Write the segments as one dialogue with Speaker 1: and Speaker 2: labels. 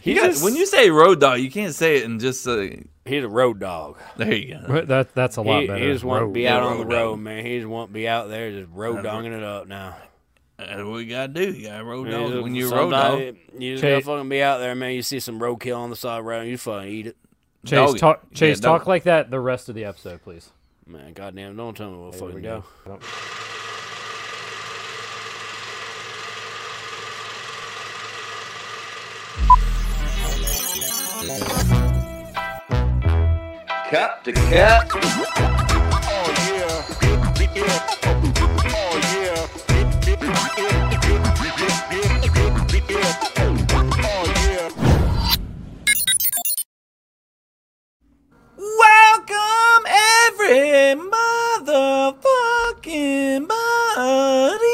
Speaker 1: He
Speaker 2: You got-
Speaker 1: just-
Speaker 2: when you say road dog, you can't say it and just say
Speaker 1: He's a road dog.
Speaker 2: there you go.
Speaker 3: But that that's a lot
Speaker 1: He,
Speaker 3: better.
Speaker 1: he just want to
Speaker 3: Road.
Speaker 1: be out
Speaker 2: Yeah,
Speaker 1: on the
Speaker 2: road dog.
Speaker 1: road, man. He just want to be out there just road dogging it up now.
Speaker 2: That's what you gotta do. You gotta road
Speaker 1: Man, you
Speaker 2: dog
Speaker 1: just-
Speaker 2: when you're a road dog.
Speaker 1: somebody- You just
Speaker 3: Okay.
Speaker 1: gotta fucking be out there, man. You see some roadkill on the side of the road, you fucking eat it.
Speaker 3: Chase,
Speaker 2: Dog it.
Speaker 3: talk,
Speaker 2: Yeah,
Speaker 3: Chase,
Speaker 2: dog-
Speaker 3: talk like that the rest of the episode, please.
Speaker 1: Man, goddamn, don't tell me what fucking
Speaker 3: we
Speaker 1: go.
Speaker 3: go.
Speaker 4: Cup to cup.
Speaker 2: Welcome every motherfucking body.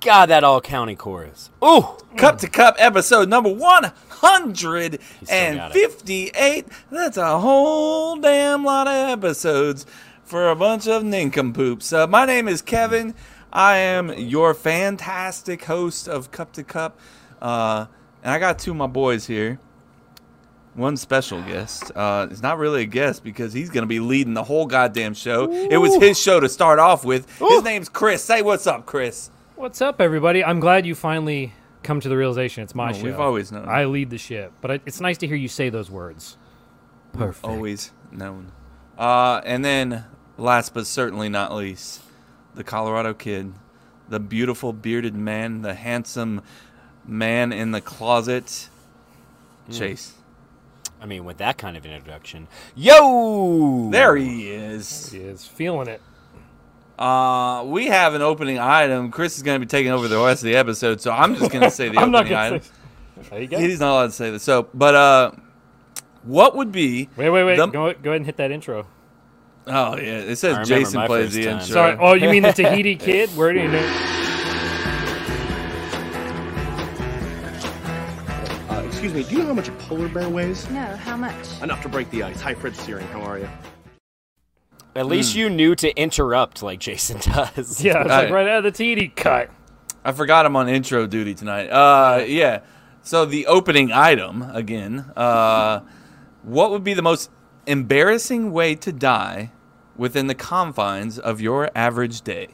Speaker 1: God, that all county chorus. Ooh,
Speaker 2: Cup to Cup episode number 158. That's a whole damn lot of episodes for a bunch of nincompoops. Uh, my name is Kevin. I am your fantastic host of Cup to Cup. Uh, and I got two of my boys here. One special guest. Uh, it's not really a guest because he's going to be leading the whole goddamn show. It was his show to start off with. His name's Chris. Say what's up, Chris.
Speaker 3: What's up, everybody? I'm glad you finally come to the realization it's
Speaker 2: No,
Speaker 3: my show.
Speaker 2: Oh, we've always known.
Speaker 3: I lead the ship, but I, it's nice to hear you say those words. Oh, Perfect.
Speaker 2: always known. Uh, and then, last but certainly not least, the Colorado kid, the beautiful bearded man, the handsome man in the closet,
Speaker 3: Mm.
Speaker 2: Chase.
Speaker 1: I mean, with that kind of introduction, yo,
Speaker 2: There he is.
Speaker 3: He is feeling it.
Speaker 2: Uh, we have an opening item. Chris is going to be taking over the rest of the episode, so I'm just going to say the
Speaker 3: I'm
Speaker 2: opening
Speaker 3: not gonna.
Speaker 2: item.
Speaker 3: Say, there you go.
Speaker 2: He's not allowed to say this. So, but uh, what would be?
Speaker 3: Wait, wait, wait.
Speaker 2: the-
Speaker 3: go, go ahead and hit that intro.
Speaker 2: oh yeah, it
Speaker 1: I
Speaker 2: says
Speaker 1: remember
Speaker 2: Jason
Speaker 1: my
Speaker 2: plays
Speaker 1: first
Speaker 2: the
Speaker 1: time.
Speaker 2: intro.
Speaker 3: Sorry. Oh, you mean the Tahiti kid? Where do you know?
Speaker 5: Uh, excuse me, do you know how much a polar bear weighs?
Speaker 6: No, how much?
Speaker 5: Enough to break the ice. Hi, Fred Searing. How are you?
Speaker 1: At least you knew to interrupt like Jason does.
Speaker 3: Yeah,
Speaker 2: All
Speaker 3: it's like
Speaker 2: right.
Speaker 3: right out of the Tahiti cut.
Speaker 2: I forgot I'm on intro duty tonight. Uh, yeah. So the opening item again. Uh, what would be the most embarrassing way to die within the confines of your average day?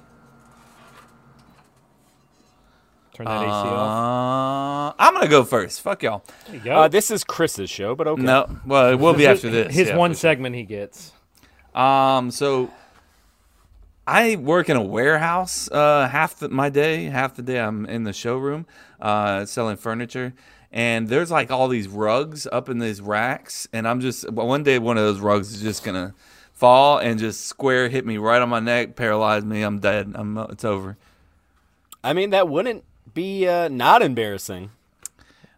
Speaker 3: Turn that AC off.
Speaker 2: Uh, I'm gonna go first. Fuck y'all.
Speaker 3: There you go.
Speaker 1: Uh, this is Chris's show, but okay.
Speaker 2: No, well, it will be after this.
Speaker 3: His
Speaker 2: yeah,
Speaker 3: one
Speaker 2: for sure.
Speaker 3: segment he gets.
Speaker 2: Um, so I work in a warehouse uh, half the, my day. Half the day I'm in the showroom uh, selling furniture, and there's like all these rugs up in these racks, and I'm just well, one day one of those rugs is just gonna fall and just square hit me right on my neck, paralyze me. I'm dead. I'm uh, it's over.
Speaker 1: I mean that wouldn't be uh, not embarrassing.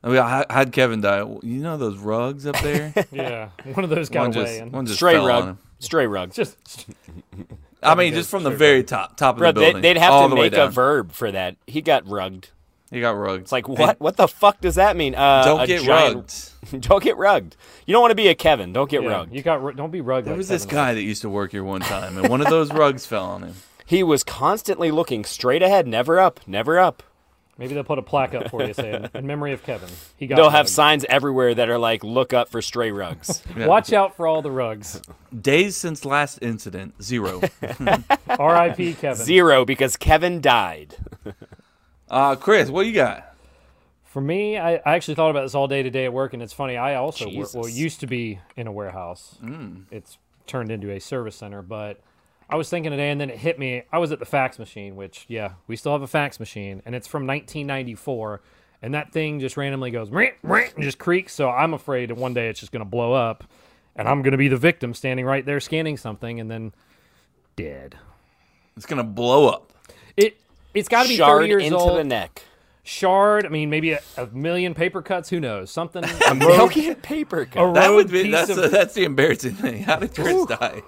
Speaker 2: I mean, I had Kevin die. You know those rugs up there?
Speaker 3: Yeah, one of those
Speaker 2: one
Speaker 3: got away.
Speaker 2: just
Speaker 3: And
Speaker 2: one just
Speaker 1: Stray
Speaker 2: fell on
Speaker 1: rug,
Speaker 2: him.
Speaker 1: stray rug.
Speaker 3: just
Speaker 2: I mean, just from the very top top of
Speaker 1: Bro,
Speaker 2: the
Speaker 1: they,
Speaker 2: building.
Speaker 1: they'd have
Speaker 2: all
Speaker 1: to
Speaker 2: the way
Speaker 1: make a
Speaker 2: down.
Speaker 1: verb for that. He got rugged.
Speaker 2: He got rugged.
Speaker 1: It's like what? what the fuck does that mean? Uh,
Speaker 2: Don't
Speaker 1: a
Speaker 2: get
Speaker 1: giant-
Speaker 2: rugged.
Speaker 1: don't get rugged. You don't want to be a Kevin. Don't get
Speaker 3: yeah,
Speaker 1: rugged.
Speaker 3: You got ru- don't be rugged.
Speaker 2: There was this guy that used to work here one time, and one of those rugs fell on him.
Speaker 1: He was constantly looking straight ahead, never up, never up.
Speaker 3: Maybe they'll put a plaque up for you saying in memory of Kevin. He got.
Speaker 1: They'll have
Speaker 3: rugged."
Speaker 1: signs everywhere that are like, "Look up for stray rugs."
Speaker 3: Watch out for all the rugs.
Speaker 2: Days since last incident, zero.
Speaker 3: R.I.P. Kevin.
Speaker 1: Zero because Kevin died.
Speaker 2: Uh, Chris, what you got?
Speaker 3: For me, I, I actually thought about this all day today at work, and it's funny. I also wor- well
Speaker 1: Jesus. Mm.
Speaker 3: used to be in a warehouse. It's turned into a service center, but I was thinking today, and then it hit me. I was at the fax machine, which yeah, we still have a fax machine, and it's from 1994, and that thing just randomly goes "Meow, meow," and just creaks. So I'm afraid that one day it's just going to blow up, and I'm going to be the victim standing right there scanning something, and then dead.
Speaker 2: It's gonna blow up.
Speaker 3: It it's got to be
Speaker 1: Shard
Speaker 3: 30 years
Speaker 1: into
Speaker 3: old.
Speaker 1: the neck.
Speaker 3: shard. I mean, maybe a, a million paper cuts. Who knows? Something. A rogue,
Speaker 1: Broken paper
Speaker 3: a
Speaker 1: cut.
Speaker 2: That
Speaker 3: rogue
Speaker 2: would be
Speaker 3: piece
Speaker 2: that's
Speaker 3: of,
Speaker 2: the that's the embarrassing thing. How did Chris die?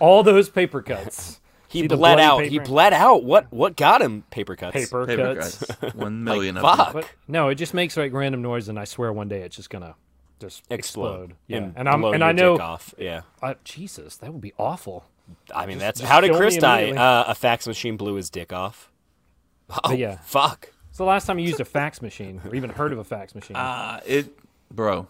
Speaker 3: all those paper cuts.
Speaker 1: He
Speaker 3: See the
Speaker 1: bled
Speaker 3: bloody
Speaker 1: out. He
Speaker 3: paper?
Speaker 1: bled out. What? What got him? Paper cuts.
Speaker 3: Paper,
Speaker 2: Paper
Speaker 3: cuts.
Speaker 2: cuts. One million of them.
Speaker 1: Fuck.
Speaker 3: But no, it just makes like random noise, and I swear one day it's just gonna just
Speaker 1: Explode.
Speaker 3: explode. Yeah, and,
Speaker 1: And,
Speaker 3: I'm
Speaker 1: blow
Speaker 3: and I
Speaker 1: your dick
Speaker 3: know.
Speaker 1: Off. Yeah.
Speaker 3: I, Jesus, that would be awful.
Speaker 1: I mean, that's how did
Speaker 3: kill me
Speaker 1: Chris die?
Speaker 3: immediately.
Speaker 1: Uh, a fax machine blew his dick off. Oh
Speaker 3: yeah.
Speaker 1: fuck!
Speaker 3: It's the last time you used a fax machine or even heard of a fax machine.
Speaker 2: Uh, it, bro.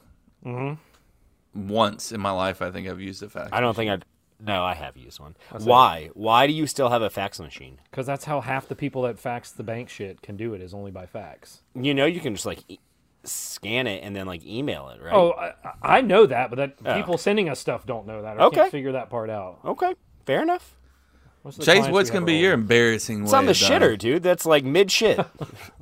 Speaker 3: Mm-hmm.
Speaker 2: Once in my life, I think I've used a fax.
Speaker 1: I don't think I. No, I have used one. Why? Why do you still have a fax machine?
Speaker 3: Because that's how half the people that fax the bank shit can do it is only by fax.
Speaker 1: You know, you can just like e- scan it and then like email it, right?
Speaker 3: Oh, I, I know that, but that people sending us stuff don't know that. Or
Speaker 1: Okay.
Speaker 3: can't figure that part out.
Speaker 1: okay, fair enough.
Speaker 3: Most of the
Speaker 2: Chase,
Speaker 3: clients
Speaker 2: what's
Speaker 3: we
Speaker 2: gonna
Speaker 3: have
Speaker 2: be
Speaker 3: are
Speaker 2: your
Speaker 3: old.
Speaker 2: embarrassing?
Speaker 1: It's on the shitter, dude. That's like mid shit,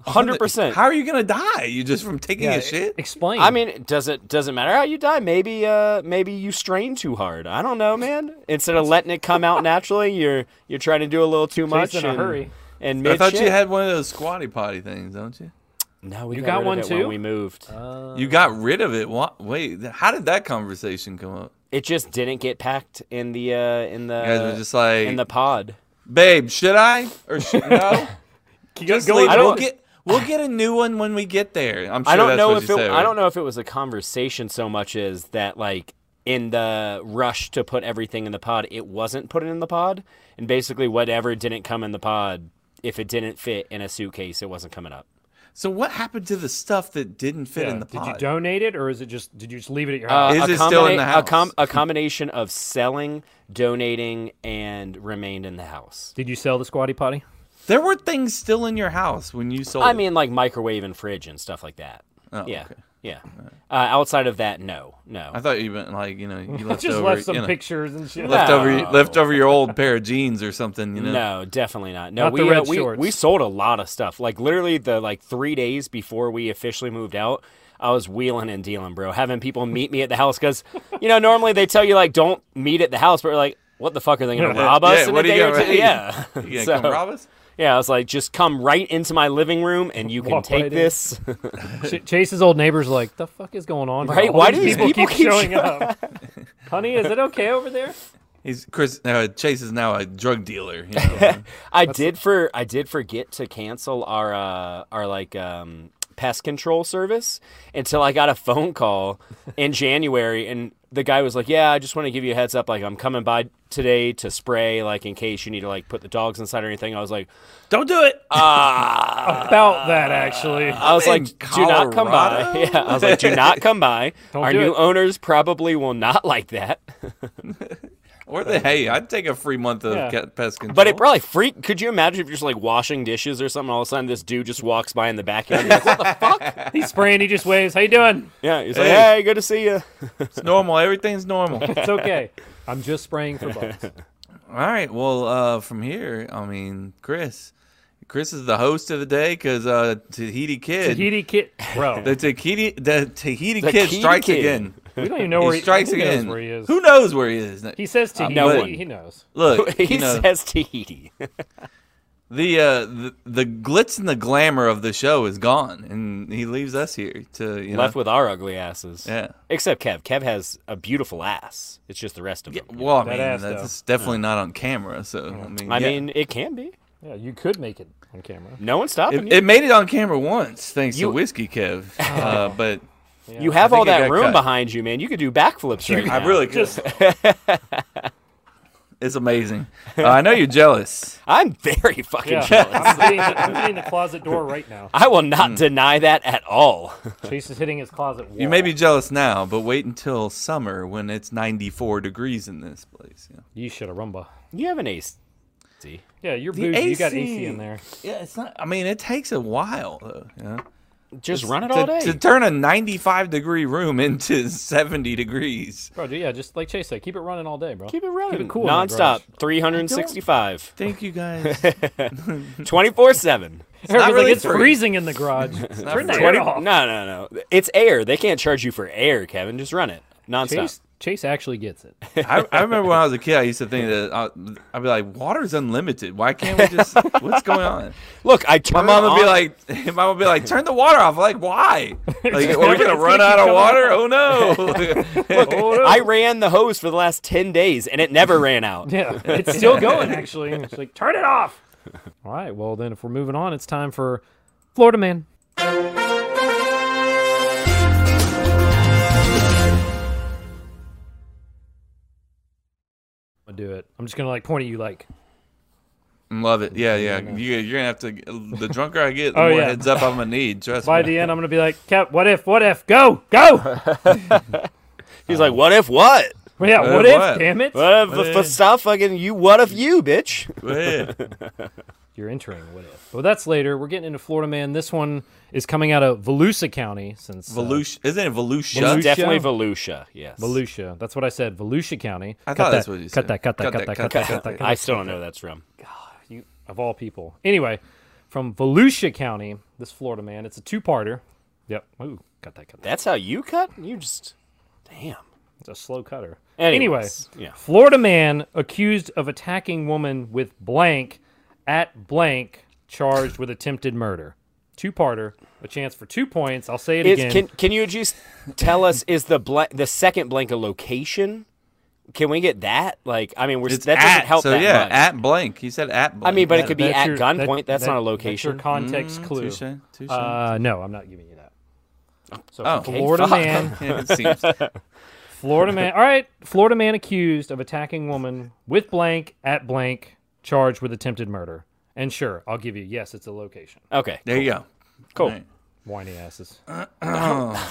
Speaker 1: hundred percent.
Speaker 2: How are you gonna die? You just from taking
Speaker 3: Yeah,
Speaker 2: a shit?
Speaker 3: Explain.
Speaker 1: I mean, does it doesn't matter how you die? Maybe uh maybe you strain too hard. I don't know, man. Instead of letting it come out naturally, you're you're trying to do a little too much.
Speaker 3: in a
Speaker 1: and,
Speaker 3: hurry.
Speaker 1: And
Speaker 2: I
Speaker 1: mid
Speaker 2: thought you had one of those squatty potty things, don't you?
Speaker 1: No, we
Speaker 3: You
Speaker 1: got,
Speaker 3: got
Speaker 1: rid of
Speaker 3: one
Speaker 1: it when
Speaker 3: too?
Speaker 1: we moved.
Speaker 2: you got rid of it. Wha- Wait, th- how did that conversation come up?
Speaker 1: it just didn't get packed in the uh in the
Speaker 2: You guys were just like,
Speaker 1: in the pod.
Speaker 2: babe, should I or should no? just leave.
Speaker 1: I
Speaker 2: We'll
Speaker 1: don't-
Speaker 2: get we'll get a new one when we get there. I'm sure
Speaker 1: I don't
Speaker 2: that's
Speaker 1: know
Speaker 2: what
Speaker 1: if
Speaker 2: you
Speaker 1: it
Speaker 2: said,
Speaker 1: I
Speaker 2: right?
Speaker 1: don't know if it was a conversation so much as that like in the rush to put everything in the pod, it wasn't put in the pod, and basically whatever didn't come in the pod, if it didn't fit in a suitcase, it wasn't coming up.
Speaker 2: So what happened to the stuff that didn't fit
Speaker 3: Yeah,
Speaker 2: in the
Speaker 3: did
Speaker 2: pod?
Speaker 3: you donate it or is it just did you just leave it at your
Speaker 1: Uh,
Speaker 3: house?
Speaker 2: Is
Speaker 1: a
Speaker 2: it still in
Speaker 1: combina-
Speaker 2: the
Speaker 1: A,
Speaker 2: house?
Speaker 1: a combination of selling, donating, and remained in the house.
Speaker 3: Did you sell the squatty potty?
Speaker 2: there were things still in your house when you sold.
Speaker 1: I
Speaker 2: it.
Speaker 1: mean, like microwave and fridge and stuff like that.
Speaker 2: Oh,
Speaker 1: yeah,
Speaker 2: okay.
Speaker 1: yeah. Uh, outside of that, no, no.
Speaker 2: I thought you meant like you know you left
Speaker 3: Just
Speaker 2: over
Speaker 3: left some
Speaker 2: you know,
Speaker 3: pictures and shit.
Speaker 2: left over left over your old pair of jeans or something. You know,
Speaker 1: No, definitely not. No,
Speaker 3: Not
Speaker 1: we,
Speaker 3: the red
Speaker 1: uh, we
Speaker 3: shorts.
Speaker 1: we sold a lot of stuff. Like literally the like three days before we officially moved out, I was wheeling and dealing, bro. Having people meet me at the house because you know normally they tell you like don't meet at the house, but we're like, what the fuck are they gonna rob us
Speaker 2: yeah,
Speaker 1: in
Speaker 2: what
Speaker 1: a
Speaker 2: are you
Speaker 1: day or
Speaker 2: gonna-
Speaker 1: two? Yeah,
Speaker 2: you gonna
Speaker 1: So,
Speaker 2: come rob us?
Speaker 1: yeah. I was like, just come right into my living room and you can
Speaker 3: Walk
Speaker 1: take
Speaker 3: right in.
Speaker 1: this.
Speaker 3: Ch- Chase's old neighbor's like, the fuck is going on? here?
Speaker 1: Right?
Speaker 3: All
Speaker 1: Why do these people
Speaker 3: keep
Speaker 1: keep
Speaker 3: showing
Speaker 1: showing
Speaker 3: up? Honey, is it okay over there?
Speaker 2: He's Chris. Uh, Chase is now a drug dealer. You know?
Speaker 1: I did for I did forget to cancel our uh, our like um, pest control service until I got a phone call in January and the guy was like, "Yeah, I just want to give you a heads up like I'm coming by today to spray like in case you need to like put the dogs inside or anything." I was like,
Speaker 2: Don't do it.
Speaker 3: About that, actually.
Speaker 1: I was
Speaker 2: in
Speaker 1: like, "Do not come by."
Speaker 2: Colorado?
Speaker 1: Yeah, I was like, "Do not come by.
Speaker 3: Don't
Speaker 1: our
Speaker 3: do
Speaker 1: new
Speaker 3: it.
Speaker 1: owners probably will not like that."
Speaker 2: or the hey, I'd take a free month of
Speaker 3: Yeah.
Speaker 2: ca- pest control.
Speaker 1: But it probably freaked. Could you imagine if you're just like washing dishes or something all of a sudden this dude just walks by in the backyard? You're like, what the fuck?
Speaker 3: He's spraying. He just waves. How you doing?
Speaker 1: Yeah, he's like,
Speaker 2: Hey.
Speaker 1: "Hey, good to see you."
Speaker 2: it's normal. Everything's normal. All
Speaker 3: It's okay. I'm just spraying for bugs.
Speaker 2: right. Well, uh, from here, I mean, Chris. Chris is the host of the day because uh, Tahiti Kid.
Speaker 3: Tahiti kit, bro.
Speaker 2: The Tahiti, the Tahiti
Speaker 1: The
Speaker 2: Kid
Speaker 1: Kid
Speaker 2: strikes
Speaker 1: Kid.
Speaker 2: again.
Speaker 3: We don't even know where
Speaker 2: he
Speaker 3: he,
Speaker 2: strikes
Speaker 3: who knows
Speaker 2: again.
Speaker 3: where he is.
Speaker 2: Who knows where he is?
Speaker 3: He says Tahiti.
Speaker 1: no
Speaker 3: he-
Speaker 1: one.
Speaker 3: he, knows.
Speaker 2: Look,
Speaker 1: he
Speaker 2: you know, Uh-huh.
Speaker 1: says Tahiti.
Speaker 2: the, uh, the the glitz and the glamour of the show is gone, and he leaves us here to you know.
Speaker 1: Left with our ugly asses.
Speaker 2: Yeah.
Speaker 1: Except Kev. Kev has a beautiful ass. It's just the rest of them.
Speaker 2: well, I
Speaker 3: That
Speaker 2: mean,
Speaker 3: ass,
Speaker 2: that's definitely not on camera. So I mean,
Speaker 1: I
Speaker 2: yeah.
Speaker 1: mean, it can be.
Speaker 3: Yeah, you could make it on camera.
Speaker 1: No one's stopping
Speaker 2: it,
Speaker 1: you.
Speaker 2: it made it on camera once thanks to
Speaker 1: You-
Speaker 2: whiskey, Kev. Uh, but
Speaker 1: you have
Speaker 2: I
Speaker 1: all
Speaker 2: think it
Speaker 1: that
Speaker 2: got
Speaker 1: room
Speaker 2: cut.
Speaker 1: behind you, man. You could do backflips right now.
Speaker 2: I really could. it's amazing. Uh, I know you're jealous.
Speaker 1: I'm very fucking
Speaker 3: Yeah,
Speaker 1: jealous.
Speaker 3: I'm, hitting the, I'm hitting the closet door right now.
Speaker 1: I will
Speaker 2: Hmm.
Speaker 1: not deny that at all.
Speaker 3: Chase is hitting his closet wall.
Speaker 2: You may be jealous now, but wait until summer when it's 94 degrees in this place. Yeah.
Speaker 3: You should have rumba.
Speaker 1: You have an ace. See?
Speaker 3: Yeah, you're bougie. You got AC in there.
Speaker 2: Yeah, it's not. I mean, it takes a while though. Yeah.
Speaker 1: Just run it all day.
Speaker 2: To, to turn a 95 degree room into 70 degrees.
Speaker 3: Bro, dude, yeah, just like Chase said, keep it running all day, bro.
Speaker 1: Keep it running.
Speaker 3: cool in the
Speaker 1: Nonstop.
Speaker 3: garage.
Speaker 1: 365.
Speaker 2: Thank you guys. It's
Speaker 1: 24 7.
Speaker 3: Everybody's
Speaker 2: really
Speaker 3: like, it's
Speaker 2: free.
Speaker 3: freezing in the garage.
Speaker 2: not
Speaker 3: Turn the
Speaker 2: free.
Speaker 3: air
Speaker 1: No,
Speaker 3: off.
Speaker 1: no, no. It's air. They can't charge you for air, Kevin. Just run it. Nonstop.
Speaker 3: Chase, Chase actually gets it.
Speaker 2: I, I remember when I was a kid, I used to think that I, I'd be like, "Water's unlimited. Why can't we just? What's going on?"
Speaker 1: Look, I turned
Speaker 2: My mom would be
Speaker 1: on-
Speaker 2: like, "My mom would be like, turn the water off." Like, why? Like, are we
Speaker 3: It's gonna
Speaker 2: gonna run
Speaker 3: keep
Speaker 2: out of
Speaker 3: coming
Speaker 2: water?
Speaker 3: out.
Speaker 2: Oh no!
Speaker 3: Oh, no.
Speaker 1: I ran the hose for the last 10 days and it never ran out.
Speaker 3: Yeah, it's still going actually. It's like turn it off. All right, well then, if we're moving on, it's time for Florida Man. I'm gonna do it. I'm just gonna like point at you like.
Speaker 2: Love it. Yeah, yeah. You, you're gonna have to. The drunker I get, the
Speaker 3: Oh,
Speaker 2: more
Speaker 3: yeah.
Speaker 2: heads up I'm gonna need. Trust
Speaker 3: By
Speaker 2: me.
Speaker 3: the end, I'm gonna be like, Kev, what if? What if? Go, go.
Speaker 1: He's like, what if what?
Speaker 3: Well, yeah,
Speaker 2: Uh,
Speaker 3: what if?
Speaker 2: what?
Speaker 3: Damn it!
Speaker 1: What if the f- stuff fucking you? What if you, bitch?
Speaker 2: Yeah.
Speaker 3: You're entering what if. But that's later. We're getting into Florida Man. This one is coming out of Volusia County since uh,
Speaker 2: Volusia, isn't it Volusia?
Speaker 3: Volusia.
Speaker 1: Definitely Volusia. Yes.
Speaker 3: Volusia. That's what I said. Volusia County.
Speaker 2: I
Speaker 3: cut
Speaker 2: thought
Speaker 3: that,
Speaker 2: that's what you
Speaker 3: cut
Speaker 2: said.
Speaker 3: That, cut that. Cut that. Cut that. Cut that. Cut
Speaker 1: I
Speaker 3: that.
Speaker 1: still don't know where that's from.
Speaker 3: You, of all people. Anyway, from Volusia County, this Florida man. It's a two-parter. Yep. Ooh, cut that. Cut that.
Speaker 1: That's how you cut? You just, damn.
Speaker 3: It's a slow cutter.
Speaker 1: Anyways,
Speaker 3: anyway,
Speaker 1: yeah.
Speaker 3: Florida man accused of attacking woman with blank at blank charged with attempted murder. Two-parter. A chance for two points. I'll say it
Speaker 1: It's,
Speaker 3: again.
Speaker 1: can can you just tell us is the blank the second blank a location? Can we get that? Like, I mean, we're
Speaker 2: It's
Speaker 1: that
Speaker 2: at,
Speaker 1: doesn't help
Speaker 2: so
Speaker 1: that
Speaker 2: yeah,
Speaker 1: much.
Speaker 2: at blank. He said at blank.
Speaker 1: I mean, but it could be
Speaker 3: That's
Speaker 1: at
Speaker 3: your- that-
Speaker 1: gunpoint. that's
Speaker 3: that-
Speaker 1: not a
Speaker 3: That's your
Speaker 1: location.
Speaker 3: context clue.
Speaker 2: Touche, touche.
Speaker 3: Uh, no, I'm not giving you that. So
Speaker 2: Oh.
Speaker 1: Okay,
Speaker 3: Florida
Speaker 1: fuck.
Speaker 3: man,
Speaker 2: yeah, it seems.
Speaker 3: Florida man. All right, Florida man accused of attacking woman with blank at blank, charged with attempted murder. And sure, I'll give you. Yes, it's a location.
Speaker 1: Okay,
Speaker 2: There you go.
Speaker 1: cool.
Speaker 2: Right.
Speaker 3: Whiny asses.
Speaker 1: I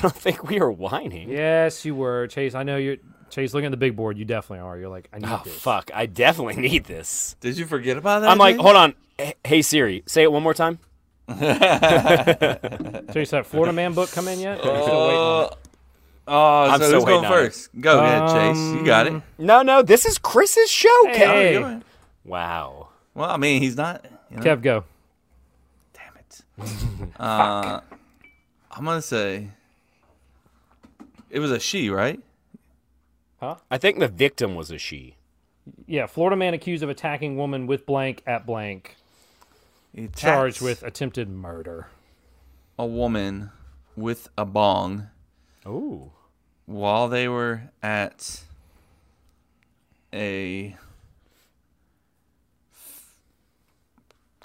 Speaker 1: don't think we are whining.
Speaker 3: Yes, you were Chase. I know you're Chase. Looking at the big board, you definitely are. You're like, I need
Speaker 1: Oh
Speaker 3: this.
Speaker 1: fuck! I definitely need this.
Speaker 2: Did you forget about that?
Speaker 1: I'm like,
Speaker 2: dude?
Speaker 1: hold on. H- Hey Siri, say it one more time.
Speaker 3: Chase, that Florida man book come in yet? Or you still waiting on it?
Speaker 2: Oh,
Speaker 1: I'm
Speaker 2: so
Speaker 1: still
Speaker 2: who's
Speaker 1: waiting on
Speaker 2: going
Speaker 1: it.
Speaker 2: first? Go ahead, Chase. You got it.
Speaker 1: No, no, this is Chris's show, Kev.
Speaker 3: Um, Hey.
Speaker 2: Go ahead.
Speaker 1: Wow.
Speaker 2: Well, I mean, he's not.
Speaker 1: Uh,
Speaker 2: You know,
Speaker 3: Kev, go.
Speaker 2: Damn it. uh, I'm gonna say it was a she, right?
Speaker 1: I think the victim was a she.
Speaker 3: Yeah, Florida man accused of attacking woman with blank at blank,
Speaker 2: He attacks
Speaker 3: charged with attempted murder.
Speaker 2: a woman with a bong
Speaker 1: Ooh.
Speaker 2: while they were at a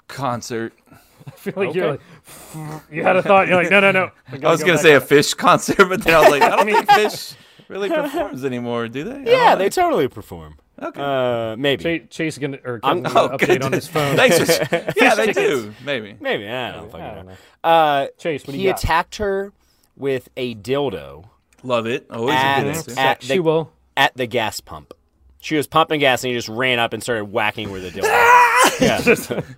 Speaker 2: concert.
Speaker 3: feel like you're like, you had a thought. You're like, no, no, no.
Speaker 2: I was gonna say a fish concert, but then I was like, I don't think fish really performs anymore, do they? I
Speaker 1: Yeah,
Speaker 2: don't
Speaker 1: they
Speaker 2: know.
Speaker 1: totally perform.
Speaker 2: Okay.
Speaker 1: Uh, maybe.
Speaker 3: Chase, Chase gonna or Kevin's
Speaker 2: Oh,
Speaker 3: gonna
Speaker 2: good.
Speaker 3: update on his phone.
Speaker 2: Thanks. For, yeah, they do. Maybe.
Speaker 1: Maybe I don't fucking
Speaker 3: I don't
Speaker 1: know.
Speaker 3: know.
Speaker 1: Uh,
Speaker 3: Chase, Oh, what do
Speaker 1: he
Speaker 3: you got?
Speaker 1: attacked her with a dildo
Speaker 2: Love it. Always a good
Speaker 1: at,
Speaker 2: answer.
Speaker 1: at
Speaker 3: she
Speaker 1: the,
Speaker 3: will.
Speaker 1: at the gas pump. She was pumping gas and he just ran up and started whacking with the dildo.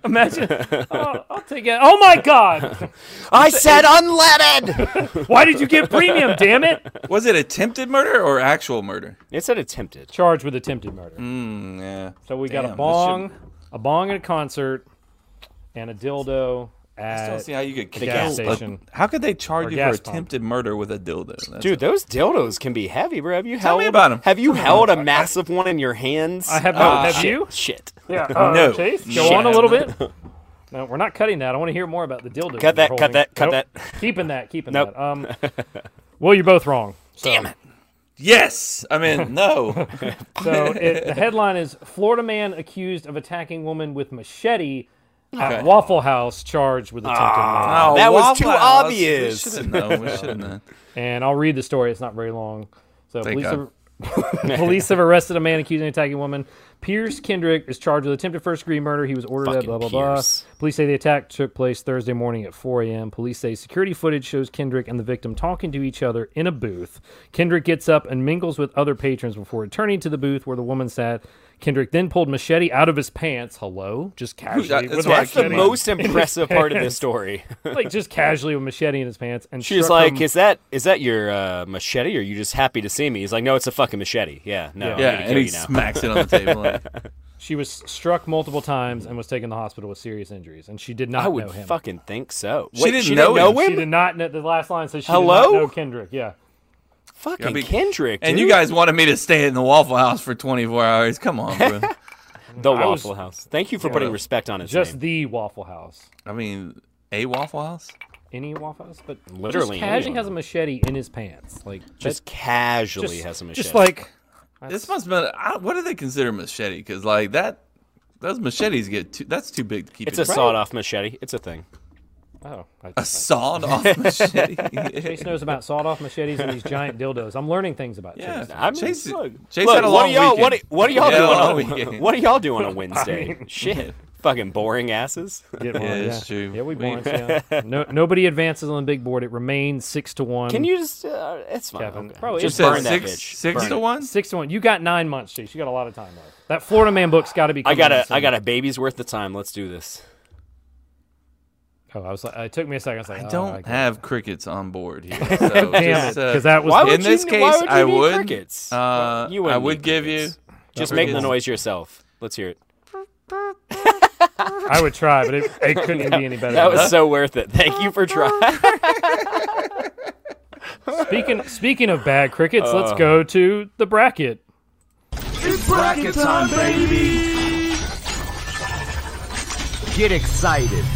Speaker 3: Imagine. Oh, I'll take it. Oh my God!
Speaker 1: I said unleaded.
Speaker 3: Why did you get premium? Damn it!
Speaker 2: Was it attempted murder or actual murder?
Speaker 1: it said attempted.
Speaker 3: Charged with attempted murder.
Speaker 2: Mm, Yeah.
Speaker 3: So we got
Speaker 2: Damn,
Speaker 3: a
Speaker 2: this
Speaker 3: bong, a bong at a concert, and a dildo
Speaker 2: I
Speaker 1: Uh,
Speaker 2: don't
Speaker 3: at
Speaker 2: see how you could kill
Speaker 3: gas
Speaker 2: a-
Speaker 3: station.
Speaker 2: How could they charge you for
Speaker 3: gas pump.
Speaker 2: attempted murder with a dildo? That's-
Speaker 1: Dude, those dildos can be heavy, bro. Have you
Speaker 2: Tell
Speaker 1: held
Speaker 2: me about 'em.
Speaker 1: Have you held a massive one in your hands? Oh,
Speaker 3: I have
Speaker 2: Ah,
Speaker 3: not. Have
Speaker 1: shit,
Speaker 3: you?
Speaker 1: Shit.
Speaker 3: yeah. uh,
Speaker 2: No.
Speaker 3: Chase, go
Speaker 1: Shit.
Speaker 3: on a little bit. No, we're not cutting that. I want to hear more about the dildo.
Speaker 1: Cut that,
Speaker 3: you're
Speaker 1: cut that, cut
Speaker 3: holding.
Speaker 1: that.
Speaker 3: Keeping that. Keeping
Speaker 1: Nope.
Speaker 3: that. Um. Well, you're both wrong. So.
Speaker 1: Damn it.
Speaker 2: Yes. I mean, no.
Speaker 3: So it, the headline is Florida man accused of attacking woman with machete at Waffle House charged with attempted
Speaker 1: Ah.
Speaker 3: murder.
Speaker 2: Oh,
Speaker 1: That was
Speaker 2: Waffle
Speaker 1: too
Speaker 2: House.
Speaker 1: obvious.
Speaker 2: We should have known. We should have known.
Speaker 3: And I'll read the story. It's not very long. So
Speaker 2: Thank
Speaker 3: police have, police have arrested a man accused of attacking a woman. Pierce Kendrick is charged with attempted first degree murder. He was ordered at
Speaker 1: Fucking
Speaker 3: blah blah blah.
Speaker 1: Pierce.
Speaker 3: Police say the attack took place Thursday morning at 4 a.m. Police say security footage shows Kendrick and the victim talking to each other in a booth. Kendrick gets up and mingles with other patrons before returning to the booth where the woman sat. Kendrick then pulled machete out of his pants. Hello, just casually.
Speaker 2: that-
Speaker 3: with
Speaker 2: that's what I
Speaker 1: That's the
Speaker 2: Shitty.
Speaker 1: most impressive part of this story.
Speaker 3: like just casually with machete in his pants. And
Speaker 1: She's
Speaker 3: struck
Speaker 1: like,
Speaker 3: him-
Speaker 1: "Is that is that your uh, machete? Or are you just happy to see me?" He's like, "No, it's a fucking machete. Yeah, no, I'm
Speaker 2: Yeah,
Speaker 1: gonna
Speaker 2: and
Speaker 1: kill
Speaker 2: he
Speaker 1: you now."
Speaker 2: smacks it on the table. like,
Speaker 3: She was struck multiple times and was taken to the hospital with serious injuries, and she did not
Speaker 1: I would
Speaker 3: know him.
Speaker 1: fucking think so.
Speaker 2: She didn't know him.
Speaker 3: She did not know the last line says she did
Speaker 1: Hello?
Speaker 3: not know Kendrick. Yeah,
Speaker 1: Fucking
Speaker 2: I mean,
Speaker 1: Kendrick.
Speaker 2: and you
Speaker 1: dude.
Speaker 2: guys wanted me to stay in the Waffle House for 24 hours. Come on, bro.
Speaker 1: the
Speaker 3: I was-
Speaker 1: Waffle House. Thank you for putting respect on his
Speaker 3: just
Speaker 1: name.
Speaker 3: the Waffle House.
Speaker 2: I mean, a Waffle House?
Speaker 3: Any Waffle House, but
Speaker 1: Literally
Speaker 3: just casually
Speaker 1: anyone.
Speaker 3: has a machete in his pants, like
Speaker 1: Just casually
Speaker 3: just,
Speaker 1: has a machete.
Speaker 3: just like
Speaker 2: This must be. I, what do they consider machete? Because like that, those machetes get too. That's too big to keep.
Speaker 1: it's
Speaker 2: in
Speaker 1: a sawed-off machete. It's a thing.
Speaker 3: Oh, I,
Speaker 2: A sawed off machete.
Speaker 3: Chase knows about sawed-off machetes and these giant dildos. I'm learning things about
Speaker 2: Yeah.
Speaker 3: Chase.
Speaker 1: I mean,
Speaker 2: Chase-
Speaker 1: look,
Speaker 2: Chase
Speaker 1: look,
Speaker 2: had a
Speaker 1: what
Speaker 2: long
Speaker 1: do y'all what do,
Speaker 2: weekend.
Speaker 1: what do y'all
Speaker 2: Yeah,
Speaker 1: do
Speaker 2: long
Speaker 1: on a,
Speaker 2: weekend.
Speaker 1: what do y'all do on a Wednesday? Shit, fucking boring asses.
Speaker 3: Get one, yeah,
Speaker 2: it's true.
Speaker 3: Yeah, we
Speaker 2: We-
Speaker 3: boring. yeah. No, nobody advances on the big board. It remains six to one.
Speaker 1: Can you just? Uh, it's fine.
Speaker 3: Kevin,
Speaker 1: okay.
Speaker 3: probably
Speaker 1: just
Speaker 3: is
Speaker 1: burn
Speaker 2: Says
Speaker 3: fine.
Speaker 1: that
Speaker 2: six
Speaker 1: bitch.
Speaker 2: six
Speaker 1: Burn
Speaker 2: to
Speaker 1: it.
Speaker 2: one.
Speaker 3: Six to one. You got nine months, Chase. You got a lot of time left. That Florida Man book's got to be.
Speaker 1: I
Speaker 3: coming
Speaker 1: got
Speaker 3: out
Speaker 1: a
Speaker 3: soon.
Speaker 1: I got a baby's worth of time. Let's do this.
Speaker 3: Oh, I was like, it took me a second. I was like,
Speaker 2: I
Speaker 3: oh,
Speaker 2: don't
Speaker 3: get it.
Speaker 2: have crickets on board here. So
Speaker 3: Damn,
Speaker 2: just, uh,
Speaker 3: because that was
Speaker 1: Why
Speaker 2: in
Speaker 1: would you,
Speaker 2: this
Speaker 1: why
Speaker 2: case,
Speaker 1: would you
Speaker 2: I
Speaker 1: need
Speaker 2: would,
Speaker 1: crickets?
Speaker 2: uh,
Speaker 1: you
Speaker 2: I
Speaker 1: wouldn't
Speaker 2: would
Speaker 1: need
Speaker 2: give you.
Speaker 1: crickets. just
Speaker 3: Not
Speaker 1: make
Speaker 3: very
Speaker 1: the
Speaker 3: long.
Speaker 1: noise yourself. Let's hear it.
Speaker 3: I would try, but it, it couldn't be any better.
Speaker 1: That
Speaker 3: than
Speaker 1: was so worth it. Thank you for trying.
Speaker 3: that. speaking. Speaking of bad crickets, let's go to the bracket.
Speaker 6: Get excited.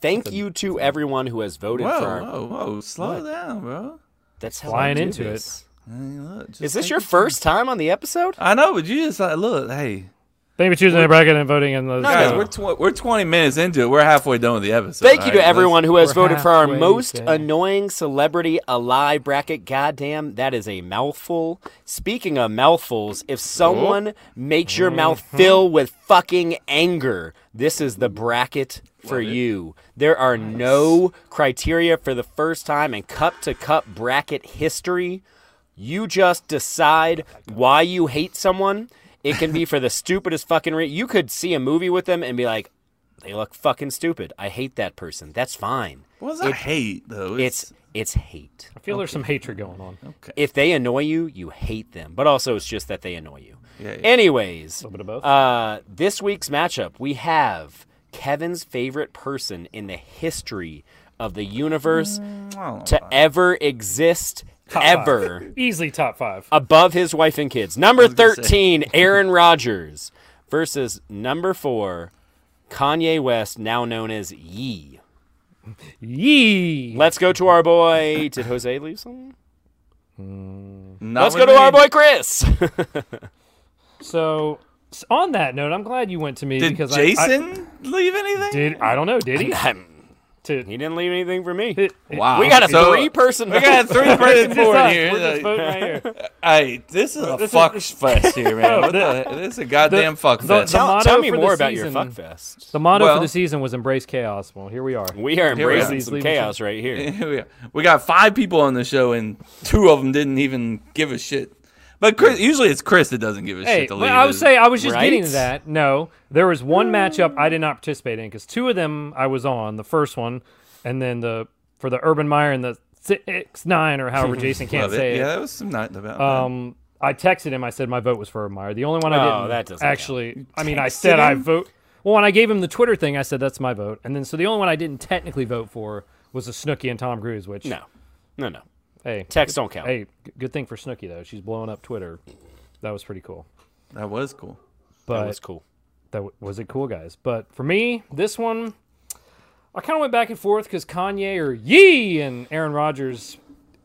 Speaker 1: Thank you to everyone who has voted
Speaker 2: Whoa,
Speaker 1: for. Our,
Speaker 2: whoa, whoa! Slow down, bro.
Speaker 1: That's how
Speaker 3: Flying
Speaker 1: I do
Speaker 3: into it.
Speaker 1: this.
Speaker 2: Hey, look, just
Speaker 1: Is this
Speaker 2: take
Speaker 1: your
Speaker 2: it-
Speaker 1: first time on the episode?
Speaker 2: I know, but you just like look. Hey,
Speaker 3: Thank you for choosing the bracket and voting in the.
Speaker 2: guys,
Speaker 1: no.
Speaker 2: we're tw- we're twenty minutes into it. We're halfway done with the episode.
Speaker 1: Thank you
Speaker 2: all
Speaker 1: to
Speaker 2: right?
Speaker 1: everyone who has
Speaker 3: we're
Speaker 1: voted for our
Speaker 3: halfway
Speaker 1: most
Speaker 3: there.
Speaker 1: annoying celebrity alive bracket. Goddamn, that is a mouthful. Speaking of mouthfuls, if
Speaker 2: Oh.
Speaker 1: someone makes your mouth fill with fucking anger, this is the bracket for you. There are no criteria for the first time in cup to cup bracket history. You just decide why you hate someone. It can be for the stupidest fucking reason. You could see a movie with them and be like, they look fucking stupid. I hate that person. That's fine.
Speaker 2: What does that hate though?
Speaker 1: It's it's hate.
Speaker 3: I feel there's some hatred going on. A
Speaker 1: If they annoy you, you hate them. But also, it's just that they annoy you.
Speaker 2: Yeah, yeah.
Speaker 1: Anyways,
Speaker 3: little bit of both.
Speaker 1: uh, this week's matchup, we have Kevin's favorite person in the history of the universe
Speaker 2: Mm, don't know
Speaker 1: to ever exist, ever.
Speaker 3: Easily top five.
Speaker 1: above his wife and kids. Number
Speaker 2: gonna say.
Speaker 1: 13, Aaron Rodgers versus number 4, Kanye West, now known as Yee.
Speaker 3: Yee.
Speaker 1: Let's go to our boy. Did Jose leave some?
Speaker 2: Not
Speaker 1: Let's go
Speaker 2: with
Speaker 1: to our
Speaker 2: me.
Speaker 1: boy Chris.
Speaker 3: So s- on that note, I'm glad you went to me
Speaker 2: Did
Speaker 3: because I- I-
Speaker 2: Jason leave anything?
Speaker 3: did I don't know. Did he? To-
Speaker 1: he didn't leave anything for me.
Speaker 3: it-
Speaker 2: Wow,
Speaker 1: We got a
Speaker 2: So-
Speaker 1: three person.
Speaker 2: We got a three person
Speaker 3: it's
Speaker 2: board
Speaker 3: us.
Speaker 2: here.
Speaker 3: We're just
Speaker 2: Like,
Speaker 3: voting right here.
Speaker 2: Hey, this is a
Speaker 3: This is-
Speaker 2: fuck fest here, man. What the, this is a goddamn fuck
Speaker 3: the-
Speaker 2: fest.
Speaker 3: the-
Speaker 1: tell,
Speaker 3: motto
Speaker 1: tell me
Speaker 3: for the
Speaker 1: more about your
Speaker 3: season.
Speaker 1: fuck fest.
Speaker 3: The motto
Speaker 2: Well-
Speaker 3: for the season was embrace chaos. Well, here we are.
Speaker 1: We are
Speaker 2: we are.
Speaker 1: embracing
Speaker 3: Please
Speaker 1: some
Speaker 3: leave the show.
Speaker 1: chaos right here.
Speaker 2: Here we, are. we got five people on the show, and two of them didn't even give a shit. But Chris, usually it's Chris that doesn't give a
Speaker 3: Hey,
Speaker 2: shit to leave.
Speaker 3: well, I was
Speaker 2: is-
Speaker 3: say I was just
Speaker 1: Right?
Speaker 3: getting to that. No, there was one matchup I did not participate in because two of them I was on. The first one, and then the for the Urban Meyer and the six nine or however Jason can't
Speaker 2: Love it.
Speaker 3: say
Speaker 2: Yeah,
Speaker 3: it.
Speaker 2: that was some night about
Speaker 3: Um, I texted him. I said my vote was for Urban Meyer. The only one I
Speaker 1: Oh,
Speaker 3: didn't
Speaker 1: that doesn't count.
Speaker 3: actually. I mean, I said I vote. Well, when I gave him the Twitter thing, I said that's my vote. And then so the only one I didn't technically vote for was the Snooki and Tom Cruise. Which
Speaker 1: No, no, no.
Speaker 3: hey,
Speaker 1: Texts don't count.
Speaker 3: hey, g- good thing for Snooki though. She's blowing up Twitter. That was pretty cool.
Speaker 2: that. That was cool.
Speaker 3: But
Speaker 1: That was cool.
Speaker 3: that w- was it cool guys but for me this one i kind of went back and forth because kanye or yee and aaron rodgers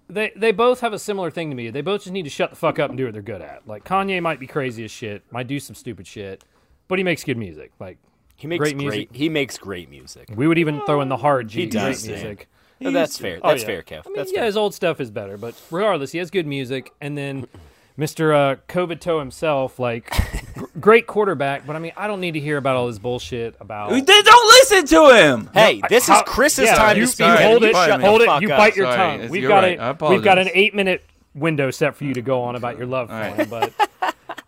Speaker 3: they, they both have a similar thing to me they both just need to shut the fuck up and do what they're good at like kanye might be crazy as shit might do some stupid shit but he makes good music like
Speaker 1: He makes
Speaker 3: Great
Speaker 1: great,
Speaker 3: music.
Speaker 1: He makes great music.
Speaker 3: we would even throw in the hard g
Speaker 1: He does,
Speaker 3: great music
Speaker 1: No, that's fair.
Speaker 3: Oh,
Speaker 1: That's
Speaker 3: yeah.
Speaker 1: fair, Kev.
Speaker 3: I mean,
Speaker 1: that's
Speaker 3: yeah,
Speaker 1: fair.
Speaker 3: his old stuff is better, but regardless, he has good music. And then Mr. Uh, Covito himself, like, gr- great quarterback. But I mean, I don't need to hear about all this bullshit about.
Speaker 2: We did, don't listen to him.
Speaker 1: Hey, this
Speaker 3: How-
Speaker 1: is Chris's
Speaker 3: yeah,
Speaker 1: time
Speaker 3: you,
Speaker 1: to speak.
Speaker 3: You
Speaker 2: Sorry,
Speaker 3: hold
Speaker 2: you
Speaker 3: it,
Speaker 2: bite me.
Speaker 3: hold
Speaker 1: Shut
Speaker 3: it.
Speaker 1: the
Speaker 3: You
Speaker 1: fuck
Speaker 3: bite your
Speaker 2: Sorry,
Speaker 3: tongue.
Speaker 2: it's-
Speaker 3: We've
Speaker 2: you're
Speaker 3: got
Speaker 2: right. I
Speaker 3: a, we've got an
Speaker 2: apologize.
Speaker 3: eight-minute window set for you to go on about your love for him. But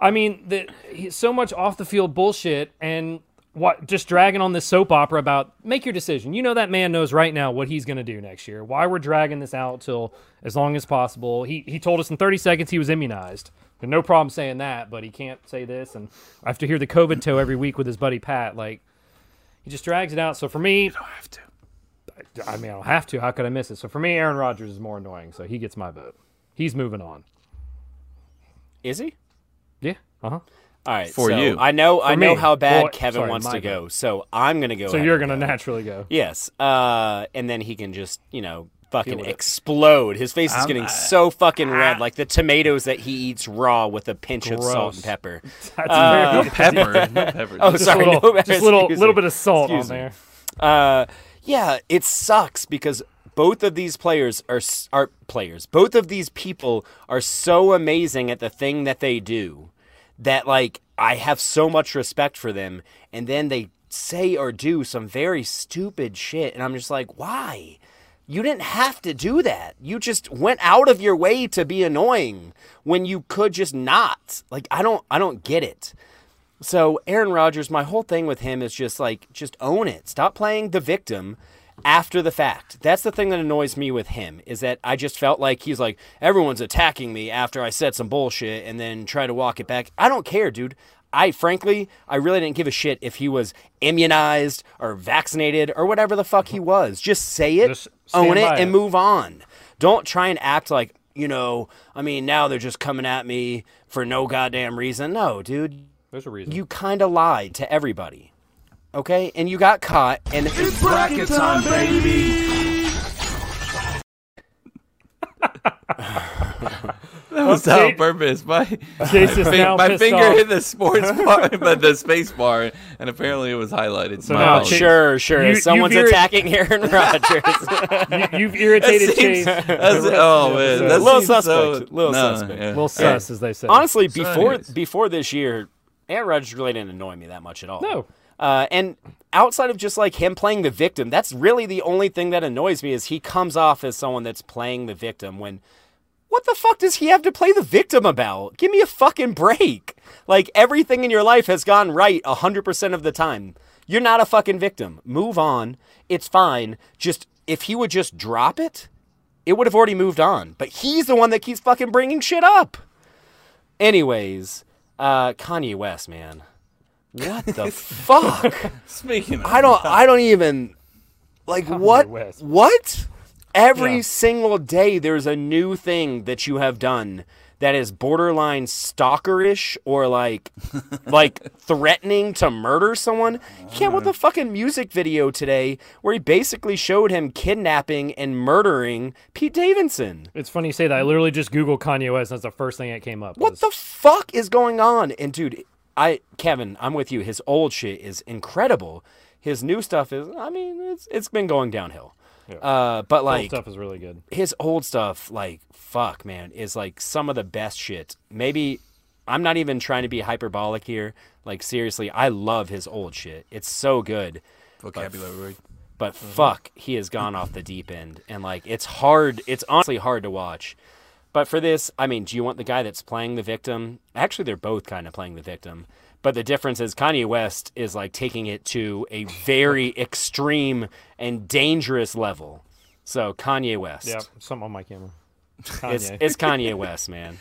Speaker 3: I mean, the, he- so much off-the-field bullshit and what just dragging on this soap opera about make your decision. You know that man knows right now what he's going to do next year. Why we're dragging this out till as long as possible? He he told us in 30 seconds he was immunized. There's no problem saying that, but he can't say this. And I have to hear the COVID toe every week with his buddy Pat. Like he just drags it out. So for me,
Speaker 2: have to.
Speaker 3: I mean, I don't have to. How could I miss it? So for me, Aaron Rodgers is more annoying. So he gets my vote. He's moving on.
Speaker 1: Is he?
Speaker 3: Yeah. Uh huh.
Speaker 1: All right,
Speaker 2: For
Speaker 1: so
Speaker 2: you.
Speaker 1: I know I
Speaker 3: For
Speaker 1: know
Speaker 3: me.
Speaker 1: how bad
Speaker 3: Well,
Speaker 1: Kevin
Speaker 3: sorry,
Speaker 1: wants
Speaker 3: my
Speaker 1: to
Speaker 3: bad.
Speaker 1: go, so I'm gonna go.
Speaker 3: So
Speaker 1: ahead
Speaker 3: you're
Speaker 1: and
Speaker 3: gonna
Speaker 1: go.
Speaker 3: naturally go.
Speaker 1: yes, uh, and then he can just you know fucking
Speaker 3: with it.
Speaker 1: explode. His face is
Speaker 2: I'm-
Speaker 1: getting
Speaker 2: I-
Speaker 1: so fucking red, like the tomatoes that he eats raw with a pinch of salt
Speaker 3: Gross.
Speaker 1: and pepper.
Speaker 3: That's
Speaker 2: No
Speaker 3: very,
Speaker 2: pepper. No pepper.
Speaker 1: Oh,
Speaker 3: just
Speaker 1: sorry,
Speaker 3: a little,
Speaker 1: no,
Speaker 3: just little,
Speaker 1: excuse
Speaker 3: little
Speaker 1: me.
Speaker 3: bit of salt
Speaker 1: Excuse
Speaker 3: on
Speaker 1: me.
Speaker 3: there.
Speaker 1: Uh, yeah, it sucks because both of these players are s- are players. Both of these people are so amazing at the thing that they do that like I have so much respect for them, and then they say or do some very stupid shit, and I'm just like, why? You didn't have to do that. You just went out of your way to be annoying when you could just not. Like I don't I don't get it. So Aaron Rodgers, my whole thing with him is just like, just own it. Stop playing the victim after the fact. That's the thing that annoys me with him is that I just felt like he's like, everyone's attacking me after I said some bullshit and then try to walk it back. I don't care, dude. I frankly, I really didn't give a shit if he was immunized or vaccinated or whatever the fuck he was. Just say it,
Speaker 3: Just stand
Speaker 1: own it,
Speaker 3: by
Speaker 1: and
Speaker 3: it.
Speaker 1: move move on. Don't try and act like, you know, I mean, now they're just coming at me for no goddamn reason. No, dude.
Speaker 3: There's a reason.
Speaker 1: You kind of lied to everybody. Okay? And you got caught and
Speaker 6: Bracket time, baby.
Speaker 2: That was
Speaker 3: Okay.
Speaker 2: on purpose. My,
Speaker 3: Jace is
Speaker 2: fi-
Speaker 3: now
Speaker 2: my
Speaker 3: pissed
Speaker 2: finger
Speaker 3: off.
Speaker 2: hit the sports bar, but the space bar, and apparently it was highlighted. So
Speaker 3: now
Speaker 1: Oh,
Speaker 3: Chase-
Speaker 1: sure, sure.
Speaker 3: you-
Speaker 1: Someone's
Speaker 3: you've irri-
Speaker 1: attacking Aaron Rodgers.
Speaker 3: You, you've irritated Chase.
Speaker 2: That's, oh man, that
Speaker 1: Little
Speaker 2: seems so-
Speaker 1: suspect. Little
Speaker 2: no,
Speaker 1: suspect.
Speaker 2: yeah.
Speaker 3: Little sus, as they say.
Speaker 1: Honestly, before
Speaker 2: anyways.
Speaker 1: before this year, Aaron Rodgers really didn't annoy me that much at all.
Speaker 3: No.
Speaker 1: Uh, and outside of just like him playing the victim, that's really the only thing that annoys me is he comes off as someone that's playing the victim when what the fuck does he have to play the victim about? Give me a fucking break. Like everything in your life has gone right 100% of the time. You're not a fucking victim. Move on. It's fine. Just if he would just drop it, it would have already moved on. But he's the one that keeps fucking bringing shit up. Anyways, uh, Kanye West, man, what the fuck?
Speaker 2: Speaking, of,
Speaker 1: I don't. I don't even like what.
Speaker 3: West.
Speaker 1: What? Every
Speaker 3: Yeah.
Speaker 1: single day, there's a new thing that you have done that is borderline stalkerish or like, like threatening to murder someone. He came with a fucking music video today where he basically showed him kidnapping and murdering Pete Davidson.
Speaker 3: It's funny you say that. I literally just Googled Kanye West, and that's the first thing that came up.
Speaker 1: What the fuck is going on? And dude, I Kevin, I'm with you. His old shit is incredible. His new stuff is, I mean, it's it's been going downhill. Uh, but like
Speaker 3: stuff is really good.
Speaker 1: his old stuff, like fuck, man, is like some of the best shit. Maybe I'm not even trying to be hyperbolic here. Like seriously, I love his old shit. It's so good.
Speaker 2: vocabulary word.
Speaker 1: But
Speaker 2: Mm-hmm.
Speaker 1: fuck, he has gone off the deep end, and like it's hard. It's honestly hard to watch. But for this, I mean, do you want the guy that's playing the victim? Actually, they're both kind of playing the victim. But the difference is Kanye West is like taking it to a very extreme and dangerous level. So Kanye West,
Speaker 3: Yeah, something on my camera.
Speaker 1: it's
Speaker 3: Kanye.
Speaker 1: it's Kanye West, man.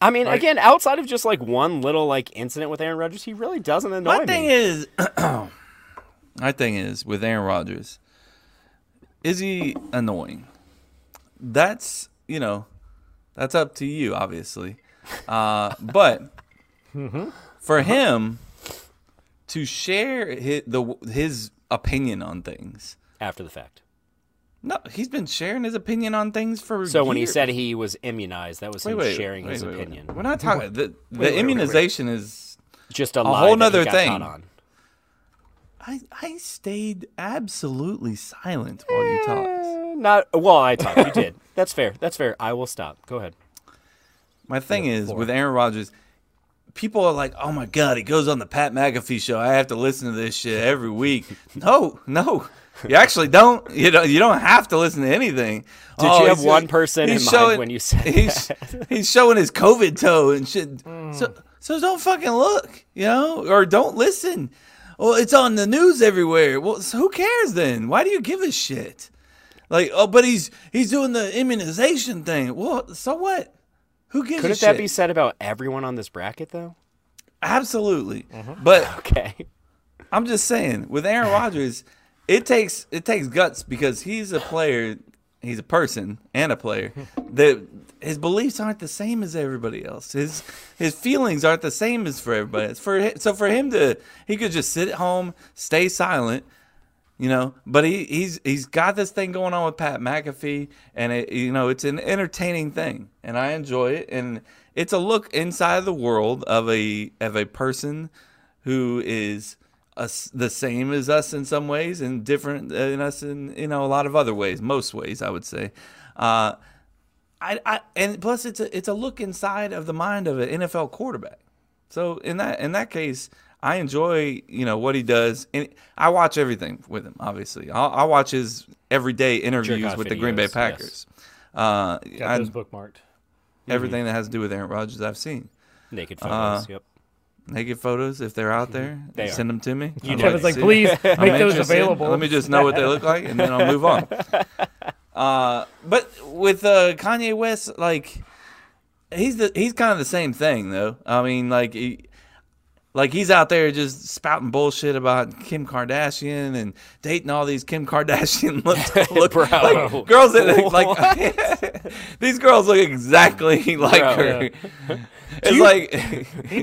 Speaker 1: I mean, again, outside of just like one little like incident with Aaron Rodgers, he really doesn't annoy
Speaker 2: My thing
Speaker 1: me.
Speaker 2: is, my thing is with Aaron Rodgers, is he annoying? That's you know, that's up to you, obviously. Uh, but Mm-hmm. for him to share his, the his opinion on things,
Speaker 1: after the fact.
Speaker 2: no, he's been sharing his opinion on things for.
Speaker 1: So when he
Speaker 2: years.
Speaker 1: said he was immunized, that was
Speaker 2: Wait,
Speaker 1: him
Speaker 2: wait,
Speaker 1: sharing
Speaker 2: wait,
Speaker 1: his
Speaker 2: wait, wait.
Speaker 1: opinion.
Speaker 2: we're not talking the, the
Speaker 5: wait, wait.
Speaker 2: immunization is.
Speaker 1: Just a, a
Speaker 2: whole
Speaker 1: that
Speaker 2: nother
Speaker 1: he got
Speaker 2: thing.
Speaker 1: caught on.
Speaker 2: I I stayed absolutely silent while you talked.
Speaker 1: Eh, Not well. I talked. You did. That's fair. That's fair. I will stop. Go ahead.
Speaker 2: My thing is with Aaron Rodgers, people are like, "Oh my God, he goes on the Pat McAfee show. I have to listen to this shit every week." no, no, you actually don't. You know, you don't have to listen to anything. Oh, Did
Speaker 1: you have one person in mind when you said
Speaker 2: he's, he's showing his COVID toe and shit?
Speaker 1: Mm.
Speaker 2: So, so don't fucking look, you know, or don't listen. Well, it's on the news everywhere. Well, so who cares then? Why do you give a shit? Like, oh, but he's he's doing the immunization thing. Well, so what? Who gives a
Speaker 1: Couldn't
Speaker 2: shit?
Speaker 1: that be said about everyone on this bracket though?
Speaker 2: Absolutely.
Speaker 1: Mm-hmm.
Speaker 2: But
Speaker 1: Okay.
Speaker 2: I'm just saying, with Aaron Rodgers, it takes it takes guts because he's a player, he's a person and a player. That his beliefs aren't the same as everybody else. His his feelings aren't the same as for everybody. It's for hi- so for him to he could just sit at home, stay silent, you know. But he, he's he's got this thing going on with Pat McAfee, and it, you know it's an entertaining thing, and I enjoy it, and it's a look inside the world of a of a person who is us the same as us in some ways, and different than us in you know a lot of other ways, most ways I would say. Uh, I, I and plus it's a it's a look inside of the mind of an NFL quarterback. So in that in that case, I enjoy you know what he does, and I watch everything with him. Obviously, I'll, I watch his everyday interviews
Speaker 1: off
Speaker 2: with the Green Bay
Speaker 1: videos, yes.
Speaker 2: Packers. Uh,
Speaker 3: Got
Speaker 2: I,
Speaker 3: those bookmarked.
Speaker 2: everything that has to do with Aaron Rodgers, I've seen
Speaker 1: Naked
Speaker 2: Uh-huh.
Speaker 1: photos. yep.
Speaker 2: naked photos if they're
Speaker 3: Mm-hmm.
Speaker 2: out there.
Speaker 1: They
Speaker 2: send them to me. You
Speaker 3: Kevin's like, please make those
Speaker 2: interested.
Speaker 3: available.
Speaker 2: Let me just know what they look like, and then I'll move on. Uh, but with uh, Kanye West, like he's the he's kind of the same thing, though. I mean, like he, like he's out there just spouting bullshit about Kim Kardashian and dating all these Kim Kardashian look, look
Speaker 1: Bro.
Speaker 2: like girls that look like these girls look exactly like
Speaker 1: Bro.
Speaker 2: her. It's like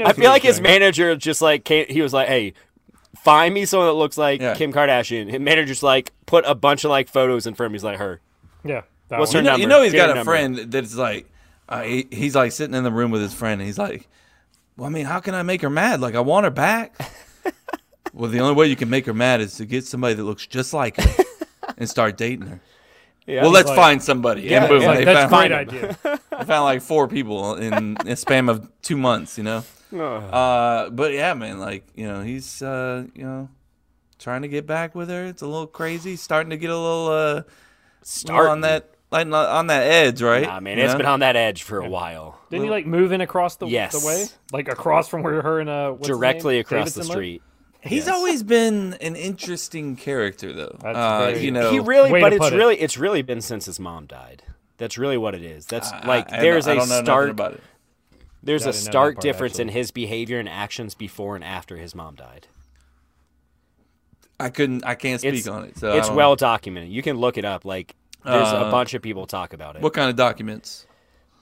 Speaker 1: I feel like his manager just like came, he was like, "Hey, find me someone that looks like
Speaker 2: Yeah.
Speaker 1: Kim Kardashian." His manager's like put a bunch of like photos in front of him. He's like, "Her."
Speaker 3: Yeah. That
Speaker 1: What's
Speaker 3: one.
Speaker 1: her
Speaker 2: You know-
Speaker 1: number.
Speaker 2: You know he's
Speaker 1: Get
Speaker 2: got
Speaker 1: her
Speaker 2: a
Speaker 1: number.
Speaker 2: friend that's like, uh, he, he's like sitting in the room with his friend. And he's like, well, I mean, how can I make her mad? Like, I want her back. well, the only way you can make her mad is to get somebody that looks just like her and start dating her.
Speaker 1: Yeah.
Speaker 2: well, let's
Speaker 3: like-
Speaker 2: find somebody. and boom,
Speaker 3: It's like,
Speaker 2: they
Speaker 3: that's a
Speaker 2: found
Speaker 3: great
Speaker 2: him.
Speaker 3: idea.
Speaker 2: I found like four people in a span of two months, you know. Uh, but yeah, man, like you know, he's uh, you know, trying to get back with her. It's a little crazy, starting to get a little uh, start
Speaker 1: Starting.
Speaker 2: on that like on- on that edge, right?
Speaker 1: Nah, man,
Speaker 2: You
Speaker 1: it's
Speaker 2: know?
Speaker 1: been on that edge for a while,
Speaker 3: Didn't he like move in across the,
Speaker 1: Yes.
Speaker 3: the way? Like across from where her and uh what's his name?
Speaker 1: directly across
Speaker 3: Davidson
Speaker 1: the
Speaker 3: live?
Speaker 1: street.
Speaker 2: He's always been an interesting character, though.
Speaker 3: That's
Speaker 2: uh,
Speaker 3: very-
Speaker 2: you know,
Speaker 1: he really,
Speaker 3: Way
Speaker 1: but
Speaker 3: to
Speaker 1: it's
Speaker 3: put it.
Speaker 1: really, it's really been since his mom died. That's really what it is. That's
Speaker 2: I-
Speaker 1: like
Speaker 2: I- I
Speaker 1: there's
Speaker 2: don't-
Speaker 1: a
Speaker 2: I don't know nothing
Speaker 1: stark
Speaker 2: about it.
Speaker 1: there's
Speaker 3: Yeah, I
Speaker 1: a
Speaker 3: didn't know that
Speaker 1: stark
Speaker 3: part,
Speaker 1: difference in
Speaker 3: actually.
Speaker 1: his behavior and actions before and after his mom died.
Speaker 2: I couldn't. I can't speak
Speaker 1: It's
Speaker 2: on it. So I
Speaker 1: it's
Speaker 2: don't-
Speaker 1: well documented. You can look it up. Like there's
Speaker 2: Uh,
Speaker 1: a bunch of people talk about it.
Speaker 2: What kind of documents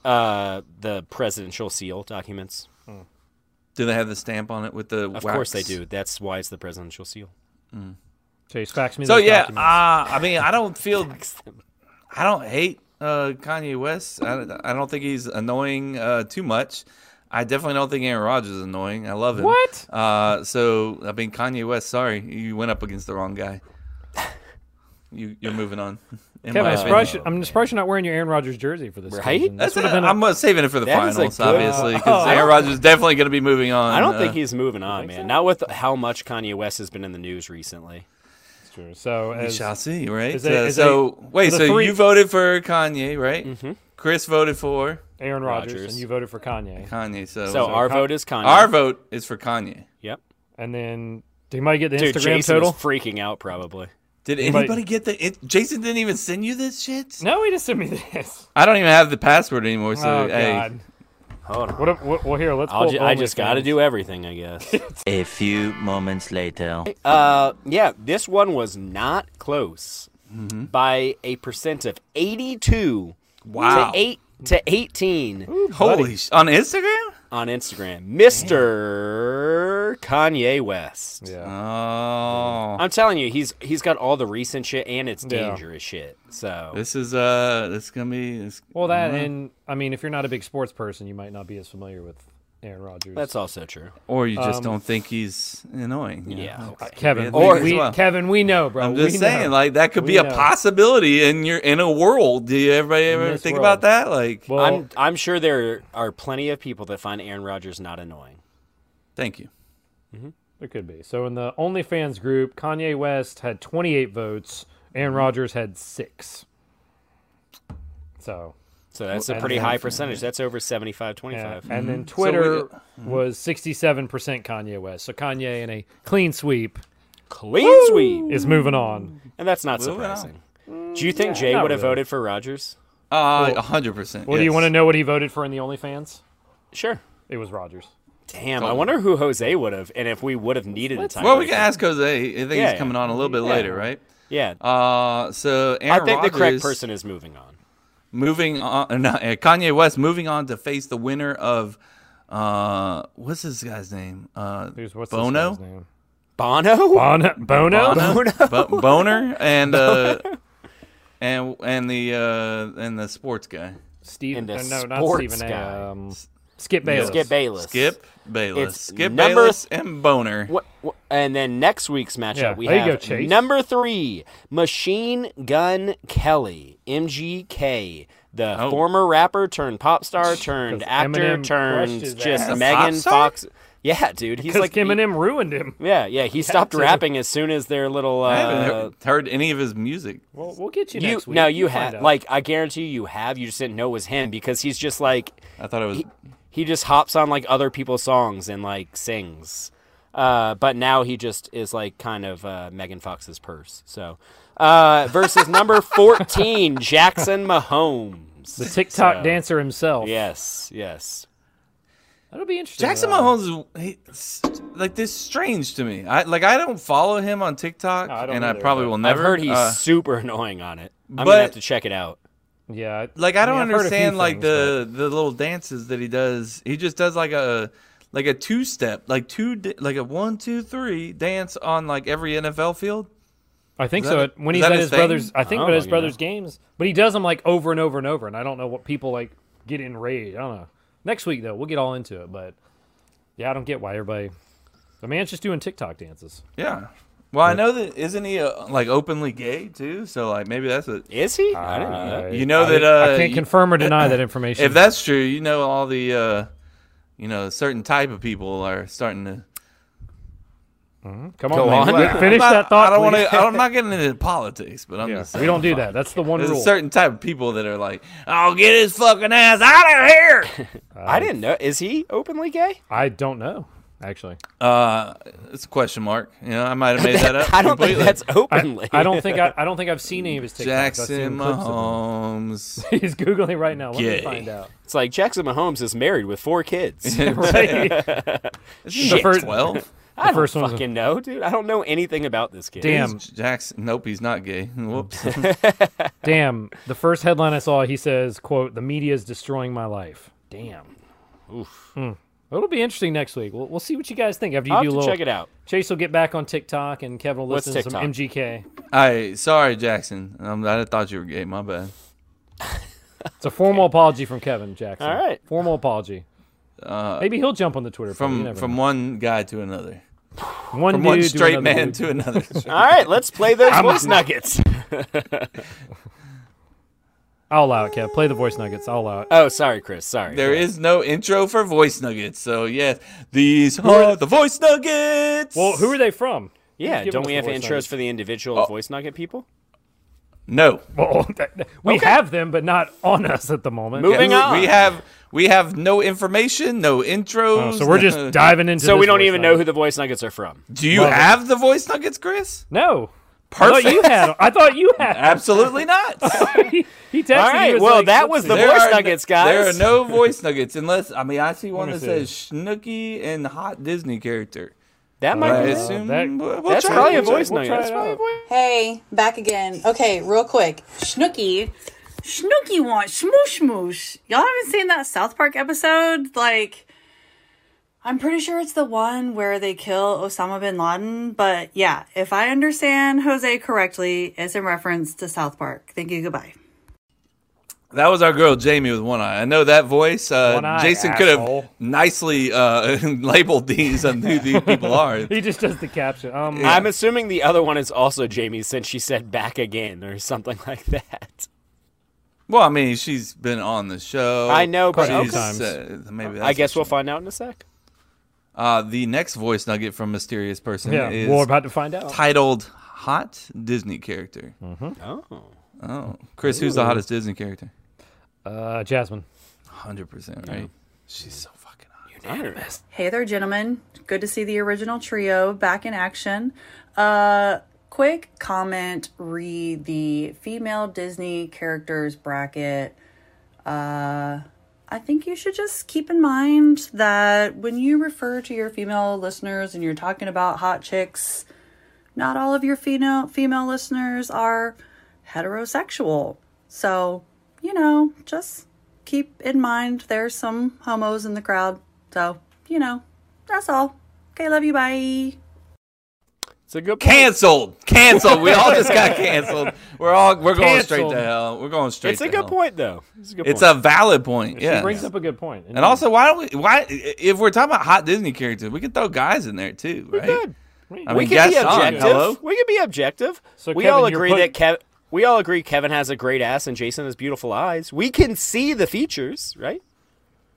Speaker 1: Uh, the presidential seal documents.
Speaker 2: do they have the stamp on it with the?
Speaker 1: Of course they do. That's why it's the presidential seal.
Speaker 3: So he's faxed me
Speaker 2: So
Speaker 3: those
Speaker 2: yeah, uh,
Speaker 3: documents.
Speaker 2: I mean, I don't feel I don't hate uh, Kanye West. I, don't- I don't think he's annoying uh, too much. I definitely don't think Aaron Rodgers is annoying. I love him.
Speaker 3: What?
Speaker 2: Uh, so I mean, Kanye West. Sorry, you went up against the wrong guy. You, you're moving on. In
Speaker 3: Kevin,
Speaker 2: my
Speaker 3: I'm
Speaker 2: opinion.
Speaker 3: surprised, you- I'm surprised you're not wearing your Aaron Rodgers jersey for this.
Speaker 1: Right?
Speaker 3: occasion.
Speaker 2: That's
Speaker 3: This would've
Speaker 2: it. I'm uh, saving it for the
Speaker 1: That is a
Speaker 2: finals,
Speaker 1: good-
Speaker 2: obviously, because
Speaker 1: Oh, I
Speaker 2: Aaron
Speaker 1: don't-
Speaker 2: Rodgers is definitely going to be moving on.
Speaker 1: I don't
Speaker 2: uh,
Speaker 1: think he's moving on, man. Not with how much Kanye West has been in the news recently.
Speaker 3: been- so
Speaker 2: We
Speaker 3: as,
Speaker 2: shall see, right?
Speaker 3: is a-
Speaker 2: Uh,
Speaker 3: is
Speaker 2: so
Speaker 3: a-
Speaker 2: wait,
Speaker 3: so
Speaker 2: so
Speaker 3: the three-
Speaker 2: you voted for Kanye, right? Mm-hmm. Chris voted for
Speaker 3: Aaron Rodgers
Speaker 1: Rodgers.
Speaker 3: and you voted for Kanye,
Speaker 2: Kanye. So,
Speaker 1: So our
Speaker 3: Con-
Speaker 1: vote is Kanye.
Speaker 2: our vote is for Kanye.
Speaker 1: yep.
Speaker 3: and then do you might get the
Speaker 1: Dude,
Speaker 3: Instagram
Speaker 1: Jason
Speaker 3: total?
Speaker 1: is freaking out probably.
Speaker 2: Did
Speaker 3: Anybody-
Speaker 2: anybody get the? It, Jason didn't even send you this shit.
Speaker 3: no, he just sent me this.
Speaker 2: I don't even have the password anymore. So
Speaker 3: oh
Speaker 2: hey,
Speaker 3: God!
Speaker 1: Hold on.
Speaker 3: What, if- what? Well, here, let's.
Speaker 1: I'll
Speaker 3: pull
Speaker 1: ju-
Speaker 3: up
Speaker 1: I just got to
Speaker 3: OnlyFans.
Speaker 1: do everything, I guess.
Speaker 7: A few moments later.
Speaker 1: uh, yeah, this one was not close by a percent of 82
Speaker 2: Wow.
Speaker 1: to 8 to 18
Speaker 2: holy sh- on Instagram.
Speaker 1: on Instagram. Mr. Kanye West.
Speaker 3: Yeah.
Speaker 2: Oh,
Speaker 1: I'm telling you, he's he's got all the recent shit and it's
Speaker 3: Yeah.
Speaker 1: dangerous shit. So
Speaker 2: this is uh, this is gonna be. This, uh,
Speaker 3: Well, that
Speaker 2: Uh-huh.
Speaker 3: and I mean, if you're not a big sports person, you might not be as familiar with Aaron Rodgers.
Speaker 1: that's also true.
Speaker 2: or you just don't think he's annoying. you know?
Speaker 1: Yeah.
Speaker 2: That could be a
Speaker 3: Kevin.
Speaker 2: thing
Speaker 3: Or
Speaker 2: as
Speaker 3: we,
Speaker 2: well.
Speaker 3: Kevin, we know, bro.
Speaker 2: I'm just
Speaker 3: we
Speaker 2: saying,
Speaker 3: know.
Speaker 2: like that could be
Speaker 3: We
Speaker 2: a
Speaker 3: know.
Speaker 2: possibility in your in a world. Do you everybody ever
Speaker 3: this
Speaker 2: think
Speaker 3: world.
Speaker 2: about that? Like,
Speaker 3: well,
Speaker 1: I'm I'm sure there are plenty of people that find Aaron Rodgers not annoying.
Speaker 2: thank you.
Speaker 3: It could be. So in the OnlyFans group, Kanye West had 28 votes. Aaron Rodgers had six. So
Speaker 1: So that's a
Speaker 3: and
Speaker 1: pretty
Speaker 3: then-
Speaker 1: high percentage. That's over 75
Speaker 3: yeah.
Speaker 1: 25.
Speaker 3: and then Twitter was 67% Kanye West. So Kanye in a clean sweep
Speaker 1: Clean sweep.
Speaker 3: is moving on.
Speaker 1: And that's not
Speaker 2: Moving on.
Speaker 1: surprising. Do you think Jay
Speaker 3: Mm, not
Speaker 1: would have
Speaker 3: really.
Speaker 1: voted for Rodgers?
Speaker 2: Uh, hundred percent.
Speaker 3: Well, do you want to know what he voted for in the OnlyFans?
Speaker 1: Sure.
Speaker 3: It was Rodgers.
Speaker 1: Damn, I wonder who Jose would have and if we would have needed a time.
Speaker 2: Well, we can ask Jose. I think
Speaker 1: Yeah,
Speaker 2: he's coming
Speaker 1: yeah.
Speaker 2: on a little bit later, right?
Speaker 1: Yeah.
Speaker 2: Uh, so
Speaker 1: I
Speaker 2: Aaron
Speaker 1: think the correct
Speaker 2: Rodgers-
Speaker 1: person is moving on.
Speaker 2: moving on. No, uh, Kanye West moving on to face the winner of uh, what's this guy's name? Uh,
Speaker 3: Here's what's this
Speaker 2: Bono.
Speaker 3: guy's name?
Speaker 1: Bono?
Speaker 3: Bon- Bono?
Speaker 2: Bo- boner and uh, and and the uh, and the sports guy
Speaker 3: Steve,
Speaker 1: And a
Speaker 3: uh, no, not
Speaker 1: sports
Speaker 3: Stephen
Speaker 1: guy.
Speaker 3: A. Um, Skip Bayless.
Speaker 1: Skip Bayless.
Speaker 2: Skip Bayless,
Speaker 1: It's
Speaker 2: Skip
Speaker 1: number-
Speaker 2: Bayless, and boner.
Speaker 1: What, what, and then next week's matchup,
Speaker 3: Yeah,
Speaker 1: we
Speaker 3: there you
Speaker 1: have
Speaker 3: go, Chase.
Speaker 1: number three, Machine Gun Kelly, MGK, the
Speaker 2: Oh.
Speaker 1: former rapper turned pop star turned
Speaker 3: 'Cause
Speaker 1: actor
Speaker 3: Eminem crushed his
Speaker 1: turned just
Speaker 3: ass.
Speaker 1: Megan
Speaker 2: Pop star?
Speaker 1: Fox. Yeah, dude, he's
Speaker 3: Because
Speaker 1: like
Speaker 3: Eminem ruined him.
Speaker 1: Yeah, yeah, he stopped
Speaker 3: to.
Speaker 1: rapping as soon as their little.
Speaker 2: I
Speaker 1: Uh,
Speaker 2: haven't he- heard any of his music.
Speaker 3: Well, we'll get you,
Speaker 1: you
Speaker 3: next week.
Speaker 1: no, you
Speaker 3: find
Speaker 1: have
Speaker 3: out.
Speaker 1: like I guarantee you have. You just didn't know it was him because he's just like
Speaker 2: I thought it was.
Speaker 1: he just hops on like other people's songs and like sings. Uh, but now he just is like kind of uh, Megan Fox's purse. So uh, versus number fourteen, Jackson Mahomes.
Speaker 3: the TikTok
Speaker 1: So,
Speaker 3: dancer himself.
Speaker 1: Yes, yes.
Speaker 3: that'll be interesting.
Speaker 2: Jackson
Speaker 3: though.
Speaker 2: Mahomes is he- s- like this strange to me. I like I don't follow him on TikTok,
Speaker 3: No, I don't
Speaker 2: and I
Speaker 3: either,
Speaker 2: probably
Speaker 3: but
Speaker 2: will never.
Speaker 1: I've heard he's
Speaker 2: uh,
Speaker 1: super annoying on it. I'm
Speaker 2: but-
Speaker 1: gonna have to check it out.
Speaker 3: Yeah,
Speaker 2: like I don't
Speaker 3: mean, I've heard a few
Speaker 2: understand like
Speaker 3: things,
Speaker 2: the the little dances that he does. He just does like a like a two step, like two di- like a one two three dance on like every NFL field.
Speaker 3: I think
Speaker 2: Is
Speaker 3: so.
Speaker 2: that-
Speaker 3: when
Speaker 2: is
Speaker 3: he's
Speaker 2: that
Speaker 3: at
Speaker 2: his
Speaker 3: his,
Speaker 2: thing?
Speaker 3: brother's, I think
Speaker 1: I
Speaker 3: at
Speaker 1: don't
Speaker 3: his
Speaker 1: know.
Speaker 3: brother's games, but he does them like over and over and over, and I don't know what people like get enraged. I don't know. Next week though, we'll get all into it, but yeah, I don't get why everybody. The man's just doing TikTok dances.
Speaker 2: Yeah. Well, I know that isn't he uh, like openly gay too? So like maybe that's a
Speaker 1: Is he? I didn't know that.
Speaker 2: you know
Speaker 3: I-
Speaker 2: that uh,
Speaker 3: I can't
Speaker 2: you-
Speaker 3: confirm or deny that information.
Speaker 2: if that's true, you know all the uh, you know certain type of people are starting to
Speaker 3: Come
Speaker 1: Go
Speaker 3: on, man.
Speaker 1: on.
Speaker 3: Fi- finish
Speaker 2: I'm not-
Speaker 3: that thought.
Speaker 2: I don't want
Speaker 3: please.
Speaker 2: to. I'm not getting into politics, but I'm
Speaker 3: Yeah,
Speaker 2: just saying.
Speaker 3: we don't do that. That's the one
Speaker 2: There's a
Speaker 3: rule.
Speaker 2: certain type of people that are like, "I'll get his fucking ass out of here."
Speaker 1: I didn't know. Is he openly gay?
Speaker 3: I don't know. Actually,
Speaker 2: Uh, it's a question mark. You know, I might have made that up.
Speaker 1: I don't
Speaker 2: completely.
Speaker 1: think that's openly.
Speaker 3: I don't think I, I don't think I've seen any of his TikToks. I've
Speaker 2: Jackson
Speaker 3: seen clips of
Speaker 2: Mahomes.
Speaker 3: him. He's googling right now. Let
Speaker 2: Gay.
Speaker 3: me find out.
Speaker 1: It's like Jackson Mahomes is married with four kids.
Speaker 3: Right?
Speaker 2: Shit,
Speaker 3: first-
Speaker 2: twelve.
Speaker 1: I don't
Speaker 3: first one's a-
Speaker 1: fucking know, dude. I don't know anything about this kid.
Speaker 3: Damn.
Speaker 2: He's Jackson. Nope, he's not gay. Whoops.
Speaker 3: Damn. The first headline I saw, he says, quote, the media is destroying my life. Damn. Oof. It'll be interesting next week. We'll, we'll see what you guys think after you
Speaker 1: I'll
Speaker 3: do
Speaker 1: have
Speaker 3: a
Speaker 1: to
Speaker 3: little.
Speaker 1: check it out.
Speaker 3: Chase will get back on TikTok and Kevin will
Speaker 1: What's
Speaker 3: listen to some
Speaker 1: TikTok?
Speaker 3: MGK.
Speaker 2: I sorry, Jackson. Um, I thought you were gay. My bad.
Speaker 3: It's a formal apology from Kevin Jackson.
Speaker 1: All right.
Speaker 3: Formal apology. Maybe he'll jump on the Twitter. feed, you
Speaker 2: Uh, From
Speaker 3: never
Speaker 2: from
Speaker 3: know.
Speaker 2: one guy to another,
Speaker 3: one,
Speaker 2: from one
Speaker 3: dude to
Speaker 2: straight
Speaker 3: another
Speaker 2: man
Speaker 3: dude.
Speaker 2: to another.
Speaker 1: All right, let's play those voice nuggets.
Speaker 3: I'll allow it, Kev. Play the voice nuggets. I'll allow it.
Speaker 1: Oh, sorry, Chris. Sorry.
Speaker 2: There is no intro for voice nuggets, so yes, these are the voice nuggets.
Speaker 3: Well, who are they from?
Speaker 1: Yeah,
Speaker 3: Give
Speaker 1: don't
Speaker 3: us
Speaker 1: we
Speaker 3: the
Speaker 1: have
Speaker 3: voice
Speaker 1: intros
Speaker 3: nuggets.
Speaker 1: for the individual voice nugget people?
Speaker 2: no?
Speaker 3: Well, we have them, but not on us at the moment.
Speaker 1: Moving
Speaker 2: We-
Speaker 1: on.
Speaker 2: We have we have no information, no intros.
Speaker 3: Oh, so we're
Speaker 2: no-
Speaker 3: just diving into.
Speaker 1: so we
Speaker 3: this
Speaker 1: don't
Speaker 3: voice
Speaker 1: even
Speaker 3: nugget.
Speaker 1: know who the voice nuggets are from.
Speaker 2: Do you
Speaker 3: Love it.
Speaker 2: have the voice nuggets, Chris?
Speaker 3: No. I
Speaker 2: Perfect.
Speaker 3: thought you had. 'em. I thought you had. 'em.
Speaker 2: Absolutely not.
Speaker 3: he, he texted me,
Speaker 1: All
Speaker 3: he
Speaker 1: right.
Speaker 3: was
Speaker 1: Well,
Speaker 3: like,
Speaker 1: that
Speaker 3: "Let's
Speaker 1: was
Speaker 3: see."
Speaker 1: the
Speaker 2: There
Speaker 1: voice
Speaker 2: are no-
Speaker 1: nuggets, guys.
Speaker 2: There are no voice nuggets unless I mean I see one that
Speaker 3: Let me
Speaker 2: says Snooky and hot Disney character.
Speaker 1: that might
Speaker 2: I
Speaker 1: be.
Speaker 2: assume
Speaker 3: that-
Speaker 2: we'll
Speaker 1: that's
Speaker 2: try
Speaker 1: probably
Speaker 2: it.
Speaker 1: a voice
Speaker 3: We'll
Speaker 1: nugget.
Speaker 3: try
Speaker 1: That's
Speaker 3: it
Speaker 1: probably a
Speaker 3: out.
Speaker 1: voice-
Speaker 8: Hey, back again. Okay, real quick. Snooky. Snooky wants smoosh smoosh. Y'all haven't seen that South Park episode? Like, I'm pretty sure it's the one where they kill Osama bin Laden. But yeah, if I understand Jose correctly, it's in reference to South Park. Thank you. Goodbye.
Speaker 2: That was our girl Jamie with one eye. I know that voice. Uh,
Speaker 3: One eye,
Speaker 2: Jason could have
Speaker 3: asshole.
Speaker 2: nicely uh, labeled these on who these people are.
Speaker 3: He just does the caption. Um,
Speaker 1: I'm assuming the other one is also Jamie since she said back again or something like that.
Speaker 2: Well, I mean, she's been on the show.
Speaker 1: I know, but
Speaker 2: She's,
Speaker 3: okay.
Speaker 2: uh, maybe that's
Speaker 1: I guess
Speaker 2: what
Speaker 1: we'll
Speaker 2: she-
Speaker 1: find out in a sec.
Speaker 2: Uh, the next voice nugget from mysterious person
Speaker 3: yeah,
Speaker 2: is
Speaker 3: we're about to find out.
Speaker 2: titled "Hot Disney Character."
Speaker 3: Mm-hmm.
Speaker 1: Oh.
Speaker 2: Oh, Chris, who's the hottest Disney character?
Speaker 3: Uh, Jasmine.
Speaker 2: Hundred percent, right? She's so fucking hot.
Speaker 8: Hey there, gentlemen. Good to see the original trio back in action. Uh, quick comment read the female Disney characters bracket. Uh, I think you should just keep in mind that when you refer to your female listeners and you're talking about hot chicks, not all of your female female listeners are heterosexual. So, you know, just keep in mind there's some homos in the crowd. So, you know, that's all. Okay, love you. Bye.
Speaker 1: It's a good point.
Speaker 2: Canceled. Canceled. We all just got canceled. We're all we're going straight
Speaker 3: Canceled.
Speaker 2: to hell. We're going straight.
Speaker 1: It's a
Speaker 2: to
Speaker 1: good
Speaker 2: hell.
Speaker 1: point though. It's a good
Speaker 2: It's
Speaker 1: point.
Speaker 2: a valid point. Yeah.
Speaker 3: She brings up a good point.
Speaker 2: and
Speaker 1: Hmm.
Speaker 2: also, why don't we? Why if we're talking about hot Disney characters, we could throw guys in there too, right?
Speaker 1: could.
Speaker 2: I
Speaker 1: we
Speaker 2: mean,
Speaker 1: can be
Speaker 2: Gaston,
Speaker 1: objective.
Speaker 2: hello?
Speaker 1: We can be objective.
Speaker 3: So,
Speaker 1: we
Speaker 3: Kevin,
Speaker 1: all
Speaker 3: you're
Speaker 1: agree
Speaker 3: put-
Speaker 1: that Kev- we all agree Kevin has a great ass and Jason has beautiful eyes. We can see the features, right?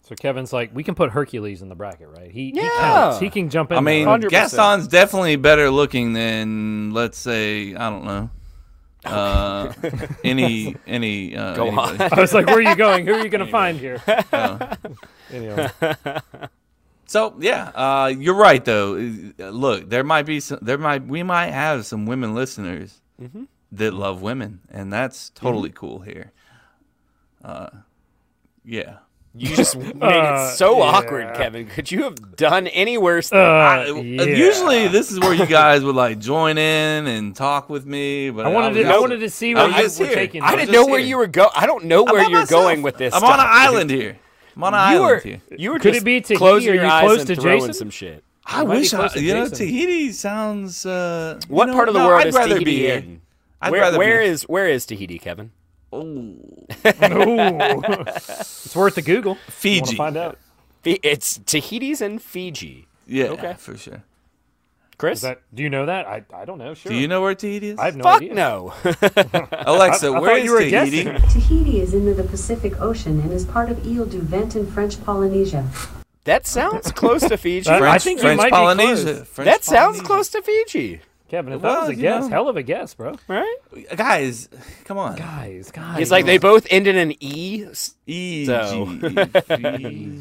Speaker 3: so Kevin's like, we can put Hercules in the bracket, right? He, he
Speaker 1: Yeah.
Speaker 3: counts. He can jump in.
Speaker 2: I mean,
Speaker 1: 100%.
Speaker 3: there.
Speaker 2: Gaston's definitely better looking than let's say I don't know. Uh, any any uh,
Speaker 1: Go on.
Speaker 2: anybody.
Speaker 3: I was like, where are you going? Who are you going to find here? anyway,
Speaker 2: So yeah, uh, you're right though. Uh, Look, there might be some, there might we might have some women listeners
Speaker 1: Mm-hmm.
Speaker 2: that love women, and that's totally cool here. Uh, yeah,
Speaker 1: You just made
Speaker 2: Uh,
Speaker 1: it so awkward, Kevin. Could you have done any worse? Than
Speaker 3: Uh,
Speaker 2: I- uh,
Speaker 3: yeah.
Speaker 2: usually this is where you guys would like join in and talk with me, but
Speaker 3: I
Speaker 2: was
Speaker 3: wanted to, I
Speaker 2: just-
Speaker 3: wanted to see
Speaker 2: I
Speaker 3: where
Speaker 2: was
Speaker 3: you
Speaker 2: just
Speaker 3: were
Speaker 2: here.
Speaker 3: taking.
Speaker 1: I
Speaker 3: this.
Speaker 1: didn't
Speaker 2: just
Speaker 1: know where
Speaker 2: here.
Speaker 1: you were going. I don't know
Speaker 2: I'm
Speaker 1: where
Speaker 2: by
Speaker 1: you're
Speaker 2: myself.
Speaker 1: going with this.
Speaker 2: I'm on
Speaker 1: stuff.
Speaker 2: an island here. I'm on an
Speaker 1: You
Speaker 2: island
Speaker 1: were,
Speaker 2: here.
Speaker 1: you were
Speaker 3: Could it
Speaker 1: just
Speaker 3: be Tahiti?
Speaker 1: closing
Speaker 3: Are
Speaker 1: your
Speaker 3: you
Speaker 1: eyes
Speaker 3: close
Speaker 1: and
Speaker 3: to
Speaker 1: throwing
Speaker 3: Jason?
Speaker 1: some shit.
Speaker 2: I
Speaker 3: might be
Speaker 2: wish I,
Speaker 3: close to
Speaker 2: you know
Speaker 3: Jason.
Speaker 2: Tahiti sounds. Uh, you
Speaker 1: What
Speaker 2: know,
Speaker 1: part of the
Speaker 2: no,
Speaker 1: world
Speaker 2: I'd
Speaker 1: is
Speaker 2: rather
Speaker 1: Tahiti
Speaker 2: be here.
Speaker 1: in?
Speaker 2: I'd
Speaker 1: Where,
Speaker 2: rather be
Speaker 1: where
Speaker 2: here.
Speaker 1: is where is Tahiti, Kevin?
Speaker 3: Ooh. it's worth a Google. Want
Speaker 2: Fiji?
Speaker 3: to find out?
Speaker 1: Fi- It's Tahiti's in Fiji.
Speaker 2: Yeah,
Speaker 1: Okay.
Speaker 2: for sure.
Speaker 1: Chris,
Speaker 3: Is that? Do you know that? I, I don't know. Sure.
Speaker 2: Do you know where Tahiti is?
Speaker 3: I have no
Speaker 1: fuck
Speaker 3: idea.
Speaker 1: no.
Speaker 2: Alexa,
Speaker 3: I
Speaker 2: where
Speaker 3: thought
Speaker 2: is
Speaker 3: you were
Speaker 2: Tahiti?
Speaker 3: guessing.
Speaker 9: Tahiti is in the Pacific Ocean and is part of Ile du Vent in French Polynesia.
Speaker 1: that sounds close to Fiji.
Speaker 3: That-
Speaker 2: French,
Speaker 3: I think you
Speaker 2: French
Speaker 3: might be
Speaker 2: Polynesia.
Speaker 3: close.
Speaker 2: French
Speaker 1: that sounds
Speaker 2: Polynesia.
Speaker 1: close to Fiji,
Speaker 3: Kevin, if
Speaker 2: Well,
Speaker 3: that was a
Speaker 2: you
Speaker 3: guess,
Speaker 2: know.
Speaker 3: hell of a guess, bro.
Speaker 1: right?
Speaker 2: Guys, come on.
Speaker 3: Guys, guys.
Speaker 1: It's like they both end in an e. S-
Speaker 2: E,
Speaker 1: So.
Speaker 2: G,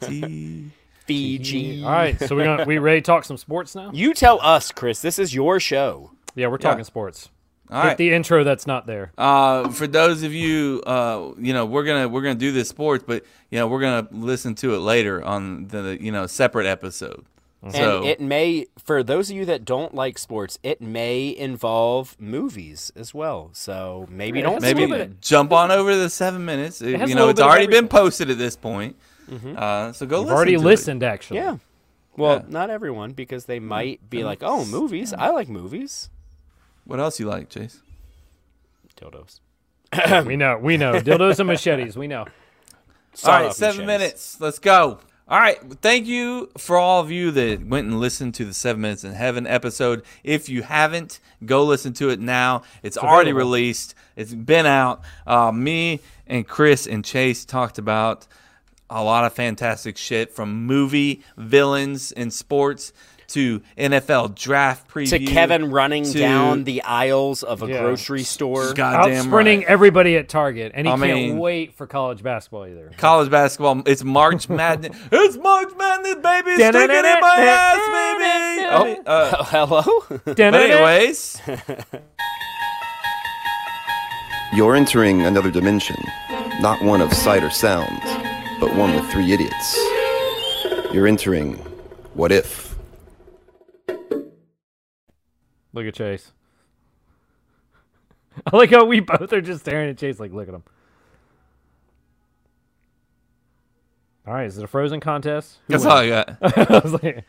Speaker 2: Tahiti.
Speaker 1: Fiji.
Speaker 3: All right, so we're gonna we ready to talk some sports now.
Speaker 1: You tell us, Chris. This is your show.
Speaker 3: Yeah, we're talking sports.
Speaker 2: All
Speaker 3: Hit
Speaker 2: right.
Speaker 3: the intro that's not there.
Speaker 2: Uh, for those of you, uh, you know, we're gonna we're gonna do this sports, but you know, we're gonna listen to it later on the you know separate episode. So
Speaker 3: Mm-hmm.
Speaker 1: and it may, for those of you that don't like sports, it may involve movies as well. So maybe don't.
Speaker 3: That's a
Speaker 2: maybe
Speaker 3: little bit-
Speaker 2: jump on over to the seven minutes. It-
Speaker 3: has
Speaker 2: you
Speaker 3: a
Speaker 2: know,
Speaker 3: little
Speaker 2: it's
Speaker 3: bit of
Speaker 2: already been
Speaker 3: everything.
Speaker 2: posted at this point. Uh, so go
Speaker 3: I've
Speaker 2: listen.
Speaker 3: already
Speaker 2: to it.
Speaker 3: listened, actually.
Speaker 1: Yeah. Well, not everyone because they might be like, "Oh, movies! I like movies."
Speaker 2: What else you like, Chase?
Speaker 1: Dildos.
Speaker 3: we know, we know. Dildos and machetes, we know.
Speaker 2: All
Speaker 1: Sawed
Speaker 2: right,
Speaker 1: off
Speaker 2: seven
Speaker 1: machetes.
Speaker 2: minutes. Let's go. All right. Thank you for all of you that went and listened to the Seven Minutes in Heaven episode. If you haven't, go listen to it now. It's, already
Speaker 3: available.
Speaker 2: released, it's been out. Uh, me and Chris and Chase talked about a lot of fantastic shit from movie villains in sports to NFL draft
Speaker 1: To
Speaker 2: preview
Speaker 1: Kevin running
Speaker 2: to-
Speaker 1: down the aisles of a
Speaker 3: Yeah.
Speaker 1: grocery store.
Speaker 3: Out
Speaker 2: Goddamn
Speaker 3: sprinting
Speaker 2: right.
Speaker 3: everybody at Target, and he
Speaker 2: I
Speaker 3: can't
Speaker 2: mean-
Speaker 3: wait for college basketball either.
Speaker 2: college basketball. It's March Madness. it's March Madness, baby. It's sticking in my ass, baby. Oh, uh,
Speaker 1: Hello.
Speaker 2: but anyways,
Speaker 10: You're entering another dimension, not one of sight or sounds, but one with three idiots. You're entering What If?
Speaker 3: Look at Chase. I like how we both are just staring at Chase, like, look at him. All right, is it a frozen contest? Who
Speaker 2: that's
Speaker 3: wins?
Speaker 2: all I got.
Speaker 3: I was like,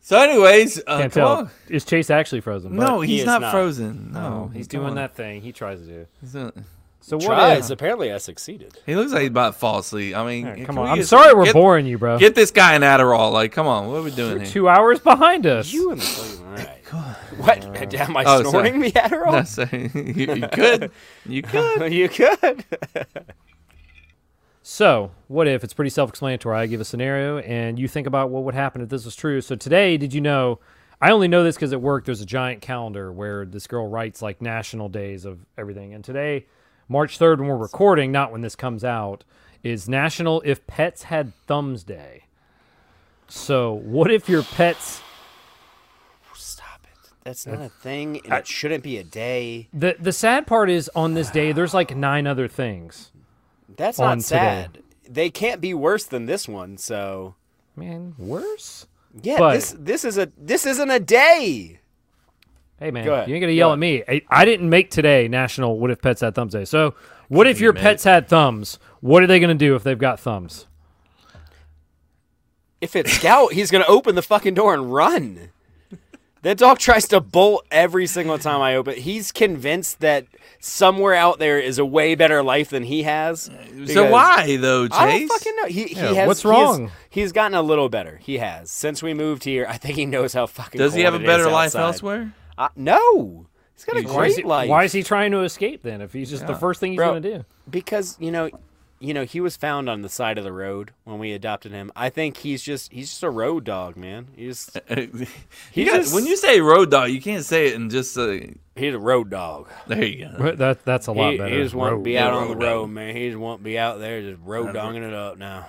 Speaker 2: So, anyways, uh,
Speaker 3: can't
Speaker 2: come
Speaker 3: tell.
Speaker 2: on.
Speaker 3: Is Chase actually frozen?
Speaker 2: No,
Speaker 1: he
Speaker 2: he's
Speaker 1: is
Speaker 2: not,
Speaker 1: not.
Speaker 2: frozen. No,
Speaker 3: But he's
Speaker 2: come
Speaker 3: doing
Speaker 2: on.
Speaker 3: that thing he tries to do.
Speaker 2: He's not-
Speaker 3: So what
Speaker 1: Tries.
Speaker 3: if-
Speaker 1: Apparently, I succeeded.
Speaker 2: He looks like he's about to fall asleep. I mean, can
Speaker 3: Come
Speaker 2: we
Speaker 3: on, I'm
Speaker 2: just-
Speaker 3: sorry we're
Speaker 2: get-
Speaker 3: boring you, bro.
Speaker 2: Get this guy an Adderall. Like, come on, what are we doing here?
Speaker 3: Two hours behind us.
Speaker 1: You and the flame, all right. What? Am I
Speaker 2: Oh, sorry.
Speaker 1: snoring the
Speaker 2: No,
Speaker 1: Adderall?
Speaker 2: so- you, you could, you could.
Speaker 1: you could.
Speaker 3: So, what if it's pretty self explanatory? I give a scenario and you think about what would happen if this was true. So, today, did you know? I only know this because at work there's a giant calendar where this girl writes like national days of everything. And today, March 3rd, when we're recording, not when this comes out, is National If Pets Had Thumbs Day. So, what if your pets.
Speaker 1: Stop it. That's not a thing, and it shouldn't be a day.
Speaker 3: The, the sad part is on this day, there's like nine other things.
Speaker 1: That's
Speaker 3: On
Speaker 1: not
Speaker 3: today.
Speaker 1: sad. They can't be worse than this one. So
Speaker 3: Man, worse?
Speaker 1: yeah,
Speaker 3: But-
Speaker 1: this this is a this isn't a day.
Speaker 3: Hey man,
Speaker 1: Go ahead.
Speaker 3: you ain't gonna
Speaker 1: Go
Speaker 3: yell
Speaker 1: ahead.
Speaker 3: at me. I, I didn't make today National What If Pets Had Thumbs Day. So, what if your pets had thumbs? What are they gonna do if they've got thumbs?
Speaker 1: If it's Scout, he's gonna open the fucking door and run. That dog tries to bolt every single time I open. He's convinced that somewhere out there is a way better life than he has.
Speaker 2: So
Speaker 1: because-
Speaker 2: why though, Chase?
Speaker 1: I don't fucking know. He,
Speaker 3: Yeah,
Speaker 1: he has.
Speaker 3: what's
Speaker 1: he has-
Speaker 3: wrong?
Speaker 1: he's gotten a little better. He has since we moved here. I think he knows how fucking.
Speaker 2: Does he
Speaker 1: cold
Speaker 2: have a
Speaker 1: it is
Speaker 2: better life
Speaker 1: outside.
Speaker 2: elsewhere?
Speaker 1: Uh, no, he's got a
Speaker 3: Why is,
Speaker 1: great
Speaker 3: he,
Speaker 1: life.
Speaker 3: why is he trying to escape then? If he's just the first thing he's
Speaker 1: Bro.
Speaker 3: going to do,
Speaker 1: because you know you know he was found on the side of the road when we adopted him i think he's just he's just a road dog man he's just
Speaker 2: You got-
Speaker 1: just-
Speaker 2: when you say road dog, you can't say it in just uh,
Speaker 1: he's a road dog
Speaker 2: there you go.
Speaker 3: But that that's a lot
Speaker 1: he,
Speaker 3: better.
Speaker 1: he just want to
Speaker 3: Road.
Speaker 1: be out on the
Speaker 2: Road
Speaker 1: road
Speaker 2: dog.
Speaker 1: man he just want to be out there just road dogging it up now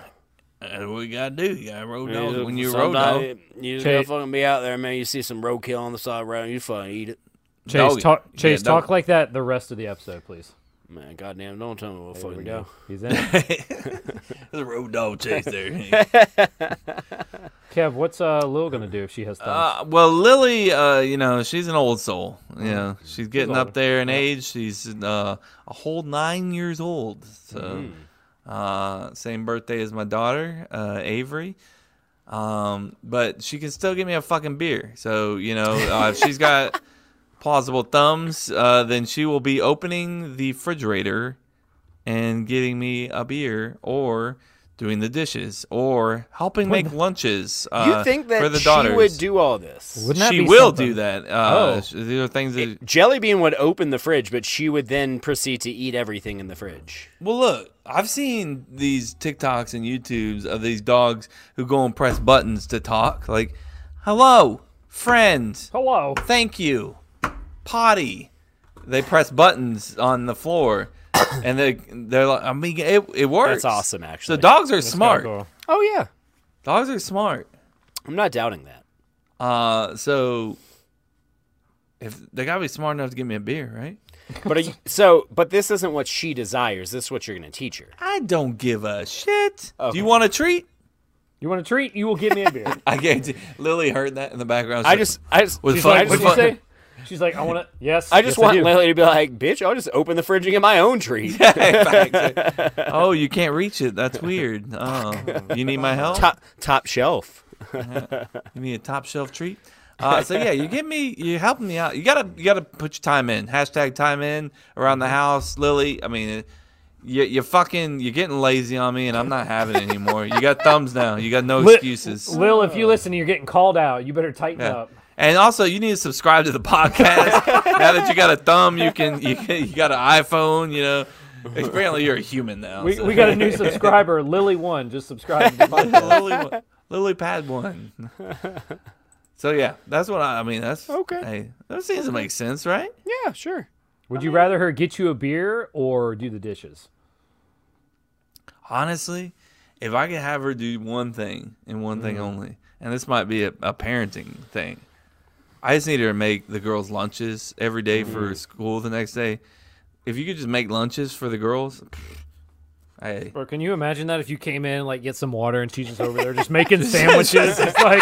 Speaker 2: That's what you gotta do. You got road
Speaker 1: You
Speaker 2: dogs
Speaker 1: just-
Speaker 2: when you're a road dog.
Speaker 1: sometimes you just
Speaker 3: Chase-
Speaker 1: gotta fucking be out there man you see some roadkill on the side of the road you fucking eat it
Speaker 3: Chase,
Speaker 2: Doggy.
Speaker 3: talk,
Speaker 2: Yeah,
Speaker 3: Chase, talk
Speaker 2: doggy.
Speaker 3: like that the rest of the episode, please.
Speaker 1: man goddamn don't tell me what fucking
Speaker 3: we
Speaker 1: go
Speaker 3: He's in.
Speaker 2: There's a road dog chase there.
Speaker 3: Kev, what's uh, Lil gonna do if she has thumbs?
Speaker 2: uh, well, Lily, uh, you know, she's an old soul.
Speaker 1: Mm-hmm.
Speaker 2: You know, she's getting
Speaker 3: older.
Speaker 2: up there in age. She's uh, a whole nine years old. So,
Speaker 1: Mm-hmm.
Speaker 2: uh, same birthday as my daughter, uh, Avery. Um, but she can still give me a fucking beer. So, you know, uh, if she's got plausible thumbs, uh, then she will be opening the refrigerator and getting me a beer or doing the dishes or helping make lunches uh,
Speaker 1: you think
Speaker 2: for
Speaker 1: that
Speaker 2: the
Speaker 1: she
Speaker 2: daughters.
Speaker 1: would do all this
Speaker 3: Wouldn't that
Speaker 2: she
Speaker 3: be
Speaker 2: will
Speaker 3: something?
Speaker 2: do that. Uh,
Speaker 3: Oh.
Speaker 2: sh- These are things that.
Speaker 1: Jellybean would open the fridge, but she would then proceed to eat everything in the fridge.
Speaker 2: Well, look, I've seen these TikToks and YouTubes of these dogs who go and press buttons to talk. Like, hello, friends,
Speaker 3: Hello.
Speaker 2: thank you, potty. They press buttons on the floor, and they they're like, I mean, it it
Speaker 1: That's
Speaker 2: works.
Speaker 1: awesome,
Speaker 2: So
Speaker 1: actually.
Speaker 2: dogs are smart.
Speaker 3: Gotta go.
Speaker 1: oh yeah,
Speaker 2: Dogs are smart.
Speaker 1: I'm not doubting that.
Speaker 2: Uh, so if they gotta be smart enough to give me a beer, right?
Speaker 1: But are you, so, but this isn't what she desires. This is what you're going to teach her.
Speaker 2: I don't give a shit. Do
Speaker 1: Okay.
Speaker 2: you want a treat?
Speaker 3: You want a treat? You will give me a beer.
Speaker 2: I guarantee Lily heard that in the background.
Speaker 1: I
Speaker 2: She's
Speaker 1: just, I just,
Speaker 2: With
Speaker 1: she's
Speaker 2: fun-
Speaker 1: like, I
Speaker 2: with
Speaker 1: just,
Speaker 3: What'd you
Speaker 2: fun-
Speaker 3: say? She's like, I want to. Yes.
Speaker 1: I just
Speaker 3: yes,
Speaker 1: want
Speaker 3: do.
Speaker 1: Lily to be like, bitch, I'll just open the fridge and get my own treat.
Speaker 2: like, "Back." oh, you can't reach it. That's weird. Oh, you need my help.
Speaker 1: top, top shelf.
Speaker 2: You need a top shelf treat. Uh, so yeah, you give me, you help me out. You gotta, you gotta put your time in. Hashtag time in around
Speaker 1: Mm-hmm.
Speaker 2: the house, Lily. I mean, uh, you, you fucking, you're getting lazy on me, and I'm not having it anymore. you got thumbs now. You got no
Speaker 3: Li-
Speaker 2: excuses.
Speaker 3: Lil, if you listen, you're getting called out. You better tighten
Speaker 2: Yeah.
Speaker 3: up.
Speaker 2: And also, you need to subscribe to the podcast. now that you got a thumb, you can you, can, you got an iPhone. You know, apparently you're a human now.
Speaker 3: We,
Speaker 2: so.
Speaker 3: we got a new subscriber, Lily One. Just subscribe. To the podcast.
Speaker 2: Lily, Lily Pad one. So yeah, that's what I, I mean. That's
Speaker 1: Okay.
Speaker 2: Hey, that seems to make sense, right?
Speaker 1: Yeah, sure.
Speaker 3: Would you rather her get you a beer or do the dishes?
Speaker 2: Honestly, if I could have her do one thing and one
Speaker 3: Mm-hmm.
Speaker 2: thing only, and this might be a, a parenting thing, I just need her to make the girls lunches every day
Speaker 3: Mm-hmm.
Speaker 2: for school the next day. If you could just make lunches for the girls, hey,
Speaker 3: Or can you imagine that if you came in like get some water and she's just over there just making sandwiches, just like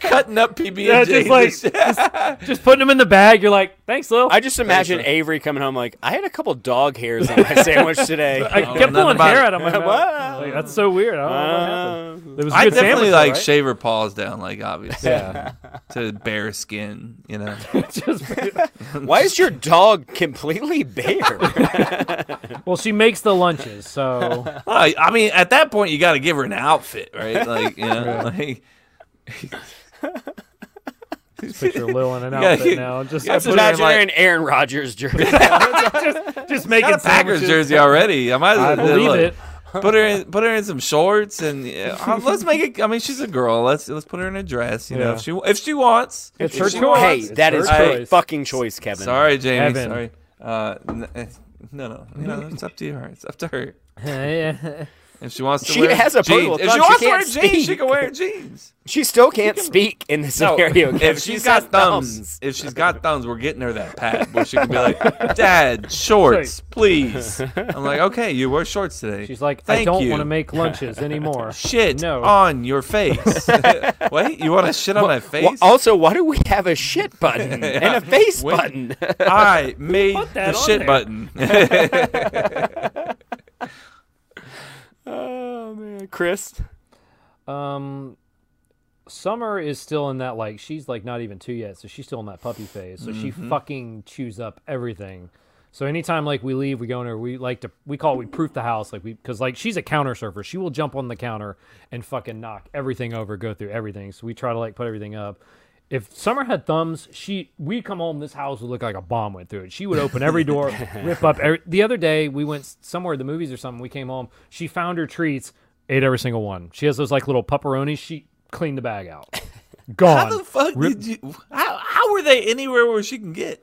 Speaker 2: cutting up PB and
Speaker 3: yeah, just like just, just putting them in the bag. You're like, thanks, Lil.
Speaker 1: I just imagine Avery coming home like, I had a couple dog hairs on my sandwich today.
Speaker 3: I
Speaker 2: nothing
Speaker 3: kept pulling
Speaker 2: about it.
Speaker 3: hair out of my mouth.
Speaker 1: Wow.
Speaker 3: Like, That's so weird. I don't know what happened.
Speaker 1: Uh,
Speaker 3: It was a
Speaker 2: I
Speaker 3: good
Speaker 2: definitely
Speaker 3: sandwich, though,
Speaker 2: like
Speaker 3: right?
Speaker 2: shave her paws down, like obviously,
Speaker 3: Yeah.
Speaker 2: to bare skin, you know.
Speaker 3: Just-
Speaker 1: why is your dog completely bare?
Speaker 3: well, she makes the lunches, so
Speaker 2: Well, I mean, at that point, you got to give her an outfit, right? Like, you know, like
Speaker 3: just picture Lil in an
Speaker 2: Yeah,
Speaker 3: outfit
Speaker 2: you-
Speaker 3: now. Just,
Speaker 2: yeah,
Speaker 3: just,
Speaker 2: put her
Speaker 1: Imagine
Speaker 2: in, like-
Speaker 1: her in Aaron Rodgers jersey.
Speaker 3: just
Speaker 2: got
Speaker 3: making
Speaker 2: a Packers
Speaker 3: sandwiches.
Speaker 2: jersey already. I might.
Speaker 3: I
Speaker 2: as well-
Speaker 3: believe
Speaker 2: look,
Speaker 3: it.
Speaker 2: Put her in. Put her in some shorts, and yeah, uh, let's make it. I mean, she's a girl. Let's let's put her in a dress. You know,
Speaker 3: Yeah.
Speaker 2: if she if she wants.
Speaker 3: It's her
Speaker 2: she
Speaker 3: choice.
Speaker 1: Hey,
Speaker 3: It's
Speaker 1: that
Speaker 3: her
Speaker 1: is her
Speaker 3: choice.
Speaker 1: fucking choice, Kevin.
Speaker 2: Sorry, Jamie.
Speaker 3: Evan.
Speaker 2: Sorry. Uh, n- eh, no, no, you know, it's up to her. It's up to her. If she wants to
Speaker 1: She
Speaker 2: wear
Speaker 1: has a
Speaker 2: jeans.
Speaker 1: portable
Speaker 2: If
Speaker 1: thumb,
Speaker 2: she
Speaker 1: she
Speaker 2: wants to wear
Speaker 1: can't
Speaker 2: jeans, she
Speaker 1: speak.
Speaker 2: can wear jeans.
Speaker 1: She still can't speak in this
Speaker 2: No,
Speaker 1: scenario.
Speaker 2: if
Speaker 1: Kev.
Speaker 2: she's
Speaker 1: She
Speaker 2: got
Speaker 1: says
Speaker 2: thumbs, if she's got thumbs, we're getting her that pat where she can be like, "Dad, shorts, please." I'm like, "Okay, you wear shorts today."
Speaker 3: She's like, I
Speaker 2: Thank
Speaker 3: don't
Speaker 2: you.
Speaker 3: want to make lunches anymore.
Speaker 2: shit
Speaker 3: No.
Speaker 2: on your face. Wait, you want to shit on my face?
Speaker 1: Well, also, why do we have a shit button and a face
Speaker 2: Wait.
Speaker 1: button?
Speaker 2: I made
Speaker 3: that
Speaker 2: the
Speaker 3: on
Speaker 2: shit
Speaker 3: there?
Speaker 2: button.
Speaker 1: oh man, Chris.
Speaker 3: Um, Summer is still in that like she's like not even two yet, so she's still in that puppy phase. So she
Speaker 11: Mhm.
Speaker 3: fucking chews up everything. So anytime like we leave, we go in her. We like to we call it we proof the house like we because like she's a counter surfer. She will jump on the counter and fucking knock everything over, go through everything. So we try to like put everything up. If Summer had thumbs, she we come home. This house would look like a bomb went through it. She would open every door, rip up. Every, the other day we went s- somewhere to the movies or something. We came home. She found her treats, ate every single one. She has those like little pepperonis. She cleaned the bag out. Gone.
Speaker 2: How the fuck
Speaker 3: Rip-
Speaker 2: did you? How, how were they anywhere where she can get?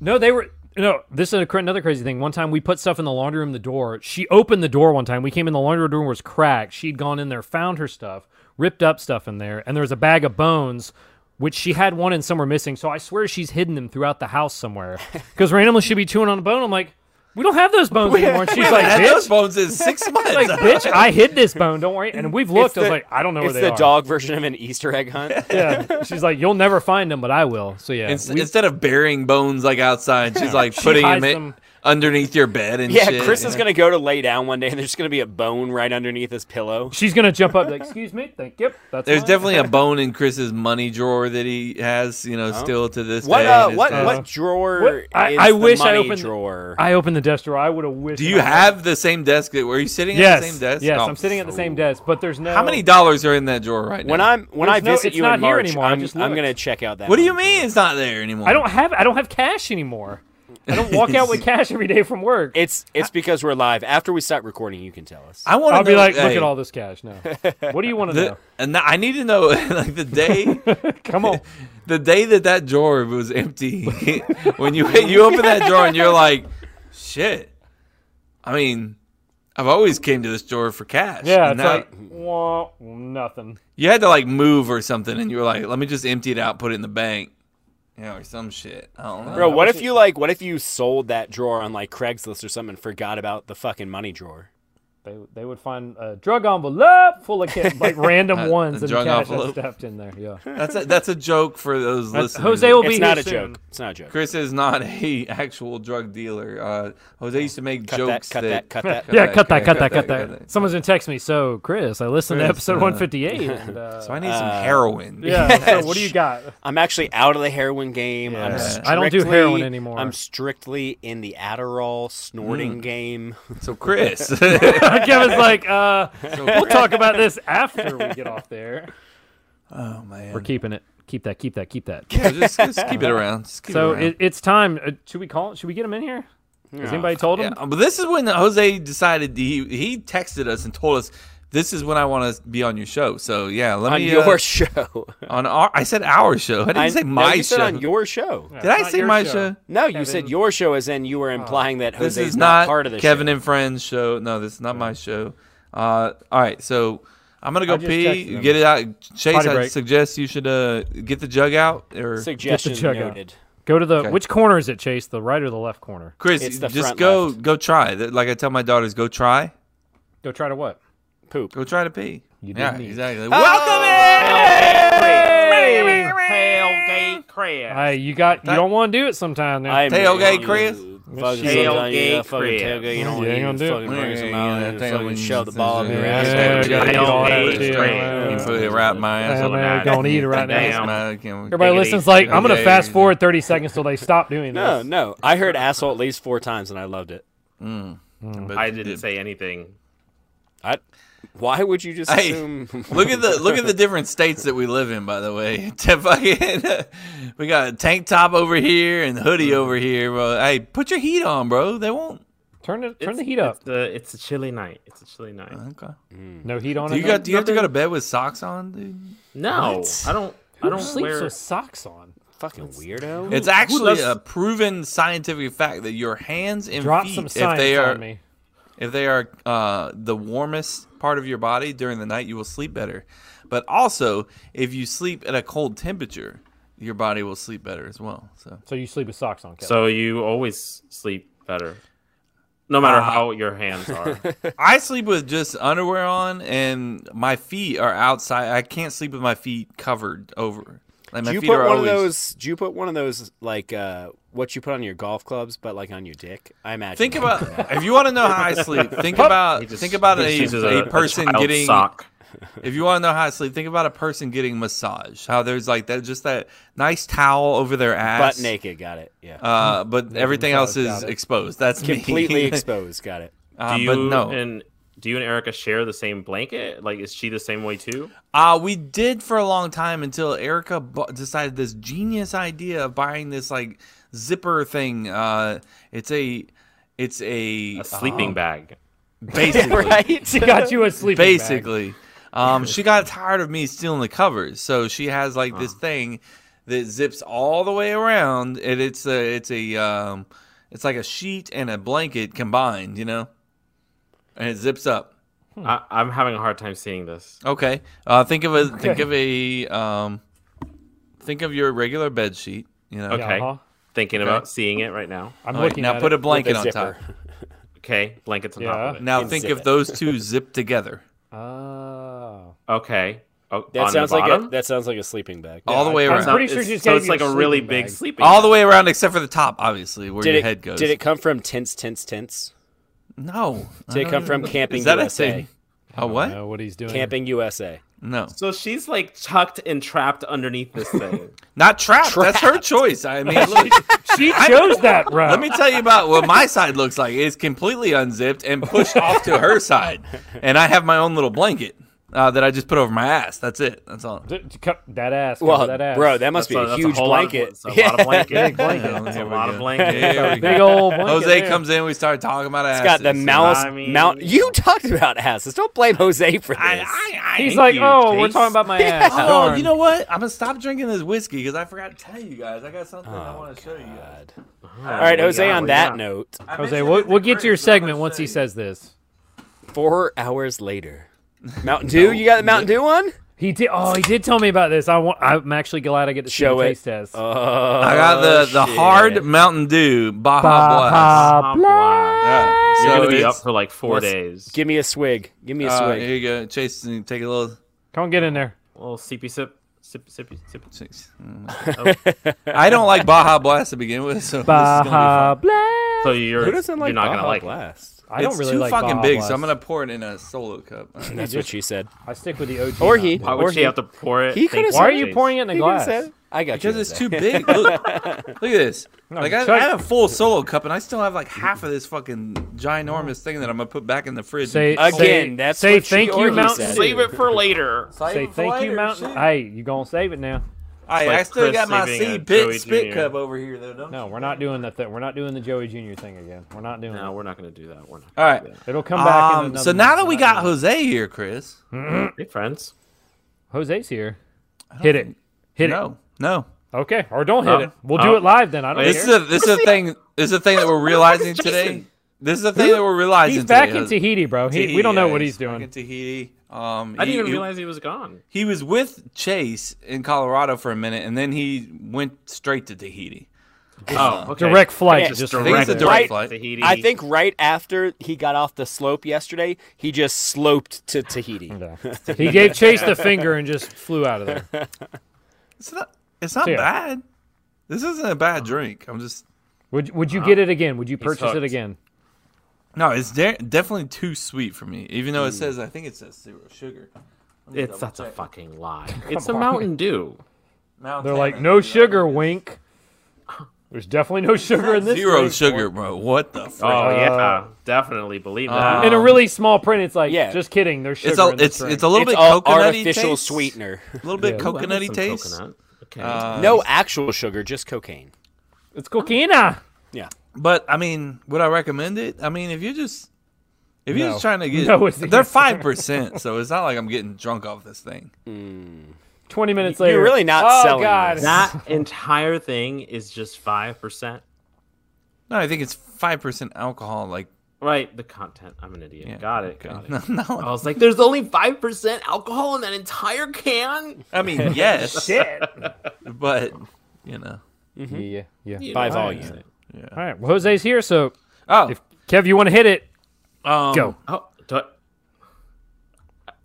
Speaker 3: No, they were. No, this is a, cra- another crazy thing. One time we put stuff in the laundry room, the door. She opened the door one time. We came in, the laundry room was cracked. She'd gone in there, found her stuff, ripped up stuff in there, and there was a bag of bones, which she had one and some were missing. So I swear she's hidden them throughout the house somewhere. Because randomly she'd be chewing on a bone. I'm like, we don't have those bones anymore. And she's
Speaker 2: We
Speaker 3: like,
Speaker 2: haven't had
Speaker 3: bitch.
Speaker 2: those bones in six months.
Speaker 3: Like, bitch, I hid this bone. Don't worry. And we've looked. I was
Speaker 1: the-
Speaker 3: like, I don't know where
Speaker 1: it's
Speaker 3: they
Speaker 1: the
Speaker 3: are.
Speaker 1: dog version of an Easter egg hunt.
Speaker 3: Yeah. She's like, you'll never find them, but I will. So yeah.
Speaker 2: Ins-
Speaker 3: we-
Speaker 2: instead of burying bones like outside, she's like
Speaker 3: She
Speaker 2: putting
Speaker 3: hides
Speaker 2: them, in-
Speaker 3: them.
Speaker 2: underneath your bed and
Speaker 1: yeah,
Speaker 2: shit.
Speaker 1: Chris is gonna go to lay down one day, and there's just gonna be a bone right underneath his pillow.
Speaker 3: she's gonna jump up. Like, excuse me. Thank you. That's
Speaker 2: There's
Speaker 3: mine."
Speaker 2: definitely a bone in Chris's money drawer that he has, you know, still to this
Speaker 1: What
Speaker 2: day.
Speaker 1: uh,
Speaker 2: and it's
Speaker 1: what
Speaker 2: got-
Speaker 1: what drawer?
Speaker 3: What?
Speaker 1: is
Speaker 3: I,
Speaker 1: the
Speaker 3: I wish
Speaker 1: money
Speaker 3: I opened.
Speaker 1: drawer.
Speaker 3: I opened the desk drawer. I would have wished.
Speaker 2: Do you
Speaker 3: I-
Speaker 2: have the same desk? that- Were you sitting
Speaker 3: Yes.
Speaker 2: at the same desk?
Speaker 3: Yes,
Speaker 2: Oh,
Speaker 3: I'm sitting at the
Speaker 2: so-
Speaker 3: same desk, but there's no.
Speaker 2: How many dollars are in that drawer right now?
Speaker 1: When I'm when
Speaker 3: There's
Speaker 1: I
Speaker 3: no-
Speaker 1: visit
Speaker 3: it's
Speaker 1: you
Speaker 3: not
Speaker 1: in
Speaker 3: here
Speaker 1: March,
Speaker 3: anymore. I
Speaker 1: I'm,
Speaker 3: just
Speaker 1: I'm
Speaker 3: looked.
Speaker 1: gonna check out that.
Speaker 2: what do you mean it's not there anymore?
Speaker 3: I don't have. I don't have cash anymore. I don't walk out with cash every day from work.
Speaker 1: It's it's because we're live. After we stop recording, you can tell us.
Speaker 2: I want to
Speaker 3: I'll be like, look
Speaker 2: hey,
Speaker 3: at all this cash. No. What do you want to
Speaker 2: the-
Speaker 3: know?
Speaker 2: and the- I need to know like the day
Speaker 3: Come on.
Speaker 2: the day that that drawer was empty, when you you open that drawer and you're like, shit. I mean, I've always came to this drawer for cash.
Speaker 3: Yeah.
Speaker 2: And
Speaker 3: It's
Speaker 2: now-
Speaker 3: like wah, nothing.
Speaker 2: you had to like move or something, and you were like, let me just empty it out, put it in the bank, yeah, or some shit. I don't know.
Speaker 1: Bro, what if you like? What if you sold that drawer on like Craigslist or something? and Forgot about the fucking money drawer.
Speaker 3: They, they would find a drug envelope full of ca- like random
Speaker 2: A-
Speaker 3: ones
Speaker 2: a
Speaker 3: and
Speaker 2: drug
Speaker 3: cash
Speaker 2: envelope.
Speaker 3: that's stuffed in there. Yeah.
Speaker 2: That's a, that's a joke for those listeners.
Speaker 3: Jose will be
Speaker 1: It's
Speaker 3: here
Speaker 1: not a
Speaker 3: soon.
Speaker 1: joke. It's not a joke.
Speaker 2: Chris is not a actual drug dealer. Uh, Jose used to make
Speaker 1: Cut
Speaker 2: jokes
Speaker 1: that, cut that. Cut that.
Speaker 3: Yeah, cut that, cut that, cut that. Someone's gonna text me. So, Chris, I listened to
Speaker 2: Chris,
Speaker 3: episode
Speaker 2: uh,
Speaker 3: 158. And, uh,
Speaker 2: So I need some heroin.
Speaker 3: yeah. So, what do you got?
Speaker 1: I'm actually out of the heroin game. I'm
Speaker 3: Yeah.
Speaker 1: strictly,
Speaker 3: I don't do heroin anymore.
Speaker 1: I'm strictly in the Adderall snorting game.
Speaker 2: So Chris,
Speaker 3: Kevin's like, uh, we'll talk about this after we get off there.
Speaker 2: oh man,
Speaker 3: We're keeping it. Keep that. Keep that. Keep that.
Speaker 2: Yeah, just, just keep it around. Just keep
Speaker 3: So
Speaker 2: it around.
Speaker 3: it, it's time. Uh, should we call? Should we get him in here? Has anybody told him?
Speaker 2: Yeah, but this is when Jose decided he he texted us and told us this is when I want to be on your show. So yeah, let
Speaker 1: on
Speaker 2: me
Speaker 1: your
Speaker 2: uh,
Speaker 1: show.
Speaker 2: on our I said our show. I didn't
Speaker 1: I-
Speaker 2: say
Speaker 1: no,
Speaker 2: my
Speaker 1: you
Speaker 2: show.
Speaker 1: said on your show.
Speaker 2: Did I
Speaker 3: Not
Speaker 2: say
Speaker 3: your
Speaker 2: my
Speaker 3: show.
Speaker 2: show?
Speaker 1: No, you
Speaker 3: Kevin. Oh.
Speaker 1: said your show, as in you were implying that
Speaker 2: This
Speaker 1: Jose
Speaker 2: is
Speaker 1: is
Speaker 2: not,
Speaker 1: part of the
Speaker 2: Kevin
Speaker 1: show.
Speaker 2: and Friends show. No, this is not my show. Uh, all right, so I'm gonna go
Speaker 3: I just texted
Speaker 2: pee.
Speaker 3: him.
Speaker 2: Get it out, Chase.
Speaker 3: Potty
Speaker 2: I
Speaker 3: break.
Speaker 2: suggest you should uh, get the jug out or
Speaker 1: Suggestion
Speaker 3: chug out.
Speaker 1: noted.
Speaker 3: Go to the
Speaker 2: Okay.
Speaker 3: which corner is it, Chase? The right or the left corner?
Speaker 2: Chris.
Speaker 1: It's the
Speaker 2: Just
Speaker 1: front
Speaker 2: go,
Speaker 1: left.
Speaker 2: go try. Th- Like I tell my daughters, go try,
Speaker 3: Go try to what?
Speaker 1: Poop.
Speaker 2: go try to pee. You
Speaker 3: did
Speaker 2: yeah,
Speaker 3: neat.
Speaker 1: Oh!
Speaker 2: exactly. Welcome in.
Speaker 11: Tailgate crab.
Speaker 3: Hey, you got. You don't want to do it sometime. Now.
Speaker 1: I'm
Speaker 2: Tailgate, Chris.
Speaker 1: Fucking
Speaker 11: Tailgate,
Speaker 1: tailgate, fucking
Speaker 11: Chris.
Speaker 1: tailgate. You don't
Speaker 3: You ain't
Speaker 1: want
Speaker 3: gonna do
Speaker 1: to
Speaker 3: it.
Speaker 1: fucking bring some
Speaker 2: Yeah,
Speaker 1: out
Speaker 2: yeah,
Speaker 1: and
Speaker 2: that
Speaker 1: fucking
Speaker 2: tailgate
Speaker 1: shove the ball up your
Speaker 2: Yeah,
Speaker 1: ass.
Speaker 3: yeah,
Speaker 1: Fucking
Speaker 3: gotta eat all that
Speaker 11: Tailgate
Speaker 3: shit.
Speaker 11: crab.
Speaker 3: Uh,
Speaker 2: You put it right in my ass.
Speaker 3: Yeah,
Speaker 2: on
Speaker 3: man,
Speaker 2: that.
Speaker 3: gonna eat it right
Speaker 11: now.
Speaker 2: Man, can we-
Speaker 3: Everybody
Speaker 11: Take it
Speaker 3: listens
Speaker 11: easy.
Speaker 3: like I'm gonna
Speaker 2: Okay.
Speaker 3: fast forward 30 seconds till they stop doing this.
Speaker 1: No, no. I heard asshole at least four times and I loved it.
Speaker 2: But-
Speaker 11: I didn't say anything.
Speaker 1: I. Why would you just
Speaker 2: Hey,
Speaker 1: assume?
Speaker 2: Look at the look at the different states that we live in. By the way, To fucking- we got a tank top over here and hoodie
Speaker 3: Mm-hmm.
Speaker 2: over here, bro. Hey, put your heat on, bro. They won't.
Speaker 3: Turn it. Turn
Speaker 11: It's-
Speaker 3: the heat up.
Speaker 11: It's, the, it's a chilly night. It's a chilly night.
Speaker 2: Okay.
Speaker 3: No heat on
Speaker 2: Do
Speaker 3: it.
Speaker 2: you got? Do you have to go to bed with socks on, dude?
Speaker 11: no,
Speaker 2: What?
Speaker 11: I don't. I
Speaker 3: Who
Speaker 11: don't
Speaker 3: sleeps
Speaker 11: wear.
Speaker 3: with socks on?
Speaker 1: fucking weirdo.
Speaker 2: It's actually
Speaker 11: does-
Speaker 2: a proven scientific fact that your hands and
Speaker 3: Drop
Speaker 2: feet,
Speaker 3: some
Speaker 2: if
Speaker 3: science
Speaker 2: they are
Speaker 3: on me.
Speaker 2: if they are uh, the warmest part of your body during the night, you will sleep better. But also, if you sleep at a cold temperature, your body will sleep better as well. So
Speaker 3: So you sleep with socks on, Kevin.
Speaker 11: So you always sleep better, no matter
Speaker 2: Uh,
Speaker 11: how your hands are.
Speaker 2: I sleep with just underwear on, and my feet are outside. I can't sleep with my feet covered over. Like my
Speaker 1: do you
Speaker 2: feet
Speaker 1: put
Speaker 2: are
Speaker 1: one
Speaker 2: always.
Speaker 1: of those? Do you put one of those like uh, what you put on your golf clubs, but like on your dick? I imagine.
Speaker 2: Think
Speaker 1: that.
Speaker 2: about if you want to know how I sleep. Think about
Speaker 11: He just-
Speaker 2: think about
Speaker 11: he
Speaker 2: a,
Speaker 11: just uses
Speaker 2: a, person
Speaker 11: child's
Speaker 2: getting
Speaker 11: sock.
Speaker 2: if you want to know how to sleep, think about a person getting massage. How there's like that, just that nice towel over their ass,
Speaker 1: butt naked. Got it. Yeah.
Speaker 2: Uh, but everything else is exposed. That's me.
Speaker 1: completely exposed. Got it.
Speaker 2: Uh,
Speaker 11: do you
Speaker 2: but no.
Speaker 11: and do you and Erica share the same blanket? Like, is she the same way too?
Speaker 2: Uh, we did for a long time until Erica bu- decided this genius idea of buying this like zipper thing. Uh, it's a, it's a,
Speaker 11: A sleeping
Speaker 2: um,
Speaker 11: bag.
Speaker 2: basically.
Speaker 1: right.
Speaker 3: She got you a sleeping bag.
Speaker 2: basically, um, she got tired of me stealing the covers, so she has like this thing that zips all the way around, and it's a, it's a, um, it's like a sheet and a blanket combined, you know, and it zips up.
Speaker 3: Hmm.
Speaker 11: I, I'm having a hard time seeing this.
Speaker 2: Okay. Uh, think of a think of a um, think of your regular bed sheet. You know.
Speaker 11: Okay.
Speaker 3: uh-huh.
Speaker 11: Thinking about seeing it right now.
Speaker 3: I'm
Speaker 2: All right,
Speaker 3: looking
Speaker 2: now
Speaker 3: at
Speaker 2: put
Speaker 3: it.
Speaker 2: a blanket
Speaker 1: With a
Speaker 2: on top.
Speaker 11: Okay. Blankets on
Speaker 3: Yeah.
Speaker 11: top of it.
Speaker 2: Now
Speaker 1: And
Speaker 2: think
Speaker 1: zip
Speaker 2: if
Speaker 1: it.
Speaker 2: those two zip together,
Speaker 3: Oh.
Speaker 11: Okay. Oh,
Speaker 1: That
Speaker 11: on the
Speaker 1: sounds like a,
Speaker 11: bottom?
Speaker 1: that sounds like a sleeping bag.
Speaker 2: all the way
Speaker 3: I- I was
Speaker 2: around,
Speaker 3: pretty- sure
Speaker 11: it's-
Speaker 3: she's
Speaker 11: so
Speaker 3: getting
Speaker 11: it's
Speaker 3: you
Speaker 11: like
Speaker 3: a
Speaker 11: a really
Speaker 3: sleeping
Speaker 11: big
Speaker 3: bag.
Speaker 11: sleeping.
Speaker 2: all the way around except for the top, obviously, where
Speaker 1: Did
Speaker 2: your
Speaker 1: it
Speaker 2: head goes.
Speaker 1: did it come from tense tense tense?
Speaker 2: No. I
Speaker 1: Did it
Speaker 2: don't
Speaker 1: come from
Speaker 2: know.
Speaker 1: Camping
Speaker 2: Is that
Speaker 1: USA?
Speaker 2: A thing?
Speaker 11: Oh,
Speaker 2: A
Speaker 3: I
Speaker 2: what?
Speaker 3: know what he's doing.
Speaker 1: Camping USA.
Speaker 2: No.
Speaker 11: So she's like tucked and trapped underneath this thing.
Speaker 2: Not trapped. That's her choice. I mean, look,
Speaker 3: She chose that route.
Speaker 2: let me tell you about what my side looks like. It's completely unzipped and pushed off to her side, and I have my own little blanket uh, that I just put over my ass. That's it. That's all.
Speaker 3: D- d- cut that ass. cover
Speaker 1: Well,
Speaker 3: that ass.
Speaker 1: bro, that must
Speaker 11: That's
Speaker 1: be a
Speaker 11: that's
Speaker 1: huge
Speaker 11: whole lot of-
Speaker 1: blanket.
Speaker 11: it's a lot of blanket.
Speaker 3: Big blanket.
Speaker 2: Yeah,
Speaker 11: It's a
Speaker 2: there Oh, we
Speaker 11: lot
Speaker 2: go.
Speaker 11: of blanket.
Speaker 2: There we
Speaker 3: big
Speaker 2: go.
Speaker 3: old blanket
Speaker 2: Jose
Speaker 3: there.
Speaker 2: comes in. We start talking about asses.
Speaker 1: It's got the mouse
Speaker 11: I mean-
Speaker 1: mount. You talked about asses. Don't blame Jose for this.
Speaker 2: I, I, I
Speaker 3: He's
Speaker 2: hate
Speaker 3: like,
Speaker 2: you,
Speaker 3: oh, we're
Speaker 2: Chase."
Speaker 3: talking about my ass.
Speaker 2: Oh,
Speaker 3: Darn.
Speaker 2: you know what? I'm gonna stop drinking this whiskey because I forgot to tell you guys. I got something
Speaker 3: Oh,
Speaker 2: I want to show you guys.
Speaker 1: God. All right, Jose.
Speaker 11: Oh, yeah,
Speaker 1: on
Speaker 11: well,
Speaker 1: that
Speaker 11: yeah.
Speaker 1: note,
Speaker 2: I
Speaker 3: Jose,
Speaker 2: mentioned
Speaker 3: we'll,
Speaker 2: it in
Speaker 3: we'll
Speaker 2: the
Speaker 3: get to your
Speaker 2: group, so I'm
Speaker 3: segment
Speaker 2: gonna
Speaker 3: once he
Speaker 2: say-
Speaker 3: says this.
Speaker 1: four hours later, Mountain Dew. You got the Mountain Dew one?
Speaker 3: He did. Oh, he did tell me about this. I want. I'm actually glad I get to see
Speaker 1: Show
Speaker 3: the
Speaker 1: it.
Speaker 3: taste test.
Speaker 2: Uh-huh.
Speaker 1: Oh,
Speaker 2: I got the the
Speaker 1: shit.
Speaker 2: hard Mountain Dew Baja, Blast.
Speaker 3: Baja
Speaker 11: Top line.
Speaker 2: Yeah.
Speaker 11: You're
Speaker 2: So
Speaker 11: gonna be up
Speaker 2: it's-
Speaker 11: for like four
Speaker 1: Let's-
Speaker 11: days.
Speaker 1: Give me a swig. Give me a
Speaker 2: uh,
Speaker 1: swig.
Speaker 2: here you go, Chase. Take a little.
Speaker 3: Come get in there.
Speaker 11: little sippy sip, sip, sippy sip.
Speaker 2: Oh. I don't like Baja Blast to begin with, so this is gonna
Speaker 3: Baja
Speaker 2: be fun.
Speaker 3: Blast.
Speaker 11: So you're
Speaker 1: Who doesn't like
Speaker 11: you're not
Speaker 1: Baja
Speaker 11: gonna like it.
Speaker 1: Blast?
Speaker 3: I don't
Speaker 2: it's
Speaker 3: really
Speaker 2: too
Speaker 3: like
Speaker 2: fucking
Speaker 3: Baja
Speaker 2: big,
Speaker 3: Blast.
Speaker 2: so I'm gonna pour it in a solo cup. All right.
Speaker 1: That's what she said.
Speaker 3: I stick with the OG.
Speaker 1: Or
Speaker 3: now.
Speaker 1: he.
Speaker 11: Why
Speaker 1: or
Speaker 11: would she
Speaker 1: he.
Speaker 11: have to pour it?
Speaker 1: He
Speaker 11: think
Speaker 1: could've
Speaker 11: twice?
Speaker 3: Why are you pouring it in a
Speaker 1: He could've
Speaker 3: glass?
Speaker 1: said- I got
Speaker 2: Because
Speaker 1: you.
Speaker 2: it's
Speaker 1: Jose.
Speaker 2: too big. Look, look at this. Like I, I
Speaker 3: chug-
Speaker 2: have a full solo cup, and I still have like half of this fucking ginormous thing that I'm gonna put back in the fridge.
Speaker 3: Say
Speaker 1: Again,
Speaker 3: say-
Speaker 1: that's
Speaker 3: say
Speaker 1: what she-
Speaker 3: thank
Speaker 1: or
Speaker 3: you,
Speaker 1: he
Speaker 3: Mountain.
Speaker 1: said.
Speaker 3: Dew.
Speaker 11: Save it for later.
Speaker 3: Say thank you, Mountain. Hey, you gonna save it now?
Speaker 2: I,
Speaker 11: like
Speaker 2: I still
Speaker 11: Chris
Speaker 2: got my
Speaker 11: saving a
Speaker 2: seed
Speaker 11: Joey
Speaker 2: pit spit
Speaker 11: Jr..
Speaker 2: cup over here though. Don't
Speaker 3: No, we're not doing that. Th- we're not doing the Joey Jr. thing again. We're not doing.
Speaker 11: No,
Speaker 3: it.
Speaker 11: we're not gonna do that. We're not.
Speaker 2: All right.
Speaker 3: It'll come back. in
Speaker 2: Um,
Speaker 3: another
Speaker 2: so now
Speaker 3: month.
Speaker 2: that we
Speaker 3: We're not
Speaker 2: got Jose here, Chris.
Speaker 11: Hey, friends.
Speaker 3: doing it. uh, Jose's here, hit it, hit it.
Speaker 2: No, no.
Speaker 3: Okay, or don't hit
Speaker 11: Oh.
Speaker 3: it. We'll
Speaker 11: Oh.
Speaker 3: do it live then. I don't
Speaker 2: This
Speaker 3: care.
Speaker 2: is a, this is a thing. This is a thing that we're realizing today. This is a thing that we're realizing.
Speaker 3: he's back
Speaker 2: today,
Speaker 3: in
Speaker 2: Jose.
Speaker 3: Tahiti, bro. He, we don't know
Speaker 2: yeah,
Speaker 3: what he's
Speaker 2: E back
Speaker 3: doing.
Speaker 2: in Tahiti. Um,
Speaker 11: I didn't
Speaker 2: he-
Speaker 11: even
Speaker 2: he-
Speaker 11: realize he was gone.
Speaker 2: he was with Chase in Colorado for a minute, and then he went straight to Tahiti.
Speaker 11: Oh, okay.
Speaker 3: Direct flight.
Speaker 1: Okay.
Speaker 3: Just
Speaker 11: I
Speaker 2: think it's a
Speaker 3: direct.
Speaker 2: direct
Speaker 1: Right.
Speaker 2: flight.
Speaker 11: Tahiti.
Speaker 1: I think right after he got off the slope yesterday, he just sloped to Tahiti.
Speaker 3: Yeah. He gave Chase the finger and just flew out of there.
Speaker 2: It's not. It's not
Speaker 3: Yeah.
Speaker 2: bad. This isn't a bad drink. I'm just
Speaker 3: Would Would
Speaker 2: Uh-huh.
Speaker 3: you get it again? Would you purchase it
Speaker 11: hooked.
Speaker 3: again?
Speaker 2: no. It's de- definitely too sweet for me. Even though it says, I think it says zero sugar.
Speaker 11: it's that's a fucking lie. It's a Mountain Dew.
Speaker 3: They're like, no sugar, wink. There's definitely no sugar in this.
Speaker 2: Zero
Speaker 3: drink.
Speaker 2: sugar, bro. What the? Fuck?
Speaker 3: Uh,
Speaker 11: Oh yeah, definitely believe that.
Speaker 3: In a really small print, it's like,
Speaker 1: Um, Yeah.
Speaker 3: just kidding. There's sugar
Speaker 2: It's a
Speaker 3: in this
Speaker 2: it's
Speaker 3: drink.
Speaker 2: it's a little
Speaker 1: it's
Speaker 2: bit
Speaker 1: all
Speaker 2: coconutty
Speaker 1: artificial
Speaker 2: taste,
Speaker 1: sweetener.
Speaker 2: A little bit
Speaker 3: Yeah.
Speaker 11: Ooh, I want
Speaker 2: coconutty
Speaker 11: some
Speaker 2: taste.
Speaker 11: coconut. Okay.
Speaker 3: Uh,
Speaker 1: no actual sugar, just cocaine.
Speaker 3: It's coquina.
Speaker 1: Yeah.
Speaker 2: But I mean, would I recommend it? I mean, if you're just if you're
Speaker 3: No.
Speaker 2: just trying to get,
Speaker 3: No is the
Speaker 2: they're
Speaker 3: answer.
Speaker 2: five percent, so it's not like I'm getting drunk off this thing.
Speaker 3: Twenty minutes
Speaker 1: You're
Speaker 3: later,
Speaker 1: really not
Speaker 3: Oh
Speaker 1: selling
Speaker 3: God,
Speaker 1: this.
Speaker 11: that entire thing is just five percent.
Speaker 2: No, I think it's five percent alcohol. Like,
Speaker 11: Right, the content. I'm an idiot. got it. Got it.
Speaker 2: no, no.
Speaker 3: Oh,
Speaker 11: I was like, there's only five percent alcohol in that entire can.
Speaker 2: I mean, yes, shit. But you know,
Speaker 3: Yeah, yeah, yeah.
Speaker 1: By volume.
Speaker 3: All right, well, Jose's here, so
Speaker 2: oh,
Speaker 3: if Kev, you want to hit it,
Speaker 2: um,
Speaker 3: go.
Speaker 11: Oh,
Speaker 3: Uh,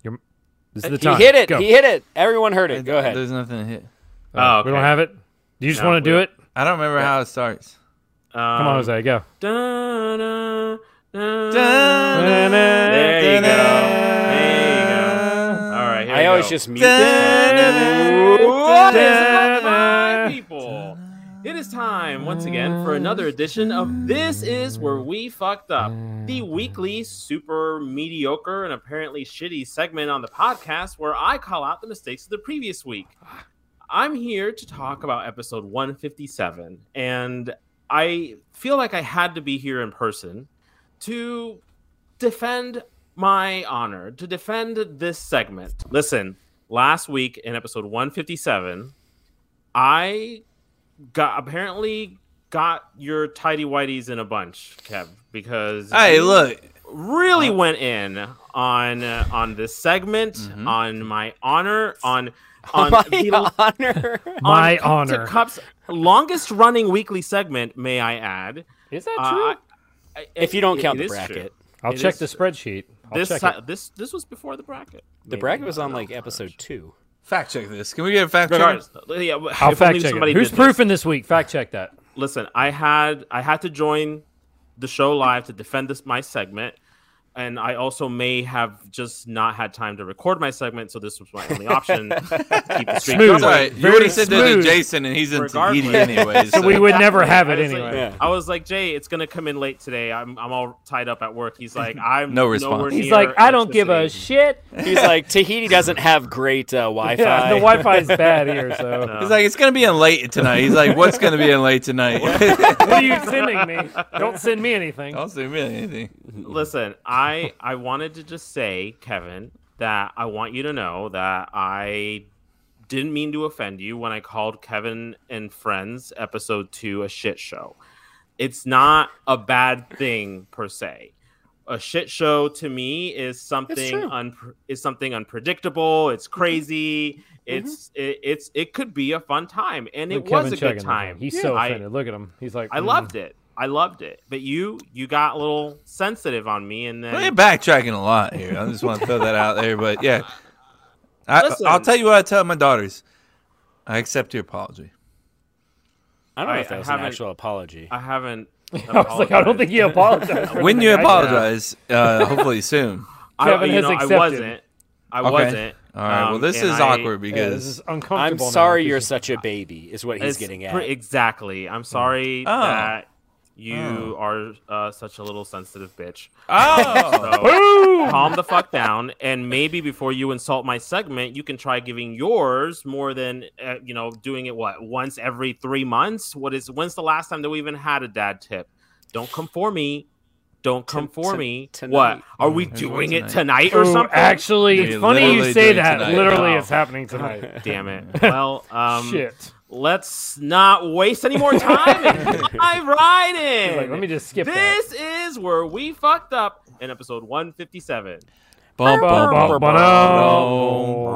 Speaker 11: do I,
Speaker 3: This is
Speaker 1: He
Speaker 3: the time.
Speaker 1: hit it.
Speaker 3: Go.
Speaker 1: He hit it. Everyone heard it. Go ahead.
Speaker 2: There's nothing to hit.
Speaker 11: oh okay.
Speaker 3: We don't have it. Do you just
Speaker 11: No,
Speaker 3: want to
Speaker 11: we Um,
Speaker 3: do it?
Speaker 2: I don't remember how it starts.
Speaker 11: Uh,
Speaker 3: Come on, Jose, go.
Speaker 11: There you go. There you go. All always just mute them. What is up, my people? It is time once again for another edition of This Is Where We Fucked Up, the weekly super mediocre and apparently shitty segment on the podcast where I call out the mistakes of the previous week. I'm here to talk about episode 157, and I feel like I had to be here in person to defend my honor, to defend this segment. Listen, last week in episode 157, I got apparently got your tidy whiteys in a bunch, Kev, because
Speaker 2: Hey,
Speaker 11: you
Speaker 2: look.
Speaker 11: really went in on uh, on this segment, on my honor, on Mm-hmm. on
Speaker 3: My
Speaker 11: honor,
Speaker 3: My honor.
Speaker 11: Cups longest running weekly segment, may I add.
Speaker 3: Is that
Speaker 11: Uh,
Speaker 3: true?
Speaker 11: I- I-
Speaker 3: If you don't
Speaker 11: it-
Speaker 3: count
Speaker 11: it
Speaker 3: the
Speaker 11: is true.
Speaker 3: bracket. I'll
Speaker 11: It
Speaker 3: check
Speaker 11: is
Speaker 3: the
Speaker 11: true.
Speaker 3: spreadsheet. I'll
Speaker 11: this
Speaker 3: check
Speaker 11: ti-
Speaker 3: it.
Speaker 11: this this was before the bracket.
Speaker 3: The bracket was on like episode two.
Speaker 2: Fact check this. Can we get a fact check?
Speaker 11: Regardless, yeah, w-
Speaker 3: I'll
Speaker 11: if
Speaker 3: fact
Speaker 11: only
Speaker 3: check
Speaker 11: somebody
Speaker 3: it. Who's
Speaker 11: did this.
Speaker 3: proofing this week? Fact check that.
Speaker 11: Listen, I had I had to join the show live to defend this my segment, and I also may have just not had time to record my segment, so this was my only option. to keep the streak
Speaker 2: Smooth.
Speaker 11: going.
Speaker 2: It's all right. You Very already said that to smooth. Jason, and he's in
Speaker 11: Regardless-
Speaker 2: Tahiti anyways, So so- we would never have it
Speaker 11: I was like-
Speaker 2: anyway. Yeah.
Speaker 11: I was like, Jay, it's gonna come in late today. I'm I'm all tied up at work. He's like, I'm
Speaker 2: No
Speaker 11: nowhere
Speaker 2: response.
Speaker 3: He's
Speaker 11: near
Speaker 3: like, I don't give a shit.
Speaker 11: He's like, Tahiti doesn't have great uh, Wi
Speaker 3: Wi-Fi. Yeah, the Wi-Fi is bad here, so.
Speaker 2: He's like, it's gonna be in late tonight. He's like, what's gonna be in late tonight?
Speaker 3: what are you sending me? Don't send me anything.
Speaker 2: Don't send me anything.
Speaker 11: Listen, I I wanted to just say, Kevin, that I want you to know that I didn't mean to offend you when I called Kevin and Friends episode 2 a shit show. It's not a bad thing per se. A shit show to me is something
Speaker 12: true.
Speaker 11: un- is something unpredictable, it's
Speaker 3: Mm-hmm.
Speaker 11: crazy, it's it, it's it could be a fun time and
Speaker 3: Look
Speaker 11: it
Speaker 3: at Mm-hmm. Kevin
Speaker 11: was a
Speaker 3: checking
Speaker 11: good
Speaker 3: the
Speaker 11: time.
Speaker 3: thing. He's so
Speaker 11: I-
Speaker 3: offended. Look at him. He's like,
Speaker 11: I
Speaker 3: mm.
Speaker 11: loved it. I loved it. But you you got a little sensitive on me and then
Speaker 2: We're backtracking a lot here. I just want to throw that out there, but yeah, I,
Speaker 11: Listen.
Speaker 2: I'll tell you what I tell my daughters. I accept your apology.
Speaker 11: I
Speaker 3: don't know if that was an
Speaker 11: haven't-
Speaker 3: actual apology.
Speaker 11: I haven't
Speaker 3: I was like, I don't think you apologized.
Speaker 11: Oh
Speaker 3: for
Speaker 2: When
Speaker 3: anything
Speaker 2: you
Speaker 3: I did.
Speaker 2: apologize, uh, hopefully soon.
Speaker 11: I,
Speaker 3: Kevin
Speaker 11: you
Speaker 3: has
Speaker 11: know,
Speaker 3: accepted.
Speaker 11: I wasn't. I
Speaker 2: Okay.
Speaker 11: wasn't. Um,
Speaker 2: All right, well, this
Speaker 11: and
Speaker 2: is awkward because- Yeah, this is
Speaker 3: uncomfortable
Speaker 11: I'm
Speaker 3: now
Speaker 11: sorry
Speaker 3: because
Speaker 11: you're
Speaker 3: you-
Speaker 11: such a baby is what he's
Speaker 3: It's
Speaker 11: getting at.
Speaker 3: pre-
Speaker 11: exactly. I'm sorry
Speaker 3: Oh.
Speaker 11: that you are uh, such a little sensitive bitch. So,
Speaker 2: Oh!
Speaker 3: Boom!
Speaker 11: calm the fuck down and maybe before you insult my segment, you can try giving yours more than uh, you know doing it what once every 3 months. What is when's the last time that we even had a dad tip? Don't come for me. Don't come for
Speaker 3: to-
Speaker 11: me.
Speaker 3: tonight.
Speaker 11: What are we
Speaker 3: Mm.
Speaker 11: doing it tonight or
Speaker 3: Ooh,
Speaker 11: something?
Speaker 3: actually, it's They funny you literally say do it that. tonight. Literally,
Speaker 11: Oh.
Speaker 3: it's happening
Speaker 11: God
Speaker 3: tonight.
Speaker 11: Damn it. Well, um,
Speaker 3: Shit.
Speaker 11: Let's not waste any more time. I ride
Speaker 3: He's like,
Speaker 11: in.
Speaker 3: let me just skip that.
Speaker 11: This is where we fucked up in episode 157.
Speaker 2: Bum, bum, bum,
Speaker 3: Bum,
Speaker 2: bum,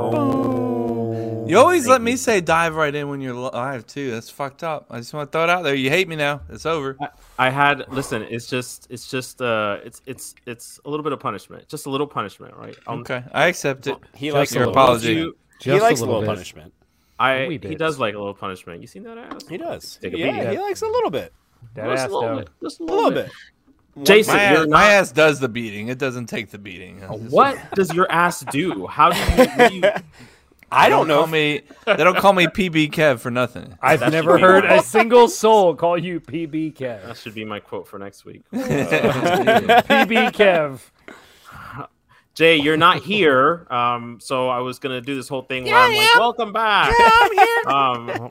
Speaker 3: bum,
Speaker 2: bum. You always let me say dive right in when you're live too. That's fucked up. I just want to throw it out there. You hate me now. It's over.
Speaker 11: I had listen. It's just, it's just, uh, it's, it's, it's a little bit of punishment. Just a little punishment, right? Um,
Speaker 2: Okay, I accept it.
Speaker 11: He
Speaker 2: Just
Speaker 11: likes
Speaker 2: your
Speaker 11: a little-
Speaker 2: apology.
Speaker 11: You-
Speaker 2: he Just a likes a little
Speaker 11: little bit.
Speaker 2: punishment.
Speaker 11: I
Speaker 2: A wee
Speaker 11: he
Speaker 2: bit.
Speaker 11: does like a little punishment. You seen that ass?
Speaker 2: He does.
Speaker 11: Take a
Speaker 2: Yeah,
Speaker 11: beating.
Speaker 2: he
Speaker 11: likes a
Speaker 2: little bit.
Speaker 11: That Just a ass little down. bit. Just a little bit.
Speaker 2: Jason,
Speaker 11: Jason,
Speaker 2: my,
Speaker 11: you're
Speaker 2: ass, my ass does the beating. It doesn't take the beating.
Speaker 11: What does your ass do? How do you? what do you
Speaker 2: I don't know. Call me, they don't call me PB Kev for nothing.
Speaker 3: I've
Speaker 11: That
Speaker 3: never
Speaker 11: should be-
Speaker 3: heard a single soul call you PB Kev.
Speaker 11: That should be my quote for next week.
Speaker 3: PB Kev.
Speaker 11: Jay, you're not here, um, so I was gonna do this whole thing where I'm like, "Welcome back." I'm here. Um,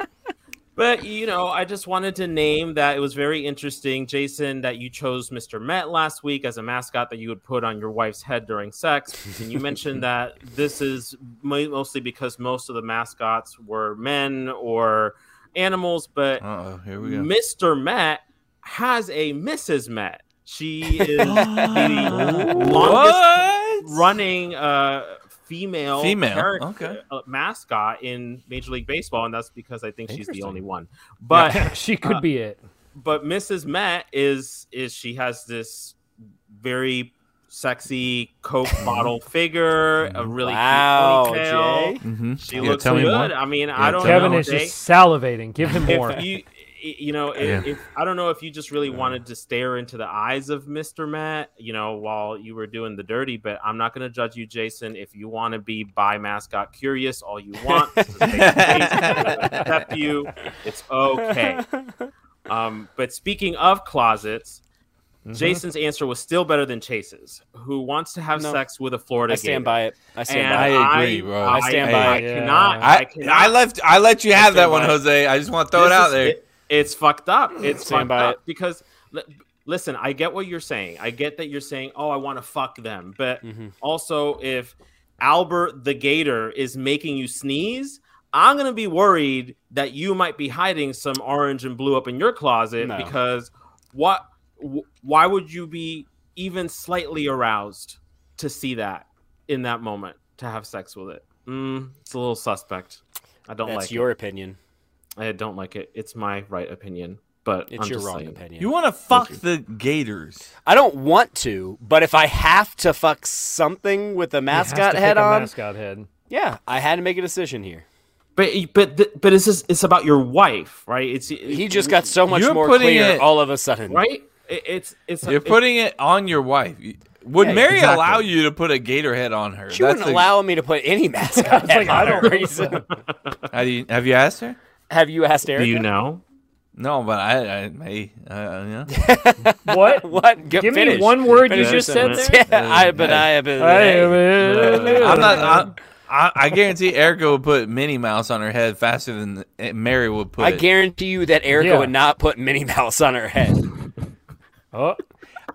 Speaker 11: but you know, I just wanted to name that it was very interesting, Jason, that you chose Mr. Met last week as a mascot that you would put on your wife's head during sex, and you mentioned that this is mo- mostly because most of the mascots were men or animals, but
Speaker 2: Uh-oh, Oh, here we go.
Speaker 11: Mr. Met has a Mrs. Met. She is the longest running uh, female
Speaker 2: Female,
Speaker 11: character-
Speaker 2: okay.
Speaker 11: uh, mascot in Major League Baseball, and that's because I think she's the only one. But
Speaker 3: she could
Speaker 11: uh,
Speaker 3: be it.
Speaker 11: But Mrs. Met is is she has this very sexy Coke bottle figure, a really
Speaker 3: Wow,
Speaker 11: cute ponytail.
Speaker 3: Jay. Mhm.
Speaker 2: Mm-hmm.
Speaker 11: She
Speaker 3: Yeah,
Speaker 11: looks
Speaker 3: tell me
Speaker 11: good.
Speaker 3: more.
Speaker 11: I mean,
Speaker 3: Yeah,
Speaker 11: I don't
Speaker 3: Kevin
Speaker 11: know.
Speaker 3: is
Speaker 11: Jay
Speaker 3: just salivating. Give him more.
Speaker 11: if you it- you know,
Speaker 2: Yeah.
Speaker 11: if, if, I don't know if you just really wanted to stare into the eyes of Mr. Matt, you know, while you were doing the dirty, but I'm not going to judge you, Jason. If you want to be by mascot curious all you want, this is a safe space. We'll accept you. It's okay. Um, but speaking of closets,
Speaker 1: Mhm.
Speaker 11: Jason's answer was still better than Chase's, who wants to have
Speaker 1: No.
Speaker 11: sex with a Florida
Speaker 1: I stand
Speaker 11: gator.
Speaker 1: by it. I stand by
Speaker 11: And
Speaker 1: it.
Speaker 2: I agree, bro.
Speaker 11: I,
Speaker 2: I stand by
Speaker 11: I,
Speaker 2: it. Yeah.
Speaker 11: cannot.
Speaker 2: I-
Speaker 11: I, cannot.
Speaker 2: I left- I let you have
Speaker 11: stand
Speaker 2: that one,
Speaker 11: by it.
Speaker 2: Jose. I just wanna throw it
Speaker 11: This
Speaker 2: out
Speaker 11: is-
Speaker 2: there.
Speaker 11: it- it's fucked up. It's
Speaker 1: Stand
Speaker 11: fucked
Speaker 1: by
Speaker 11: up because li- listen, I get what you're saying. I get that you're saying, "Oh, I want to fuck them," but
Speaker 1: Mm.
Speaker 11: also if Albert the Gator is making you sneeze. I'm gonna be worried that you might be hiding some orange and blue up in your closet
Speaker 1: No.
Speaker 11: because what? wh- why would you be even slightly aroused to see that in that moment to have sex with it? Mm, it's a little suspect. I don't
Speaker 1: That's
Speaker 11: like. it.
Speaker 1: your opinion.
Speaker 11: I don't like it. It's my right opinion, but
Speaker 1: It's
Speaker 11: I'm
Speaker 1: your
Speaker 11: just
Speaker 1: wrong
Speaker 11: saying.
Speaker 1: opinion.
Speaker 2: You want to fuck the Gators?
Speaker 1: I don't want to, but if I have to fuck something with a
Speaker 3: has to
Speaker 1: mascot
Speaker 3: pick
Speaker 1: head
Speaker 3: a
Speaker 1: on,
Speaker 3: mascot head.
Speaker 1: yeah, I had to make a decision here.
Speaker 11: But but th- but it's just, it's about your wife, right? It's
Speaker 1: He just got so much more clear all of a sudden.
Speaker 11: right. It, it's it's
Speaker 2: You're
Speaker 11: it's-
Speaker 2: putting it on your wife. Would
Speaker 1: Yeah,
Speaker 2: Mary
Speaker 1: exactly.
Speaker 2: allow you to put a gator head on her?
Speaker 1: She wouldn't
Speaker 2: a-
Speaker 1: allow me to put any mascot head on her. Reason.
Speaker 2: Have you, have you asked her?
Speaker 1: Have you asked Eric?
Speaker 11: Do you know?
Speaker 2: No, but I, uh, I may. I, I, yeah.
Speaker 3: What?
Speaker 1: What? Go-
Speaker 3: Give
Speaker 1: finish.
Speaker 3: me one word you
Speaker 1: Finish
Speaker 3: just
Speaker 1: your
Speaker 3: said
Speaker 1: sentence.
Speaker 3: there.
Speaker 1: Yeah, I, but I have been.
Speaker 2: I'm not. I, I, I guarantee Erica would put Minnie Mouse on her head faster than eh, Mary would put.
Speaker 1: I
Speaker 2: it.
Speaker 1: guarantee you that Erica
Speaker 3: Yeah.
Speaker 1: would not put Minnie Mouse on her head.
Speaker 3: Oh,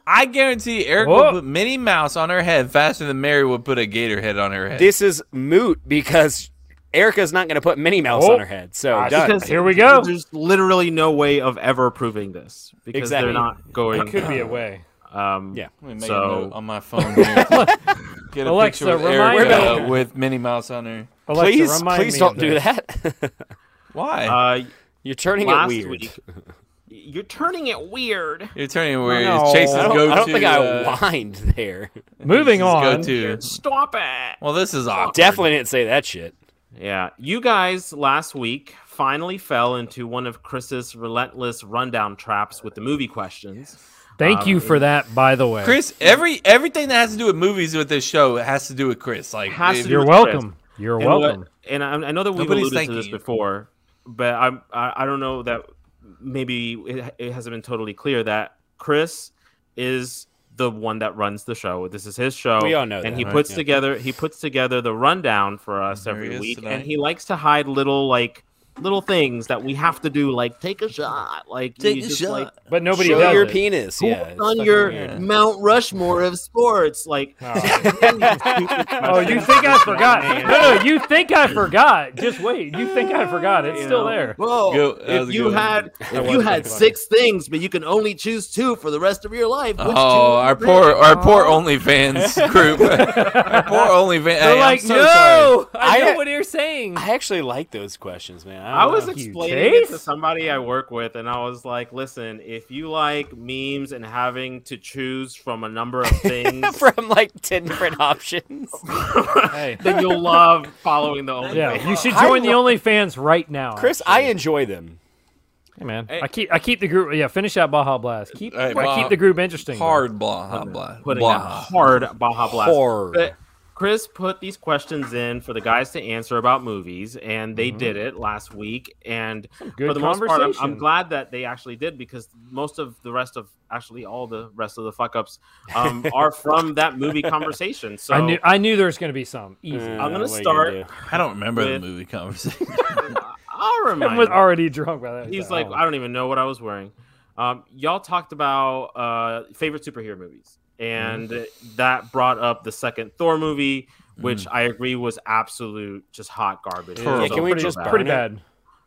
Speaker 2: I guarantee Erica
Speaker 3: Whoa.
Speaker 2: would put Minnie Mouse on her head faster than Mary would put a gator head on her head.
Speaker 1: This is moot because Erica's not going to put Minnie Mouse
Speaker 3: Oh.
Speaker 1: on her head. So
Speaker 3: Ah,
Speaker 1: done.
Speaker 11: Because
Speaker 3: Here we go.
Speaker 11: There's literally no way of ever proving this because
Speaker 1: Exactly.
Speaker 11: they're not going.
Speaker 3: could be a way.
Speaker 11: Um,
Speaker 1: Yeah.
Speaker 2: Let me make
Speaker 11: So-
Speaker 2: a note on my phone. Here. Get a
Speaker 3: Alexa,
Speaker 2: picture of
Speaker 3: remind
Speaker 2: Erica
Speaker 3: me.
Speaker 2: with Minnie Mouse on her.
Speaker 3: Alexa,
Speaker 1: please,
Speaker 3: remind
Speaker 1: please
Speaker 3: me
Speaker 1: don't
Speaker 3: of
Speaker 1: do
Speaker 3: this.
Speaker 1: that.
Speaker 2: Why?
Speaker 11: Uh,
Speaker 1: You're turning
Speaker 11: last
Speaker 1: it weird.
Speaker 11: week, you're turning it weird.
Speaker 2: You're turning weird.
Speaker 3: No.
Speaker 2: Chase's
Speaker 1: I don't,
Speaker 2: go-to.
Speaker 1: I don't think
Speaker 2: uh,
Speaker 1: I whined there.
Speaker 3: Moving on.
Speaker 2: Go to.
Speaker 11: Stop it.
Speaker 2: Well, this is awkward.
Speaker 1: Definitely didn't say that shit.
Speaker 11: Yeah, you guys last week finally fell into one of Chris's relentless rundown traps with the movie questions.
Speaker 3: Thank you for that, by the way.
Speaker 2: Chris, every everything that has to do with movies with this show has to do with Chris. Like,
Speaker 11: Has
Speaker 2: if-
Speaker 11: to do
Speaker 3: You're
Speaker 11: with Chris.
Speaker 3: welcome. You're
Speaker 11: And what-
Speaker 3: welcome.
Speaker 11: And I, I know that we've
Speaker 2: Nobody's
Speaker 11: alluded to
Speaker 2: thanking
Speaker 11: this
Speaker 2: you.
Speaker 11: before, but I'm, I I don't know that maybe it, it hasn't been totally clear that Chris is the one that runs the show. This is his show.
Speaker 1: We all know
Speaker 11: and
Speaker 1: that,
Speaker 11: he
Speaker 1: right?
Speaker 11: puts
Speaker 1: Yeah.
Speaker 11: together he puts together the rundown for us
Speaker 2: There he
Speaker 11: every
Speaker 2: is
Speaker 11: week,
Speaker 2: tonight.
Speaker 11: and he likes to hide little like little things that we have to do, like take a shot, like you
Speaker 2: Take a
Speaker 11: just,
Speaker 2: shot.
Speaker 11: like
Speaker 3: But nobody
Speaker 1: Show
Speaker 3: does
Speaker 1: your
Speaker 3: it.
Speaker 1: penis.
Speaker 11: Who's
Speaker 1: Yeah. it's
Speaker 11: on
Speaker 1: fucking
Speaker 11: your
Speaker 1: weird.
Speaker 11: Mount Rushmore of sports. Like,
Speaker 3: Oh, you think I forgot? No, no, you think I forgot. Just wait. You think I forgot. It's
Speaker 11: You
Speaker 3: still
Speaker 11: know.
Speaker 3: there.
Speaker 11: Whoa!
Speaker 2: Go- that was
Speaker 11: if
Speaker 2: a
Speaker 11: you
Speaker 2: good one.
Speaker 11: had
Speaker 3: That
Speaker 11: if
Speaker 3: was
Speaker 11: you
Speaker 3: pretty
Speaker 11: had
Speaker 3: funny.
Speaker 11: six things, but you can only choose two for the rest of your life. Which
Speaker 2: Oh, our poor, our poor OnlyFans group. our poor OnlyFans. Hey,
Speaker 3: They're
Speaker 2: I'm
Speaker 3: like,
Speaker 2: so sorry.
Speaker 3: no, I
Speaker 1: I-
Speaker 3: know what you're saying.
Speaker 1: I actually like those questions, man. I,
Speaker 11: I was
Speaker 3: Thank you,
Speaker 11: explaining it to
Speaker 3: Chase.
Speaker 11: somebody I work with, and I was like, "Listen, if you like memes and having to choose from a number of things,
Speaker 1: from like ten different options.
Speaker 3: Hey.
Speaker 11: then you'll love following the OnlyFans."
Speaker 3: Yeah, you should
Speaker 1: I
Speaker 3: join the
Speaker 1: lo-
Speaker 3: OnlyFans right now.
Speaker 1: Chris, I enjoy them.
Speaker 3: Hey, man,
Speaker 11: Hey.
Speaker 3: I keep I keep the group. Yeah, finish out Baja Blast. Keep
Speaker 2: Hey,
Speaker 3: I
Speaker 2: Baja-
Speaker 3: keep the group interesting. though.
Speaker 2: Hard blah, blah,
Speaker 11: putting
Speaker 2: blah.
Speaker 11: that hard Baja Blast.
Speaker 1: Hard.
Speaker 11: But Chris put these questions in for the guys to answer about movies, and they did it last week. And
Speaker 3: good
Speaker 11: for the most part, I'm, I'm
Speaker 3: conversation.
Speaker 11: glad that they actually did because most of the rest of actually all the rest of the fuck ups um, are from that movie conversation. So
Speaker 3: I knew I knew there was going to be some easy.
Speaker 1: Yeah,
Speaker 11: I'm gonna
Speaker 1: what are you
Speaker 11: start-
Speaker 1: do?
Speaker 2: I don't remember the
Speaker 11: With-
Speaker 2: movie conversation.
Speaker 3: I
Speaker 11: I'll remind
Speaker 3: was
Speaker 11: you.
Speaker 3: already drunk by that. Oh,
Speaker 11: He's like,
Speaker 3: time.
Speaker 11: I don't even know what I was wearing. Um, y'all talked about uh, favorite superhero movies, and that brought up the second Thor movie, which I agree was absolute just hot garbage.
Speaker 2: Yeah,
Speaker 11: It was
Speaker 1: can
Speaker 11: so
Speaker 1: we
Speaker 11: pretty
Speaker 1: just
Speaker 11: bad.
Speaker 3: pretty
Speaker 1: burn it?
Speaker 3: bad.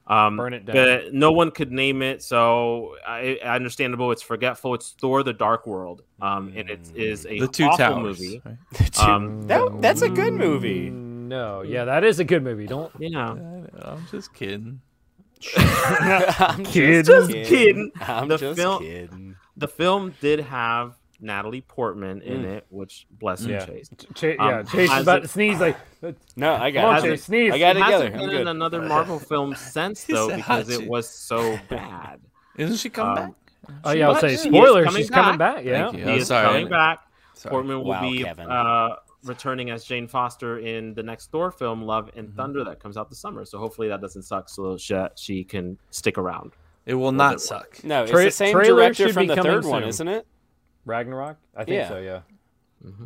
Speaker 11: Um,
Speaker 3: burn it down.
Speaker 11: But no one could name it, so I, understandable. It's forgetful. It's Thor: The Dark World, um, and it is a
Speaker 2: the Two
Speaker 11: awful
Speaker 2: Towers.
Speaker 11: movie.
Speaker 2: right?
Speaker 11: Um,
Speaker 1: That, that's a good movie.
Speaker 3: No, yeah, that is a good movie. Don't
Speaker 11: yeah,
Speaker 2: I'm just kidding.
Speaker 1: I'm
Speaker 3: Kidding.
Speaker 1: just
Speaker 11: kidding.
Speaker 1: I'm
Speaker 11: The
Speaker 1: just
Speaker 11: film-
Speaker 1: kidding.
Speaker 11: the film did have Natalie Portman in it, which bless him,
Speaker 3: Yeah.
Speaker 11: Chase.
Speaker 3: Ch-
Speaker 11: Um,
Speaker 3: yeah, Chase is about to sneeze. Like, uh,
Speaker 1: No, I
Speaker 3: Come
Speaker 1: got
Speaker 3: on,
Speaker 1: it.
Speaker 3: Chase, sneeze.
Speaker 1: I got it
Speaker 11: Hasn't
Speaker 1: together. I'm
Speaker 11: Been
Speaker 1: good.
Speaker 11: in another Marvel film since
Speaker 1: He
Speaker 11: though
Speaker 1: said
Speaker 11: because
Speaker 1: Hachi.
Speaker 11: it was so bad.
Speaker 2: Isn't she
Speaker 11: Um,
Speaker 2: coming back?
Speaker 3: Oh, yeah, I'll say, spoiler, she's coming back, yeah. Thank you.
Speaker 11: he
Speaker 3: I'm
Speaker 11: is
Speaker 3: sorry.
Speaker 11: coming back.
Speaker 3: Sorry.
Speaker 11: Portman will
Speaker 3: Wow,
Speaker 11: be
Speaker 3: Kevin.
Speaker 11: uh, returning as Jane Foster in the next Thor film, Love and
Speaker 3: Mm-hmm.
Speaker 11: Thunder, that comes out this summer. So hopefully that doesn't suck, so she, she can stick around.
Speaker 2: It will not suck.
Speaker 1: No, it's
Speaker 3: Tra-
Speaker 1: the same
Speaker 3: trailer
Speaker 1: director
Speaker 3: should
Speaker 1: from
Speaker 3: be
Speaker 1: the
Speaker 3: coming
Speaker 1: third one,
Speaker 3: soon.
Speaker 1: isn't it?
Speaker 3: Ragnarok? I think
Speaker 1: Yeah.
Speaker 3: so, yeah.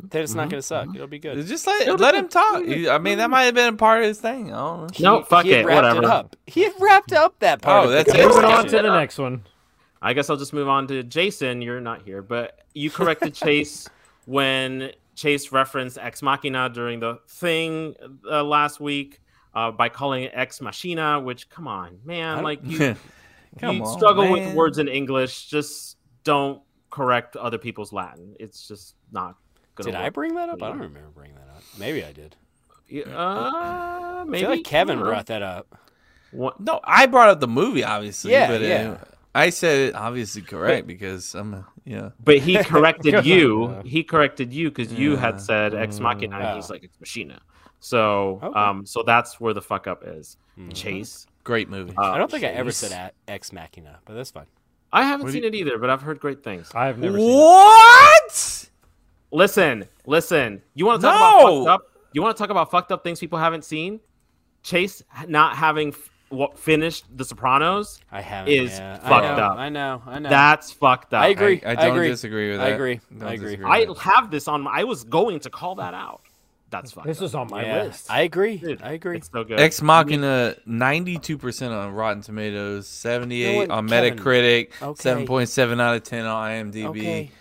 Speaker 1: That it's not going to suck. It'll be good.
Speaker 2: Just let let him talk. He- I mean, that might have been a part of his thing. I don't know.
Speaker 11: No, fuck
Speaker 1: he had
Speaker 11: it,
Speaker 1: wrapped
Speaker 11: whatever.
Speaker 1: up. He had wrapped up that part.
Speaker 2: Oh,
Speaker 1: of
Speaker 2: that's
Speaker 1: the
Speaker 2: it.
Speaker 3: Moving on
Speaker 11: Shit.
Speaker 3: to the next one.
Speaker 11: I guess I'll just move on to Jason. You're not here, but you corrected Chase when Chase referenced Ex Machina during the thing uh, last week uh, by calling it Ex Machina. Which, come on, man, like you,
Speaker 2: Come
Speaker 11: you
Speaker 2: on,
Speaker 11: struggle with
Speaker 2: man.
Speaker 11: words in English. Just don't correct other people's Latin. It's just not. Gonna
Speaker 1: Did I
Speaker 11: work.
Speaker 1: bring that up? I don't remember bringing that up. Maybe I did.
Speaker 11: Uh,
Speaker 1: I
Speaker 11: maybe
Speaker 1: feel like Kevin
Speaker 11: I don't know.
Speaker 1: brought that up.
Speaker 11: What?
Speaker 2: No, I brought up the movie, obviously.
Speaker 1: Yeah,
Speaker 2: but uh,
Speaker 1: yeah.
Speaker 2: I said it obviously correct because I'm, a- yeah.
Speaker 11: But he corrected
Speaker 2: Good
Speaker 11: you.
Speaker 2: one.
Speaker 11: He corrected you because you
Speaker 2: Yeah. Mm.
Speaker 11: had said ex machina. and
Speaker 1: Oh.
Speaker 11: He's like ex machina. So, um, so that's where the fuck up is.
Speaker 1: Mm-hmm.
Speaker 11: Chase.
Speaker 2: Great movie.
Speaker 1: I don't think I ever
Speaker 11: Chase.
Speaker 1: said at ex machina, but that's fine.
Speaker 11: I haven't
Speaker 2: What do
Speaker 11: seen it either, but I've heard great things.
Speaker 3: I have never seen it.
Speaker 2: What?
Speaker 11: Listen, listen. You want to talk
Speaker 2: No!
Speaker 11: about fucked up? You want to talk about fucked up things people haven't seen? Chase not having f- wa- finished The Sopranos.
Speaker 1: I haven't.
Speaker 11: Is
Speaker 1: yeah. I
Speaker 11: fucked
Speaker 1: know,
Speaker 11: up.
Speaker 1: I know. I know.
Speaker 11: That's fucked up.
Speaker 1: I agree.
Speaker 2: I
Speaker 1: I,
Speaker 2: don't
Speaker 1: agree.
Speaker 2: disagree with
Speaker 1: I
Speaker 2: that.
Speaker 1: agree.
Speaker 2: Don't
Speaker 1: I agree.
Speaker 2: disagree.
Speaker 11: I have this on. My, I was going to call that out. That's fucked.
Speaker 3: This
Speaker 11: up.
Speaker 3: is on my
Speaker 1: Yeah,
Speaker 3: list.
Speaker 1: I agree.
Speaker 11: Dude,
Speaker 1: I agree.
Speaker 11: It's so good.
Speaker 2: Ex Machina, ninety-two percent on Rotten Tomatoes, seventy-eight
Speaker 1: No
Speaker 2: on
Speaker 1: one- Kevin.
Speaker 2: Metacritic,
Speaker 1: Okay.
Speaker 2: seven point seven out of ten on IMDb.
Speaker 1: Okay.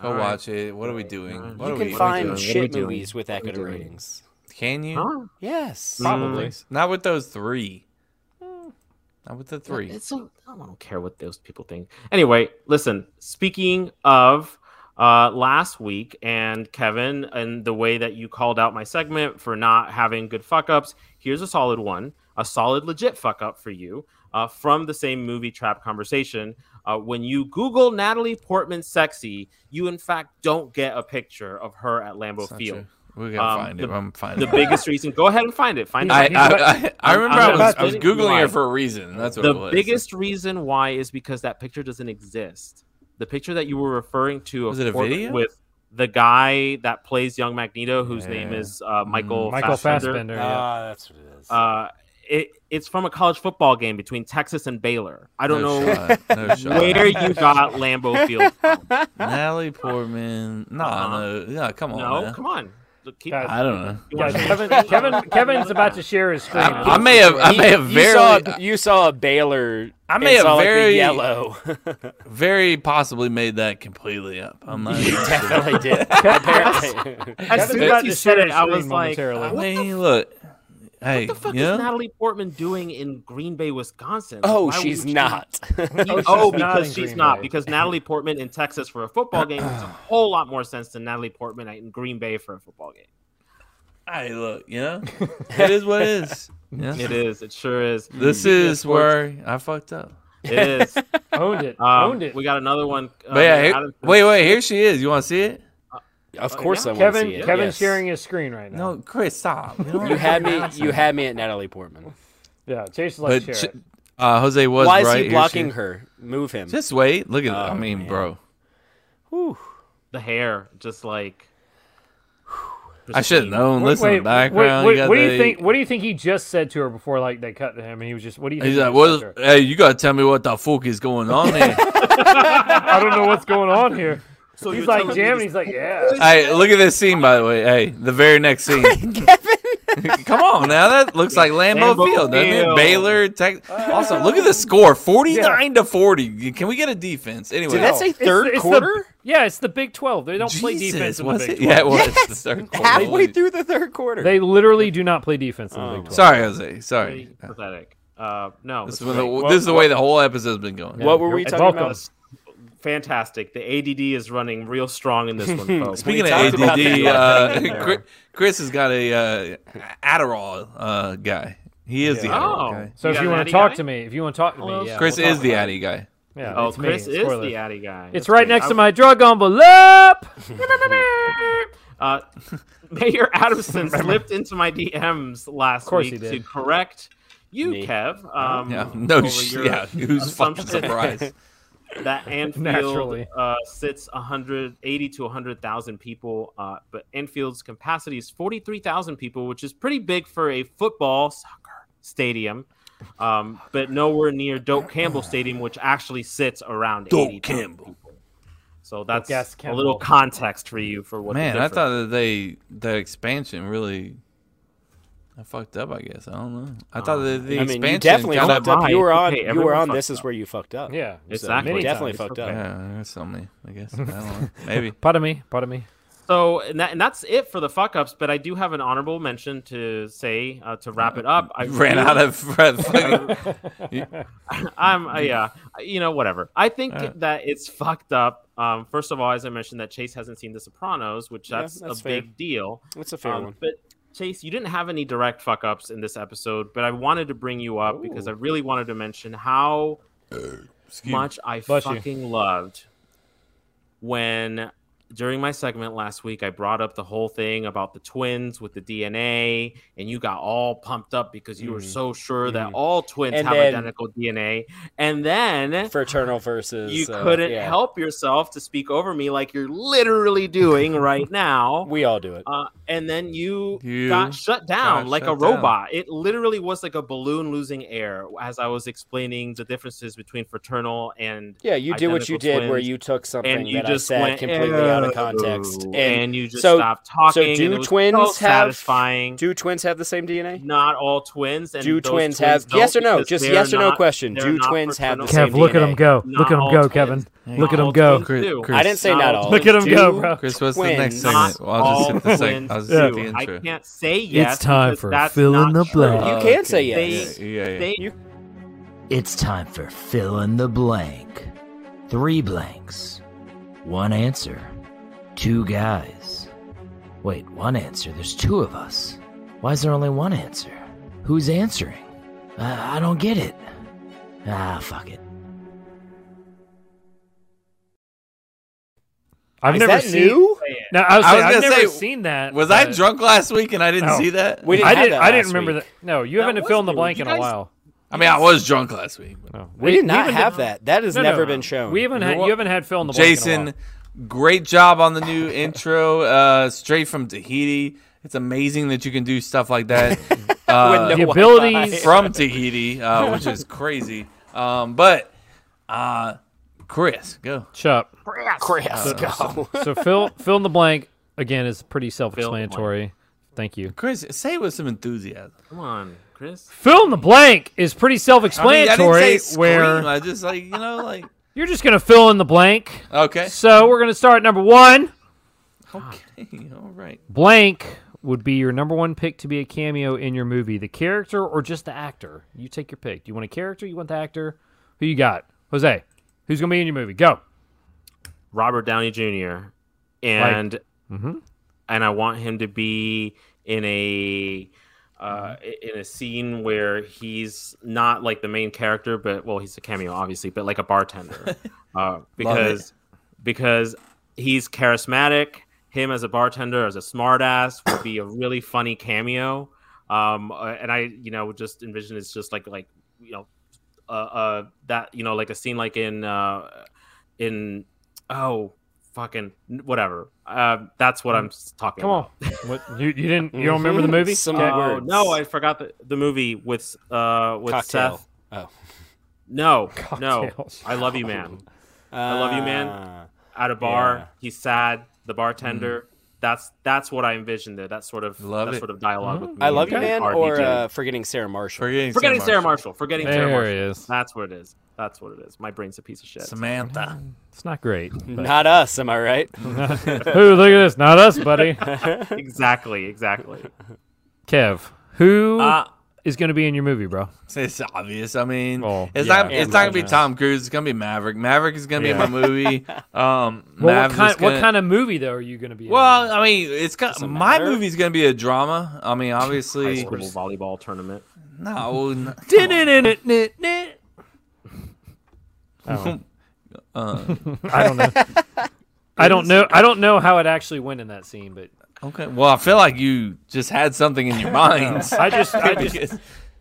Speaker 2: Go
Speaker 11: All right.
Speaker 2: watch it. What are we doing? What
Speaker 1: You
Speaker 2: are
Speaker 1: can
Speaker 2: we,
Speaker 11: doing?
Speaker 1: find
Speaker 11: What are we
Speaker 1: shit
Speaker 11: doing?
Speaker 1: movies with that
Speaker 11: What are
Speaker 1: good
Speaker 11: we
Speaker 1: of
Speaker 11: doing?
Speaker 1: ratings. Mm.
Speaker 2: Can you?
Speaker 11: Huh?
Speaker 1: Yes.
Speaker 3: Probably.
Speaker 2: Not with those three.
Speaker 1: Hmm.
Speaker 2: Not with the three.
Speaker 11: It's so I don't care what those people think. Anyway, listen. Speaking of uh, last week and Kevin and the way that you called out my segment for not having good fuck ups, here's a solid one, a solid legit fuck up for you uh, from the same movie trap conversation. Uh, when you Google Natalie Portman sexy, you in fact don't get a picture of her at Lambeau
Speaker 2: It's not
Speaker 11: Field.
Speaker 2: true. We're gonna
Speaker 11: Um,
Speaker 2: find
Speaker 11: the-
Speaker 2: it. I'm finding
Speaker 11: The
Speaker 2: it.
Speaker 11: biggest reason. Go ahead and find it. Find it.
Speaker 2: I,
Speaker 11: He's
Speaker 2: I,
Speaker 11: about-
Speaker 2: I, I
Speaker 11: I'm-
Speaker 2: remember i
Speaker 11: I'm
Speaker 2: was,
Speaker 11: about
Speaker 2: I was
Speaker 11: to-
Speaker 2: googling
Speaker 11: why?
Speaker 2: it for a reason. That's what it
Speaker 11: the
Speaker 2: was.
Speaker 11: biggest reason why is because that picture doesn't exist. The picture that you were referring to of
Speaker 2: Was it a
Speaker 11: Portman
Speaker 2: video?
Speaker 11: with the guy that plays young Magneto, whose
Speaker 2: Yeah. Mm-hmm.
Speaker 11: name is uh, Michael
Speaker 3: Michael Fassbender.
Speaker 11: Fassbender.
Speaker 3: yeah.
Speaker 1: Ah, that's what it is.
Speaker 11: Uh, it, it's from a college football game between Texas and Baylor. I don't
Speaker 2: No
Speaker 11: know
Speaker 2: shot. No shot.
Speaker 11: where you got Lambeau Field. From.
Speaker 2: Natalie Portman. No,
Speaker 11: Uh-huh.
Speaker 2: no, no, come on.
Speaker 11: no,
Speaker 2: man.
Speaker 11: come on. Look, Keep
Speaker 3: Guys,
Speaker 2: I don't know.
Speaker 11: You
Speaker 3: Yeah,
Speaker 11: wanna-
Speaker 3: Kevin, Kevin, Kevin's about to share his screen.
Speaker 2: I, I may have, I may have
Speaker 1: you saw,
Speaker 2: very,
Speaker 1: you saw a Baylor.
Speaker 2: I
Speaker 1: and
Speaker 2: may have
Speaker 1: saw, like, the
Speaker 2: very-
Speaker 1: yellow.
Speaker 2: very possibly made that completely up. I'm not.
Speaker 1: you
Speaker 2: even sure.
Speaker 1: definitely did. Apparently.
Speaker 11: as soon as you said it, I was like,
Speaker 2: I
Speaker 3: momentarily.
Speaker 2: mean, look. Hey,
Speaker 11: "What the fuck
Speaker 2: you know?
Speaker 11: is Natalie Portman doing in Green Bay, Wisconsin? Like,
Speaker 1: oh,
Speaker 11: why would
Speaker 1: she's
Speaker 11: she-
Speaker 1: not.
Speaker 11: Oh,
Speaker 3: Oh, she's not in
Speaker 11: because she's
Speaker 3: Green
Speaker 11: not.
Speaker 3: Bay.
Speaker 11: Because Natalie Portman in Texas for a football game makes a whole lot more sense than Natalie Portman in Green Bay for a football game.
Speaker 2: Hey, look. You know, it is what it is. Yeah.
Speaker 11: It is. It sure is.
Speaker 2: This is where I fucked up.
Speaker 11: it is.
Speaker 3: owned it.
Speaker 11: Um,
Speaker 3: owned it.
Speaker 11: We got another one. uh,
Speaker 2: But yeah, here,
Speaker 11: Adam-
Speaker 2: wait, wait. Here she is. You want to see it?
Speaker 1: of course, I want
Speaker 3: Kevin,
Speaker 1: to see it.
Speaker 3: Kevin's
Speaker 1: yes.
Speaker 3: sharing his screen right now.
Speaker 2: No, Chris, stop. You,
Speaker 1: You had me. You had me at Natalie Portman.
Speaker 3: Yeah, Chase is like,
Speaker 2: But
Speaker 3: share
Speaker 2: ch-
Speaker 3: it.
Speaker 2: uh, Jose was
Speaker 1: Why is
Speaker 2: right. Here
Speaker 1: he
Speaker 2: she
Speaker 1: blocking her? Move him.
Speaker 2: Just wait. Look at. I
Speaker 1: Oh,
Speaker 2: mean,
Speaker 1: man.
Speaker 2: bro.
Speaker 1: Whew.
Speaker 11: the hair, just like.
Speaker 2: I should have known. Listen to the background.
Speaker 3: Wait,
Speaker 2: you got
Speaker 3: what do you
Speaker 2: the-
Speaker 3: think? What do you think he just said to her before, like they cut to him? And he was just, "What do you?" Think
Speaker 2: He's
Speaker 3: he
Speaker 2: like,
Speaker 3: just said
Speaker 2: well,
Speaker 3: to her?
Speaker 2: hey, you gotta tell me what the fuck is going on here.
Speaker 3: I don't know what's going on here.
Speaker 11: So
Speaker 3: he's
Speaker 11: you're
Speaker 3: like
Speaker 11: telling me
Speaker 3: jamming.
Speaker 11: this-
Speaker 3: He's like, "Yeah."
Speaker 2: hey, look at this scene, by the way. Hey, the very next scene. Come on now, that looks like Lambeau,
Speaker 11: Lambeau
Speaker 2: Field, doesn't it?
Speaker 11: Field.
Speaker 2: Baylor, Texas. Also, look at the score, forty-nine to forty. Can we get a defense anyway?
Speaker 1: Did that say
Speaker 3: It's the-
Speaker 1: third
Speaker 3: it's the-
Speaker 1: quarter?
Speaker 3: yeah, it's the Big Twelve. They don't play
Speaker 2: Jesus,
Speaker 3: defense in the
Speaker 2: was
Speaker 3: Big
Speaker 2: it?
Speaker 3: 12.
Speaker 2: Yeah, it was the third quarter.
Speaker 1: Halfway through the third quarter.
Speaker 3: They literally do not play defense in the Big Twelve.
Speaker 2: Sorry, Jose. Sorry.
Speaker 11: Pretty pathetic. Uh, no.
Speaker 2: This
Speaker 11: it's
Speaker 2: is, when
Speaker 11: great.
Speaker 2: the, this is the way the whole episode's been going.
Speaker 1: what were we
Speaker 3: You're
Speaker 1: talking
Speaker 3: welcome.
Speaker 1: about?
Speaker 11: Fantastic. The ADD is running real strong in this one, folks.
Speaker 2: Speaking of
Speaker 1: talked about
Speaker 2: ADD,
Speaker 1: that.
Speaker 2: uh, Chris- Chris has got a uh, Adderall uh, guy. He is the
Speaker 11: Oh.
Speaker 2: Adderall guy.
Speaker 3: So
Speaker 11: You
Speaker 3: if you
Speaker 11: got an
Speaker 3: want
Speaker 11: Addy
Speaker 3: to talk
Speaker 11: guy?
Speaker 3: to me, if you want to talk to me, yeah,
Speaker 2: Oh, Chris
Speaker 3: we'll talk
Speaker 2: is the
Speaker 3: about it.
Speaker 2: Addy guy.
Speaker 3: Yeah,
Speaker 11: oh,
Speaker 3: it's me.
Speaker 11: Chris is
Speaker 3: Spoiler.
Speaker 11: the Addy guy.
Speaker 3: It's right next to my drug envelope.
Speaker 11: Uh, Mayor Adamson slipped into my DMs last
Speaker 3: course he
Speaker 11: week
Speaker 3: did.
Speaker 11: to correct you,
Speaker 3: Me.
Speaker 11: Kev. Um,
Speaker 2: Yeah. No
Speaker 11: over
Speaker 2: sh-
Speaker 11: your
Speaker 2: yeah, who's fucking
Speaker 11: assumption
Speaker 2: surprised?
Speaker 11: That Anfield
Speaker 3: Naturally.
Speaker 11: uh, sits 180 to 100,000 people, uh, but Anfield's capacity is 43,000 people, which is pretty big for a football soccer stadium. Um, but nowhere near Dope Campbell Stadium, which actually sits around
Speaker 2: Doak
Speaker 11: 80,000 people. So that's
Speaker 3: Gas
Speaker 11: a
Speaker 3: Campbell.
Speaker 11: little context for you for what. the
Speaker 2: Man, I
Speaker 11: difference-
Speaker 2: thought that they the expansion really. I fucked up. I guess I don't know. I thought that the
Speaker 1: Uh, I mean,
Speaker 2: expansion
Speaker 1: you definitely
Speaker 2: kinda-
Speaker 1: fucked up. You were on.
Speaker 11: Hey,
Speaker 1: you were
Speaker 11: everyone
Speaker 1: on.
Speaker 11: fucked
Speaker 1: This is
Speaker 11: up.
Speaker 1: where you fucked up.
Speaker 3: Yeah,
Speaker 11: Exactly.
Speaker 1: You
Speaker 3: Many
Speaker 1: definitely
Speaker 3: times.
Speaker 1: fucked up.
Speaker 2: Yeah, there's so many. I guess I don't know. maybe.
Speaker 3: Pardon me. Pardon me.
Speaker 11: So and, that, and that's it for the fuck ups, but I do have an honorable mention to say uh, to wrap it up. I
Speaker 2: ran
Speaker 11: really-
Speaker 2: out of red fucking
Speaker 11: I'm uh, yeah, you know whatever. I think
Speaker 2: Uh.
Speaker 11: that it's fucked up. Um, first of all, as I mentioned, that Chase hasn't seen The Sopranos, which
Speaker 1: Yeah,
Speaker 11: that's,
Speaker 1: that's
Speaker 11: a
Speaker 1: fair.
Speaker 11: big deal.
Speaker 1: That's a fair
Speaker 11: Um,
Speaker 1: one.
Speaker 11: But Chase, you didn't have any direct fuck ups in this episode, but I wanted to bring you up because I really wanted to mention how much I
Speaker 3: Bless you.
Speaker 11: fucking loved when during my segment last week I brought up the whole thing about the twins with the DNA, and you got all pumped up because you were so sure that all twins
Speaker 1: And
Speaker 11: have
Speaker 1: then-
Speaker 11: identical DNA, and then.
Speaker 1: Fraternal versus.
Speaker 11: you
Speaker 1: uh,
Speaker 11: couldn't
Speaker 1: yeah.
Speaker 11: help yourself to speak over me like you're literally doing right now.
Speaker 1: We all do it.
Speaker 11: Uh, and then you,
Speaker 2: You
Speaker 11: got shut down
Speaker 2: got
Speaker 11: like a
Speaker 2: shut down.
Speaker 11: robot. It literally was like a balloon losing air as I was explaining the differences between fraternal and
Speaker 1: Yeah, you did what you
Speaker 11: identical
Speaker 1: did, where
Speaker 11: twins,
Speaker 1: you took something
Speaker 11: and you
Speaker 1: that
Speaker 11: just
Speaker 1: I said
Speaker 11: went
Speaker 1: completely out of context,
Speaker 11: "Ew,"
Speaker 1: and,
Speaker 11: and you just
Speaker 1: so,
Speaker 11: stopped talking.
Speaker 1: So
Speaker 11: and
Speaker 1: do
Speaker 11: it was
Speaker 1: twins
Speaker 11: so
Speaker 1: have
Speaker 11: satisfying?
Speaker 1: Do twins have the same DNA?
Speaker 11: not all twins. And
Speaker 1: do
Speaker 11: those
Speaker 1: twins, have
Speaker 11: don't
Speaker 1: yes or no?
Speaker 11: because
Speaker 1: Just
Speaker 11: they're
Speaker 1: yes or no
Speaker 11: not-
Speaker 1: question.
Speaker 11: they're
Speaker 1: Do
Speaker 11: not
Speaker 1: twins have the
Speaker 11: fraternal.
Speaker 1: same
Speaker 3: Kev, look at
Speaker 1: DNA?
Speaker 3: him go.
Speaker 11: Not
Speaker 3: look at him
Speaker 11: all
Speaker 3: go,
Speaker 11: twins.
Speaker 3: Kevin.
Speaker 11: Not
Speaker 3: Look at
Speaker 11: all
Speaker 3: him go.
Speaker 11: twins
Speaker 2: Chris-
Speaker 11: do.
Speaker 2: Chris-
Speaker 1: I didn't say not all.
Speaker 3: Look at him
Speaker 1: Do
Speaker 3: go, bro.
Speaker 2: Chris, what's the next
Speaker 1: twins-
Speaker 2: segment? Well, I'll just
Speaker 11: all
Speaker 2: hit the segment.
Speaker 11: twins
Speaker 2: I'll just hit
Speaker 11: do.
Speaker 2: the intro.
Speaker 11: I can't say yes.
Speaker 3: time
Speaker 11: because
Speaker 3: for
Speaker 11: that's
Speaker 3: fill in
Speaker 11: not
Speaker 3: the
Speaker 11: true.
Speaker 3: blank.
Speaker 1: You
Speaker 2: Oh,
Speaker 1: can
Speaker 2: okay.
Speaker 1: say yes.
Speaker 11: They-
Speaker 2: Yeah, yeah, yeah.
Speaker 11: They
Speaker 1: You-
Speaker 6: It's time for fill in the blank. Three blanks. One answer. Two guys. Wait, one answer. There's two of us. Why is there only one answer? Who's answering? Uh, I don't get it. Ah, fuck it.
Speaker 3: I've
Speaker 1: Is
Speaker 3: never
Speaker 1: that
Speaker 3: seen.
Speaker 1: new?
Speaker 3: No, I was,
Speaker 2: I
Speaker 3: saying,
Speaker 2: was
Speaker 3: I've
Speaker 2: gonna
Speaker 3: never
Speaker 2: say,
Speaker 3: seen that.
Speaker 2: Was I
Speaker 3: but-
Speaker 2: drunk last week and I didn't
Speaker 3: No.
Speaker 2: see that?
Speaker 1: We didn't
Speaker 3: I
Speaker 1: have
Speaker 3: didn't.
Speaker 1: that
Speaker 3: I didn't
Speaker 1: last
Speaker 3: remember
Speaker 1: week.
Speaker 3: that. No, you
Speaker 11: That
Speaker 3: haven't
Speaker 11: was
Speaker 3: fill in the
Speaker 11: new.
Speaker 3: blank
Speaker 11: You
Speaker 3: in
Speaker 11: guys-
Speaker 3: a while.
Speaker 2: I mean, I was drunk last week. but-
Speaker 3: No,
Speaker 1: We did not
Speaker 3: even
Speaker 1: have that. That has
Speaker 3: No, no,
Speaker 1: never
Speaker 3: no.
Speaker 1: been shown.
Speaker 3: We haven't had.
Speaker 2: what?
Speaker 3: You haven't had fill in the blank. in a
Speaker 2: Jason, great job on the new intro, uh, straight from Tahiti. It's amazing that you can do stuff like that uh,
Speaker 3: while. the
Speaker 1: no
Speaker 3: abilities.
Speaker 2: from Tahiti, uh, which is crazy. Um, but uh, Chris, go.
Speaker 3: Chup.
Speaker 1: Chris, go.
Speaker 3: So fill fill in the blank again is pretty
Speaker 11: in the blank.
Speaker 3: self-explanatory. Thank you.
Speaker 2: Chris, say it with some enthusiasm.
Speaker 11: Come on, Chris.
Speaker 3: Fill in the blank is pretty
Speaker 2: I mean, I didn't
Speaker 3: self-explanatory.
Speaker 2: say scream.
Speaker 3: where
Speaker 2: I just like you know like
Speaker 3: you're just gonna fill in the blank.
Speaker 2: okay,
Speaker 3: So we're gonna start number one.
Speaker 2: okay, all right.
Speaker 3: Blank would be your number one pick to be a cameo in your movie. The character or just the actor? You take your pick. Do you want a character? You want the actor? Who you got? Jose. Who's gonna be in your movie? Go.
Speaker 11: Robert Downey Jr. and
Speaker 3: Mm-hmm.
Speaker 11: and I want him to be in a uh, in a scene where he's not like the main character, but well, he's a cameo obviously, but like a bartender uh, because because he's charismatic. Him as a bartender, as a smartass, would be a really funny cameo. Um, uh, and I, you know, just envision it's just like like you know uh, uh that you know like a scene like in uh in oh fucking whatever uh that's what i'm s- talking
Speaker 3: Come on.
Speaker 11: about
Speaker 3: what you, you didn't you don't remember the movie?
Speaker 1: Some
Speaker 3: Okay.
Speaker 11: Oh,
Speaker 1: words.
Speaker 11: no i forgot the, the movie with uh with
Speaker 1: Cocktail.
Speaker 11: seth
Speaker 1: Oh.
Speaker 11: no no
Speaker 3: Cocktails.
Speaker 11: i love you man I love you, man.
Speaker 1: Ah.
Speaker 11: at a bar
Speaker 1: Yeah.
Speaker 11: he's sad the bartender that's that's what i envisioned there that sort of
Speaker 2: Love
Speaker 11: that
Speaker 2: it.
Speaker 11: sort of dialogue
Speaker 3: Mm-hmm.
Speaker 11: with me
Speaker 1: I love you,
Speaker 11: and
Speaker 1: man,
Speaker 11: RDJ.
Speaker 1: or uh, forgetting Sarah Marshall.
Speaker 2: Forgetting,
Speaker 11: forgetting sarah marshall forgetting sarah
Speaker 3: There
Speaker 11: marshall
Speaker 3: he is.
Speaker 11: that's what it is that's what it is my brain's a piece of shit
Speaker 2: Samantha.
Speaker 3: It's not great. but-
Speaker 1: Not us, am I right?
Speaker 3: Who? Look at this. Not us, buddy.
Speaker 11: exactly exactly
Speaker 3: Kev, who is
Speaker 2: Uh,
Speaker 3: going to be in your movie, bro?
Speaker 2: It's obvious. I mean,
Speaker 3: Well,
Speaker 2: it's
Speaker 3: yeah.
Speaker 2: not. It's not gonna be
Speaker 1: Yeah.
Speaker 2: Tom Cruise. It's gonna be Maverick. Maverick is gonna be in my movie. Um,
Speaker 3: Well, what,
Speaker 2: Mav's
Speaker 3: kind,
Speaker 2: is gonna-
Speaker 3: what kind of movie though are you going to be?
Speaker 2: Well, I mean, it's got
Speaker 1: Doesn't
Speaker 2: my
Speaker 1: matter.
Speaker 2: movie's gonna be a drama. I mean,
Speaker 11: high
Speaker 2: obviously,
Speaker 11: school volleyball tournament
Speaker 2: no. n-
Speaker 3: in? Oh.
Speaker 2: Uh,
Speaker 3: I don't know. I don't know. I don't know how it actually went in that scene, but
Speaker 2: Okay. Well, I feel like you just had something in your mind.
Speaker 3: I just, I just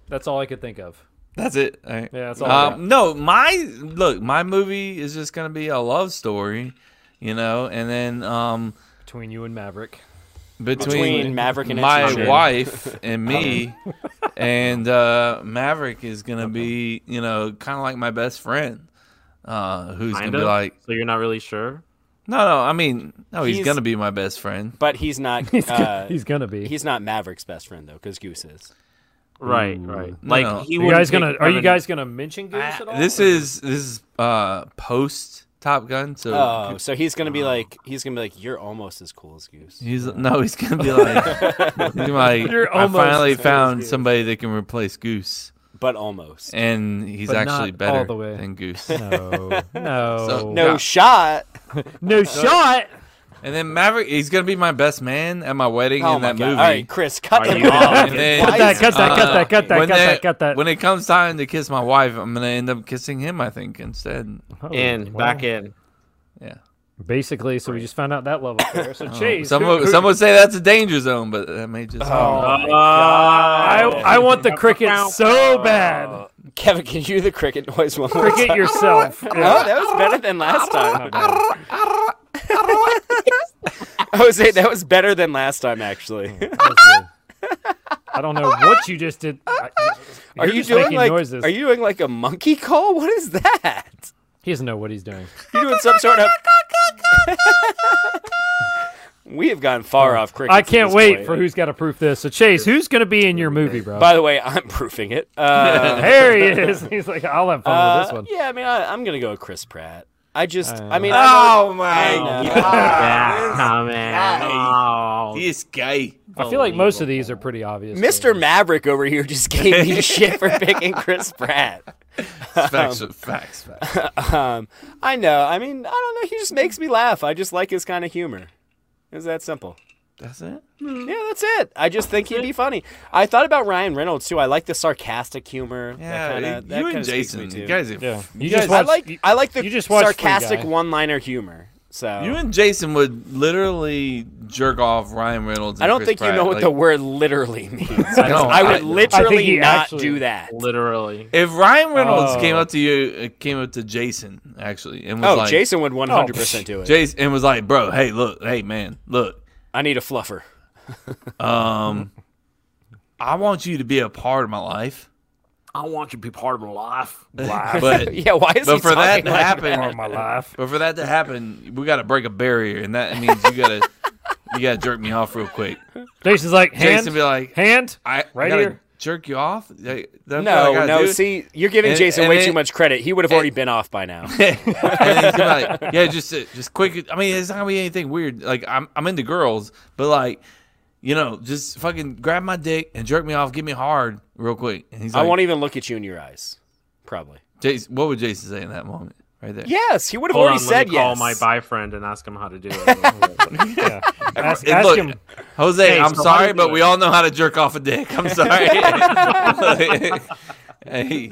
Speaker 3: that's all I could think of.
Speaker 2: That's it. All right.
Speaker 3: Yeah, that's all I got.
Speaker 2: Um, no, my look, my movie is just gonna be a love story, you know, and then um,
Speaker 3: Between you and Maverick.
Speaker 2: between,
Speaker 1: Between Maverick and
Speaker 2: my
Speaker 1: Itchy Shin.
Speaker 2: wife and me, and uh, Maverick is gonna be, you know, kind of like my best friend, uh, who's
Speaker 11: Kinda?
Speaker 2: gonna be like,
Speaker 11: so you're not really sure?
Speaker 2: no, no, I mean, no,
Speaker 1: He's-
Speaker 2: he's gonna be my best friend.
Speaker 1: But he's not.
Speaker 3: He's gonna-
Speaker 1: uh,
Speaker 3: he's gonna be.
Speaker 1: He's not Maverick's best friend though, because Goose is.
Speaker 11: Right, right.
Speaker 2: Mm. No,
Speaker 11: like
Speaker 2: no.
Speaker 11: he
Speaker 3: You
Speaker 11: wouldn't
Speaker 3: guys gonna?
Speaker 11: pick
Speaker 3: Are you
Speaker 11: Kevin-
Speaker 3: guys gonna mention Goose at all?
Speaker 2: Uh, This is this is uh, post Top Gun, so
Speaker 1: Oh, so he's gonna be like, he's gonna be like, you're almost as cool as Goose.
Speaker 2: He's no, he's gonna be like, he's gonna be like,
Speaker 3: You're
Speaker 2: I
Speaker 3: almost
Speaker 2: finally
Speaker 3: as good as
Speaker 2: found
Speaker 3: Goose."
Speaker 2: somebody that can replace Goose,
Speaker 1: but almost.
Speaker 2: and he's
Speaker 3: But
Speaker 2: actually
Speaker 3: not
Speaker 2: better
Speaker 3: all the way.
Speaker 2: than Goose.
Speaker 3: no, no,
Speaker 2: So-
Speaker 1: no
Speaker 2: Yeah.
Speaker 1: shot.
Speaker 3: no shot.
Speaker 2: And then Maverick, he's gonna be my best man at my wedding
Speaker 1: Oh
Speaker 2: in
Speaker 1: my
Speaker 2: that
Speaker 1: God.
Speaker 2: movie.
Speaker 1: All right, Chris, cut
Speaker 11: Are
Speaker 1: it
Speaker 11: you-
Speaker 1: off.
Speaker 2: And then, uh,
Speaker 1: Cut that,
Speaker 3: cut that, cut that, cut that,
Speaker 2: when
Speaker 3: cut that, cut that.
Speaker 2: When it comes time to kiss my wife, I'm gonna end up kissing him. I think instead.
Speaker 11: in
Speaker 3: Well,
Speaker 11: back in?
Speaker 2: Yeah.
Speaker 3: Basically, so we just found out that love affair. So, Chase,
Speaker 2: Oh, Some
Speaker 3: who-
Speaker 2: would,
Speaker 3: who- Oh.
Speaker 2: some would say that's a danger zone, but that may just.
Speaker 3: I, I want the cricket so bad.
Speaker 1: Kevin, can you do the cricket noise one more
Speaker 3: Cricket
Speaker 1: time?
Speaker 3: yourself.
Speaker 1: Oh,
Speaker 3: Yeah.
Speaker 1: that was better than last time.
Speaker 3: Not bad.
Speaker 1: I would say that was better than last time, actually.
Speaker 3: I don't know what you just did. I-
Speaker 1: are
Speaker 3: you're
Speaker 1: you
Speaker 3: just
Speaker 1: doing
Speaker 3: making
Speaker 1: like?
Speaker 3: noises?
Speaker 1: Are you doing like a monkey call? What is that?
Speaker 3: He doesn't know what he's doing.
Speaker 1: You doing some sort of? we have gone far off cricket.
Speaker 3: I can't wait for who's got to proof this. So, Chase, who's going to be in your movie, bro?
Speaker 1: By the way, I'm proofing it. Uh,
Speaker 3: there he is. He's like, I'll have fun with this
Speaker 1: uh,
Speaker 3: one. Uh,
Speaker 1: yeah, I mean, I, I'm gonna go with Chris Pratt. I just, I mean, I know-
Speaker 2: Oh my
Speaker 1: know.
Speaker 11: That comment.
Speaker 2: This guy.
Speaker 3: I feel like most of these are pretty obvious.
Speaker 1: Mr. Maverick over here just gave me shit for picking Chris Pratt.
Speaker 2: Facts, facts, facts.
Speaker 1: Um, I know. I mean, I don't know. He just makes me laugh. I just like his kind of humor. It's that simple.
Speaker 2: That's it.
Speaker 1: Yeah, that's it. I just think he'd be funny. I thought about Ryan Reynolds too. I like the sarcastic humor.
Speaker 2: Yeah,
Speaker 1: that kinda,
Speaker 2: you
Speaker 1: that kinda
Speaker 2: and
Speaker 1: speaks to me,
Speaker 2: Jason,
Speaker 1: too.
Speaker 2: you guys, are,
Speaker 3: Yeah.
Speaker 2: you,
Speaker 3: You
Speaker 2: guys,
Speaker 3: just
Speaker 1: I
Speaker 3: watch-
Speaker 1: like
Speaker 3: you-
Speaker 1: I like the
Speaker 3: you just watch Free
Speaker 1: sarcastic
Speaker 3: Guy.
Speaker 1: one-liner humor. So
Speaker 2: you and Jason would literally jerk off Ryan Reynolds.
Speaker 1: I
Speaker 2: and
Speaker 1: don't
Speaker 2: Chris
Speaker 1: think you
Speaker 2: Pratt,
Speaker 1: know what
Speaker 2: like,
Speaker 1: the word literally means.
Speaker 2: I don't.
Speaker 1: I would
Speaker 2: I-
Speaker 3: I think
Speaker 1: literally
Speaker 3: he
Speaker 1: not
Speaker 3: actually-
Speaker 1: do that.
Speaker 11: Literally.
Speaker 2: If Ryan Reynolds
Speaker 3: Oh.
Speaker 2: came up to you, uh, came up to Jason actually, and was
Speaker 1: Oh,
Speaker 2: like, Oh,
Speaker 1: Jason would 100% do it.
Speaker 2: Jason, and was like, bro, hey, look, hey, man, look,
Speaker 1: I need a fluffer.
Speaker 2: um, I want you to be a part of my life,
Speaker 11: I want you to be part of my life.
Speaker 2: but
Speaker 1: Yeah, why is he
Speaker 2: but for that
Speaker 1: talking
Speaker 2: to
Speaker 1: like
Speaker 2: happen,
Speaker 3: my life.
Speaker 2: but for that to happen, we got to break a barrier, and that means you gotta you gotta jerk me off real quick.
Speaker 3: Jason's like, hand,
Speaker 2: Jason be like,
Speaker 3: hand,
Speaker 2: I
Speaker 3: right
Speaker 2: gotta
Speaker 3: here.
Speaker 2: jerk you off. Like, that's what I
Speaker 1: No,
Speaker 2: gotta
Speaker 1: no.
Speaker 2: do?
Speaker 1: See, you're giving
Speaker 2: And-
Speaker 1: Jason
Speaker 2: and
Speaker 1: way
Speaker 2: it-
Speaker 1: too much credit. He would have already been off by now.
Speaker 2: and he's gonna be like, yeah, just uh, just quick. I mean, it's not gonna be anything weird. Like I'm I'm into girls, but like, you know, just fucking grab my dick and jerk me off, give me hard real quick. And he's
Speaker 1: I
Speaker 2: like,
Speaker 1: won't even look at you in your eyes. Probably.
Speaker 2: Jason, what would Jason say in that moment? Right there.
Speaker 1: Yes, he would have
Speaker 11: Hold
Speaker 1: already
Speaker 11: on, let
Speaker 1: said
Speaker 11: me call
Speaker 1: yes.
Speaker 11: my bi friend and ask him how to do it.
Speaker 3: Yeah. Ask,
Speaker 2: Hey,
Speaker 3: ask
Speaker 2: look,
Speaker 3: him.
Speaker 2: Jose,
Speaker 11: Hey,
Speaker 2: I'm
Speaker 11: so how do
Speaker 2: sorry,
Speaker 11: you
Speaker 2: but
Speaker 11: do
Speaker 2: we
Speaker 11: it?
Speaker 2: all know how to jerk off a dick. I'm sorry. hey,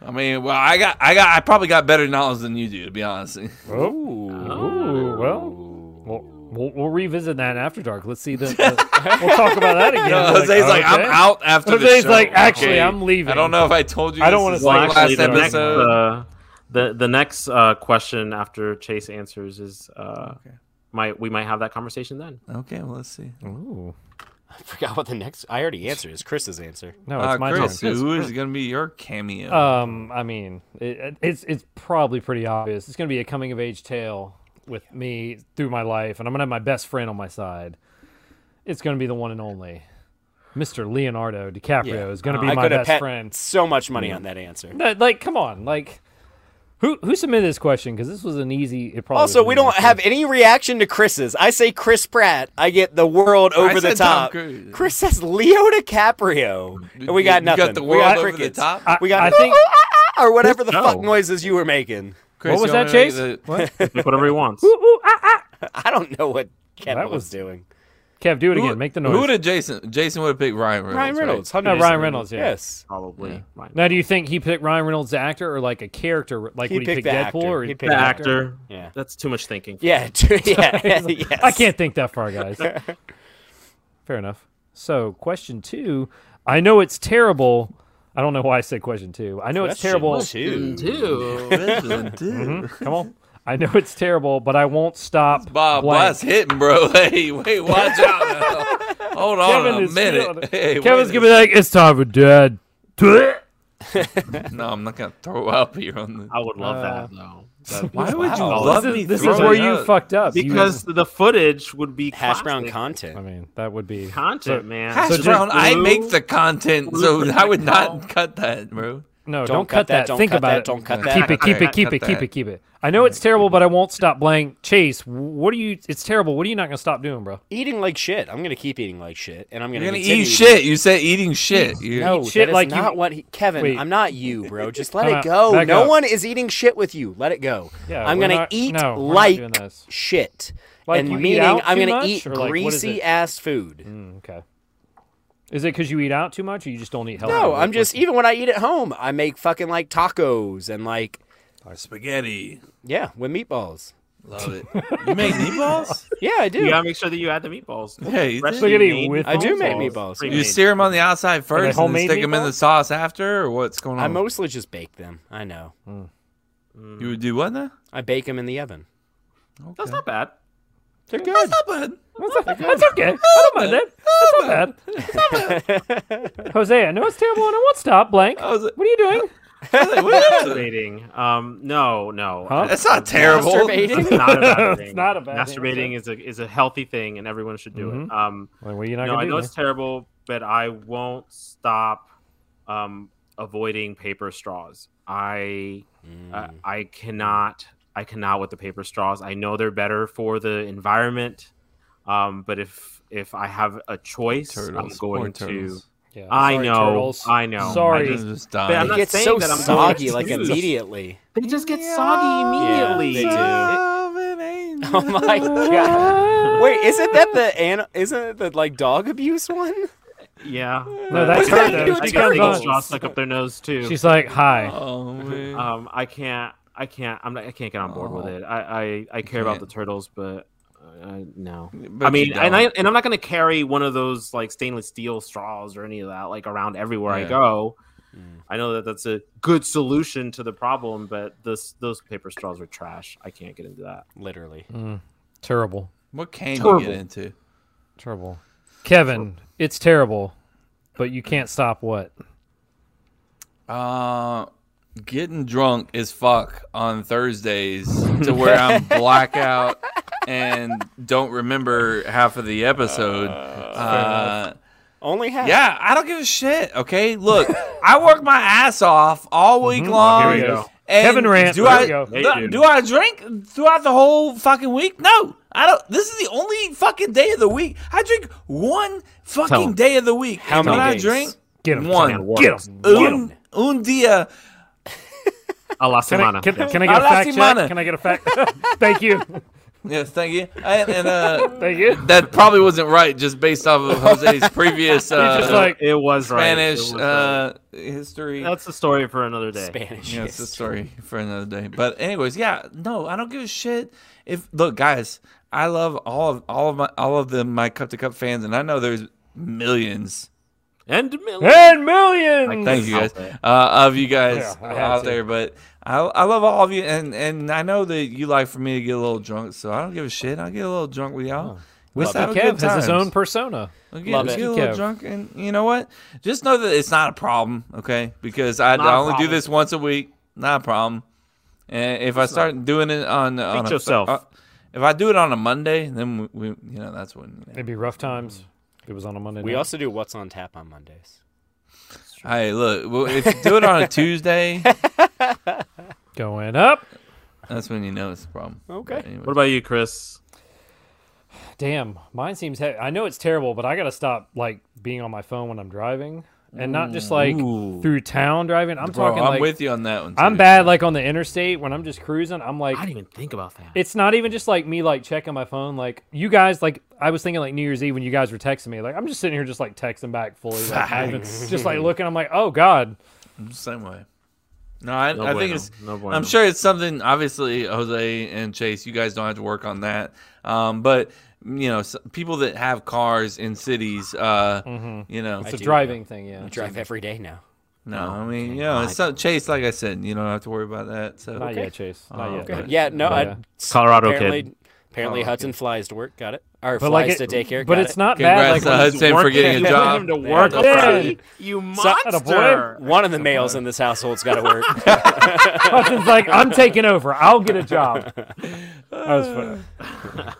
Speaker 2: I mean, well, I got, I got, I probably got better knowledge than you do, to be honest.
Speaker 3: Ooh, well, we'll, we'll, we'll revisit that after dark. Let's see the. the- we'll talk about that again. We're
Speaker 2: Jose's like, I'm
Speaker 3: okay.
Speaker 2: out after the
Speaker 3: Jose's
Speaker 2: show.
Speaker 3: like, actually,
Speaker 2: Okay.
Speaker 3: I'm leaving.
Speaker 2: I don't know if I told you.
Speaker 3: I don't
Speaker 2: this
Speaker 3: wanna
Speaker 2: is
Speaker 3: say
Speaker 2: the
Speaker 3: it.
Speaker 2: last
Speaker 11: Actually, the next,
Speaker 2: episode.
Speaker 11: uh, the, the next uh, question after Chase answers is uh, might we might have that conversation then.
Speaker 2: okay, well, let's see.
Speaker 3: Ooh.
Speaker 1: I forgot what the next. I already answered. It's Chris's answer.
Speaker 3: No, it's
Speaker 2: Uh,
Speaker 3: my
Speaker 2: Chris,
Speaker 3: turn.
Speaker 2: who is going to be your cameo?
Speaker 3: Um, I mean, it, it's it's probably pretty obvious. It's gonna be a coming of age tale with me through my life, and I'm gonna have my best friend on my side. It's gonna be the one and only, Mr. Leonardo DiCaprio is gonna be
Speaker 1: Uh, I
Speaker 3: my
Speaker 1: could have
Speaker 3: best
Speaker 1: bet
Speaker 3: friend.
Speaker 1: so much money on that answer.
Speaker 3: No, like, come on, like, who who submitted this question? Because this was an easy. It probably
Speaker 1: Also,
Speaker 3: was an
Speaker 1: we don't
Speaker 3: easy
Speaker 1: have any reaction to Chris's. I say Chris Pratt. I get the world over the
Speaker 2: said Tom
Speaker 1: top.
Speaker 2: Cruise.
Speaker 1: Chris says Leo DiCaprio, and we
Speaker 2: You-
Speaker 1: got
Speaker 2: you
Speaker 1: nothing.
Speaker 2: Got the
Speaker 1: we
Speaker 2: world
Speaker 1: got
Speaker 2: over
Speaker 1: crickets.
Speaker 2: the top.
Speaker 3: I,
Speaker 1: We got Ah,
Speaker 3: I think.
Speaker 1: or whatever the
Speaker 3: No.
Speaker 1: fuck noises you were making.
Speaker 2: Chris,
Speaker 3: what was
Speaker 2: you
Speaker 3: that,
Speaker 2: wanna make
Speaker 3: Chase?
Speaker 2: the-
Speaker 3: What? ah,
Speaker 11: Like, whatever he wants.
Speaker 1: I don't know what Kendall
Speaker 3: That
Speaker 1: was,
Speaker 3: was-
Speaker 1: doing.
Speaker 3: Kev, do it again. Make the noise.
Speaker 2: Who would have Jason? Jason would have picked Ryan Reynolds.
Speaker 3: Ryan
Speaker 2: right?
Speaker 3: Reynolds, No, Ryan Reynolds. Yeah.
Speaker 1: Yes.
Speaker 11: Probably.
Speaker 3: Now, do you think he picked Ryan Reynolds, the actor, or like a character? Like
Speaker 1: He
Speaker 3: would he pick
Speaker 1: picked
Speaker 3: Deadpool
Speaker 1: the actor.
Speaker 3: or
Speaker 1: He
Speaker 3: he
Speaker 1: picked the actor. Yeah.
Speaker 11: That's too much thinking.
Speaker 1: Yeah, dude, yeah, yes.
Speaker 3: I can't think that far, guys. Fair enough. So, question two. I know it's terrible. I don't know why I said question two. I know it's
Speaker 11: Question
Speaker 3: terrible.
Speaker 11: two.
Speaker 2: Mm,
Speaker 11: Two. Question two.
Speaker 3: Mhm. Come on. I know it's terrible, but I won't stop.
Speaker 2: Bob
Speaker 3: blank.
Speaker 2: Wyatt's hitting, bro. Hey, wait, watch out. now. Hold on
Speaker 3: Kevin
Speaker 2: a
Speaker 3: is feeling
Speaker 2: minute.
Speaker 3: it.
Speaker 2: Hey,
Speaker 3: Kevin's
Speaker 2: wait
Speaker 3: gonna be like, "It's time for dad."
Speaker 2: a- no, I'm not gonna throw up here on the.
Speaker 11: I would love
Speaker 3: Uh,
Speaker 11: that though. That'd be
Speaker 2: Why would you
Speaker 11: wild.
Speaker 2: love me?
Speaker 3: This is
Speaker 2: throwing
Speaker 3: where you
Speaker 2: up?
Speaker 3: fucked up. You-
Speaker 11: because the footage would be
Speaker 1: Hash brown
Speaker 11: classic
Speaker 1: content.
Speaker 3: I mean, that would be
Speaker 11: content,
Speaker 3: So-
Speaker 11: man.
Speaker 2: Hash
Speaker 3: So just
Speaker 2: brown. I
Speaker 11: blue-
Speaker 2: make the content,
Speaker 11: blue
Speaker 2: so I would
Speaker 11: projectile.
Speaker 2: not cut that, bro.
Speaker 3: No,
Speaker 1: Don't
Speaker 3: don't,
Speaker 1: cut
Speaker 3: cut,
Speaker 1: that,
Speaker 3: that.
Speaker 1: don't
Speaker 3: Think
Speaker 1: cut
Speaker 3: about
Speaker 1: that,
Speaker 3: it.
Speaker 1: don't cut
Speaker 3: Keep
Speaker 1: that.
Speaker 3: it. Keep
Speaker 2: Okay,
Speaker 3: it. Keep
Speaker 2: cut
Speaker 3: it. Keep
Speaker 2: that.
Speaker 3: it. Keep it. I know it's terrible, but I won't stop blank. Chase, what are you? It's terrible. What are you not gonna stop doing, bro?
Speaker 1: Eating like shit. I'm gonna keep eating like shit, and I'm gonna,
Speaker 2: You're gonna
Speaker 1: continue
Speaker 2: eat
Speaker 1: eating-
Speaker 2: shit. You said eating shit. You-
Speaker 1: No,
Speaker 3: shit
Speaker 1: that is
Speaker 3: like you-
Speaker 1: not what he, Kevin.
Speaker 3: Wait.
Speaker 1: I'm not you, bro. Just let
Speaker 3: Time
Speaker 1: it
Speaker 3: out.
Speaker 1: go.
Speaker 3: Back
Speaker 1: no
Speaker 3: up.
Speaker 1: one is eating shit with you. Let it go.
Speaker 3: Yeah,
Speaker 1: I'm
Speaker 3: we're
Speaker 1: gonna
Speaker 3: not-
Speaker 1: eat
Speaker 3: no, we're not
Speaker 1: like
Speaker 3: doing this.
Speaker 1: shit,
Speaker 3: Like
Speaker 1: and
Speaker 3: you eat
Speaker 1: meaning
Speaker 3: out
Speaker 1: I'm
Speaker 3: too
Speaker 1: gonna
Speaker 3: much,
Speaker 1: eat
Speaker 3: or like, what is
Speaker 1: greasy
Speaker 3: it?
Speaker 1: ass food.
Speaker 3: Mm, okay. Is it because you eat out too much, or you just don't eat healthy?
Speaker 1: No,
Speaker 3: What-
Speaker 1: I'm just
Speaker 3: what's-
Speaker 1: even when I eat at home, I make fucking like tacos and like
Speaker 2: Spaghetti.
Speaker 1: yeah, with meatballs.
Speaker 2: Love it. You make meatballs?
Speaker 1: Yeah, I do.
Speaker 11: You gotta make sure that you add the meatballs.
Speaker 2: Yeah, you
Speaker 11: Freshly
Speaker 2: do.
Speaker 3: Spaghetti
Speaker 11: made
Speaker 3: with
Speaker 1: I do
Speaker 3: meatballs.
Speaker 1: make meatballs.
Speaker 11: Pre-made.
Speaker 2: You sear them on the outside
Speaker 3: they
Speaker 2: first, and then
Speaker 3: homemade
Speaker 2: stick them in the
Speaker 3: meatballs?
Speaker 2: sauce after, or what's going
Speaker 1: I
Speaker 2: on?
Speaker 1: mostly just bake them. I know.
Speaker 2: You would do what now?
Speaker 1: I bake them in the oven.
Speaker 11: That's not bad.
Speaker 1: They're good.
Speaker 2: Not bad.
Speaker 3: That's, that's okay. I don't mind that. That's not bad. Jose, I know it's terrible, and I won't stop blank.
Speaker 2: was like-
Speaker 3: What are you doing?
Speaker 11: Masturbating. Um, no, no.
Speaker 3: Huh?
Speaker 2: That's not terrible.
Speaker 1: Masturbating.
Speaker 11: It's not a bad thing.
Speaker 3: It's not a bad thing,
Speaker 11: Masturbating is a is a healthy thing, and everyone should do it.
Speaker 3: Mhm.
Speaker 11: Um,
Speaker 3: Well, what are you not
Speaker 11: no,
Speaker 3: gonna
Speaker 11: I
Speaker 3: do?
Speaker 11: know
Speaker 3: man?
Speaker 11: it's terrible, but I won't stop um, avoiding paper straws. I uh, I cannot I cannot with the paper straws. I know they're better for the environment, um, but if if I have a choice, I'm
Speaker 2: Turtles. Poor
Speaker 11: going to.
Speaker 2: turtles.
Speaker 3: Yeah,
Speaker 11: I
Speaker 3: sorry,
Speaker 11: know,
Speaker 3: turtles.
Speaker 11: I know.
Speaker 3: Sorry.
Speaker 11: I
Speaker 2: Just-
Speaker 11: just-
Speaker 2: just
Speaker 11: But
Speaker 2: die.
Speaker 11: I'm
Speaker 1: It
Speaker 11: not
Speaker 1: gets
Speaker 11: saying
Speaker 1: so
Speaker 11: that I'm going
Speaker 1: soggy
Speaker 11: to.
Speaker 1: like immediately.
Speaker 11: They just get soggy immediately.
Speaker 1: Yeah,
Speaker 2: Loving angel.
Speaker 1: Oh my god! Wait, isn't that the an- isn't it the like dog abuse one?
Speaker 11: Yeah.
Speaker 3: No, that's
Speaker 1: What
Speaker 3: her.
Speaker 1: do you do
Speaker 3: though.
Speaker 11: I
Speaker 3: That's
Speaker 1: to
Speaker 11: got
Speaker 3: her
Speaker 1: turn
Speaker 11: paper
Speaker 1: turtles?
Speaker 3: bone.
Speaker 11: straws stuck up their nose too.
Speaker 3: She's like, hi.
Speaker 2: Oh man.
Speaker 11: um, I can't, I can't, I'm not, I can't get on board with
Speaker 3: Oh,
Speaker 11: it. I, I, I care about the turtles, but uh, I, no.
Speaker 2: But
Speaker 11: I mean,
Speaker 2: you
Speaker 11: and I,
Speaker 2: don't.
Speaker 11: and I'm not gonna carry one of those like stainless steel straws or any of that like around everywhere I
Speaker 2: Yeah.
Speaker 11: go.
Speaker 3: Mm.
Speaker 11: I know that that's a good solution to the problem, but this those paper straws are trash. I can't get into that.
Speaker 1: Literally.
Speaker 3: Terrible.
Speaker 2: what can you
Speaker 11: Terrible.
Speaker 2: get into?
Speaker 3: Terrible. Kevin, it's terrible, but you can't stop what?
Speaker 2: Uh, getting drunk as fuck on Thursdays to where I'm blackout and don't remember half of the episode. Uh,
Speaker 1: Only half.
Speaker 2: yeah, I don't give a shit. Okay, look, I work my ass off all week long.
Speaker 11: Here we go.
Speaker 2: And
Speaker 3: Kevin Rant,
Speaker 2: Do
Speaker 3: there
Speaker 2: I
Speaker 3: we go.
Speaker 11: Hey,
Speaker 2: do,
Speaker 11: dude.
Speaker 2: do I drink throughout the whole fucking week? No, I don't. This is the only fucking day of the week I drink one
Speaker 11: Tell
Speaker 2: fucking
Speaker 11: 'em.
Speaker 2: day of the week.
Speaker 1: How
Speaker 2: And
Speaker 1: many
Speaker 2: when I
Speaker 1: days?
Speaker 2: drink
Speaker 3: Get him.
Speaker 2: one.
Speaker 3: Get him.
Speaker 2: Un, un dia.
Speaker 11: A la
Speaker 3: Can I,
Speaker 11: semana.
Speaker 3: can,
Speaker 11: Yes.
Speaker 3: can I get a
Speaker 2: Habla
Speaker 3: fact
Speaker 2: semana.
Speaker 3: check? Can I get a fact? Thank you.
Speaker 2: Yes, thank you. And, and uh,
Speaker 3: Thank you.
Speaker 2: that probably wasn't right, just based off of Jose's previous uh,
Speaker 3: just like-
Speaker 11: it was right. It
Speaker 2: Spanish
Speaker 11: was right.
Speaker 2: uh, history.
Speaker 11: That's the story for another day.
Speaker 1: Spanish.
Speaker 2: Yeah, it's a story for another day. But anyways, yeah, no, I don't give a shit. If look, guys, I love all of all of my all of the my cup to cup fans, and I know there's millions.
Speaker 11: And Millie.
Speaker 3: And millions.
Speaker 2: Thank you guys
Speaker 11: Okay.
Speaker 2: uh, of you guys
Speaker 3: Yeah, I had
Speaker 2: out
Speaker 3: to.
Speaker 2: there, but I, I love all of you, and and I know that you like for me to get a little drunk, so I don't give a shit. I'll get a little drunk with y'all. Let's have a good
Speaker 3: Oh. Kev has his
Speaker 2: times.
Speaker 3: own persona.
Speaker 2: We'll get,
Speaker 1: Love
Speaker 2: let's
Speaker 1: it.
Speaker 2: get a
Speaker 3: Kev.
Speaker 2: little drunk, and you know what? Just know that it's not a problem, okay? Because I,
Speaker 11: Not a
Speaker 2: I only do
Speaker 11: problem.
Speaker 2: this once a week. Not a problem. And if I start doing it on, on a,
Speaker 11: yourself.
Speaker 2: uh, if I do it on a Monday, then we, we you know, that's when. you know.
Speaker 3: It'd be rough times. It was on a Monday.
Speaker 1: We
Speaker 3: night.
Speaker 1: also do what's on tap on Mondays.
Speaker 2: Hey, look, well, if you do it on a Tuesday,
Speaker 3: going up.
Speaker 2: that's when you know it's a problem.
Speaker 1: Okay.
Speaker 2: Anyway.
Speaker 11: What about you, Chris?
Speaker 3: Damn, mine seems heavy. I know it's terrible, but I gotta stop like being on my phone when I'm driving, and not just like
Speaker 2: Mm. Ooh.
Speaker 3: through town driving. I'm
Speaker 2: Bro,
Speaker 3: talking.
Speaker 2: I'm
Speaker 3: like,
Speaker 2: with you on that one,
Speaker 3: I'm
Speaker 2: too.
Speaker 3: bad like on the interstate when I'm just cruising. I'm like, I didn't
Speaker 11: even think about that.
Speaker 3: It's not even just like me like checking my phone. Like you guys, like I was thinking like New Year's Eve when you guys were texting me. Like I'm just sitting here just like texting back fully, like, not even-
Speaker 2: Facts.
Speaker 3: just like looking. I'm like, oh god.
Speaker 2: Same way. No, I,
Speaker 3: No
Speaker 2: I think
Speaker 3: bueno.
Speaker 2: it's.
Speaker 3: No bueno.
Speaker 2: I'm sure it's something. Obviously, Jose and Chase, you guys don't have to work on that. Um, but you know, s people that have cars in cities, uh,
Speaker 3: Mhm.
Speaker 2: you know,
Speaker 3: It's a I do, driving yeah. thing, yeah.
Speaker 1: I drive every day now.
Speaker 2: No, I mean, you know, it's not Chase. Like I said, you don't have to worry about that. So Oh,
Speaker 1: Not yet,
Speaker 3: Chase.
Speaker 1: Not yet.
Speaker 2: but-
Speaker 1: Yeah, no, I,
Speaker 2: Colorado kid.
Speaker 1: apparently, Apparently,
Speaker 2: Colorado
Speaker 1: Hudson flies to work. Got it. Or
Speaker 3: But, like,
Speaker 1: flies
Speaker 3: it-
Speaker 1: to daycare.
Speaker 3: but
Speaker 1: got
Speaker 3: it's
Speaker 1: it.
Speaker 3: not bad, Congrats like, to when
Speaker 2: Hudson for getting a job.
Speaker 11: to work
Speaker 1: Yeah, that's
Speaker 11: free?
Speaker 1: right.
Speaker 11: You
Speaker 1: So-
Speaker 11: monster.
Speaker 1: One of the males in this household's got to work.
Speaker 3: Hudson's like, I'm taking over. I'll get a job. That was funny.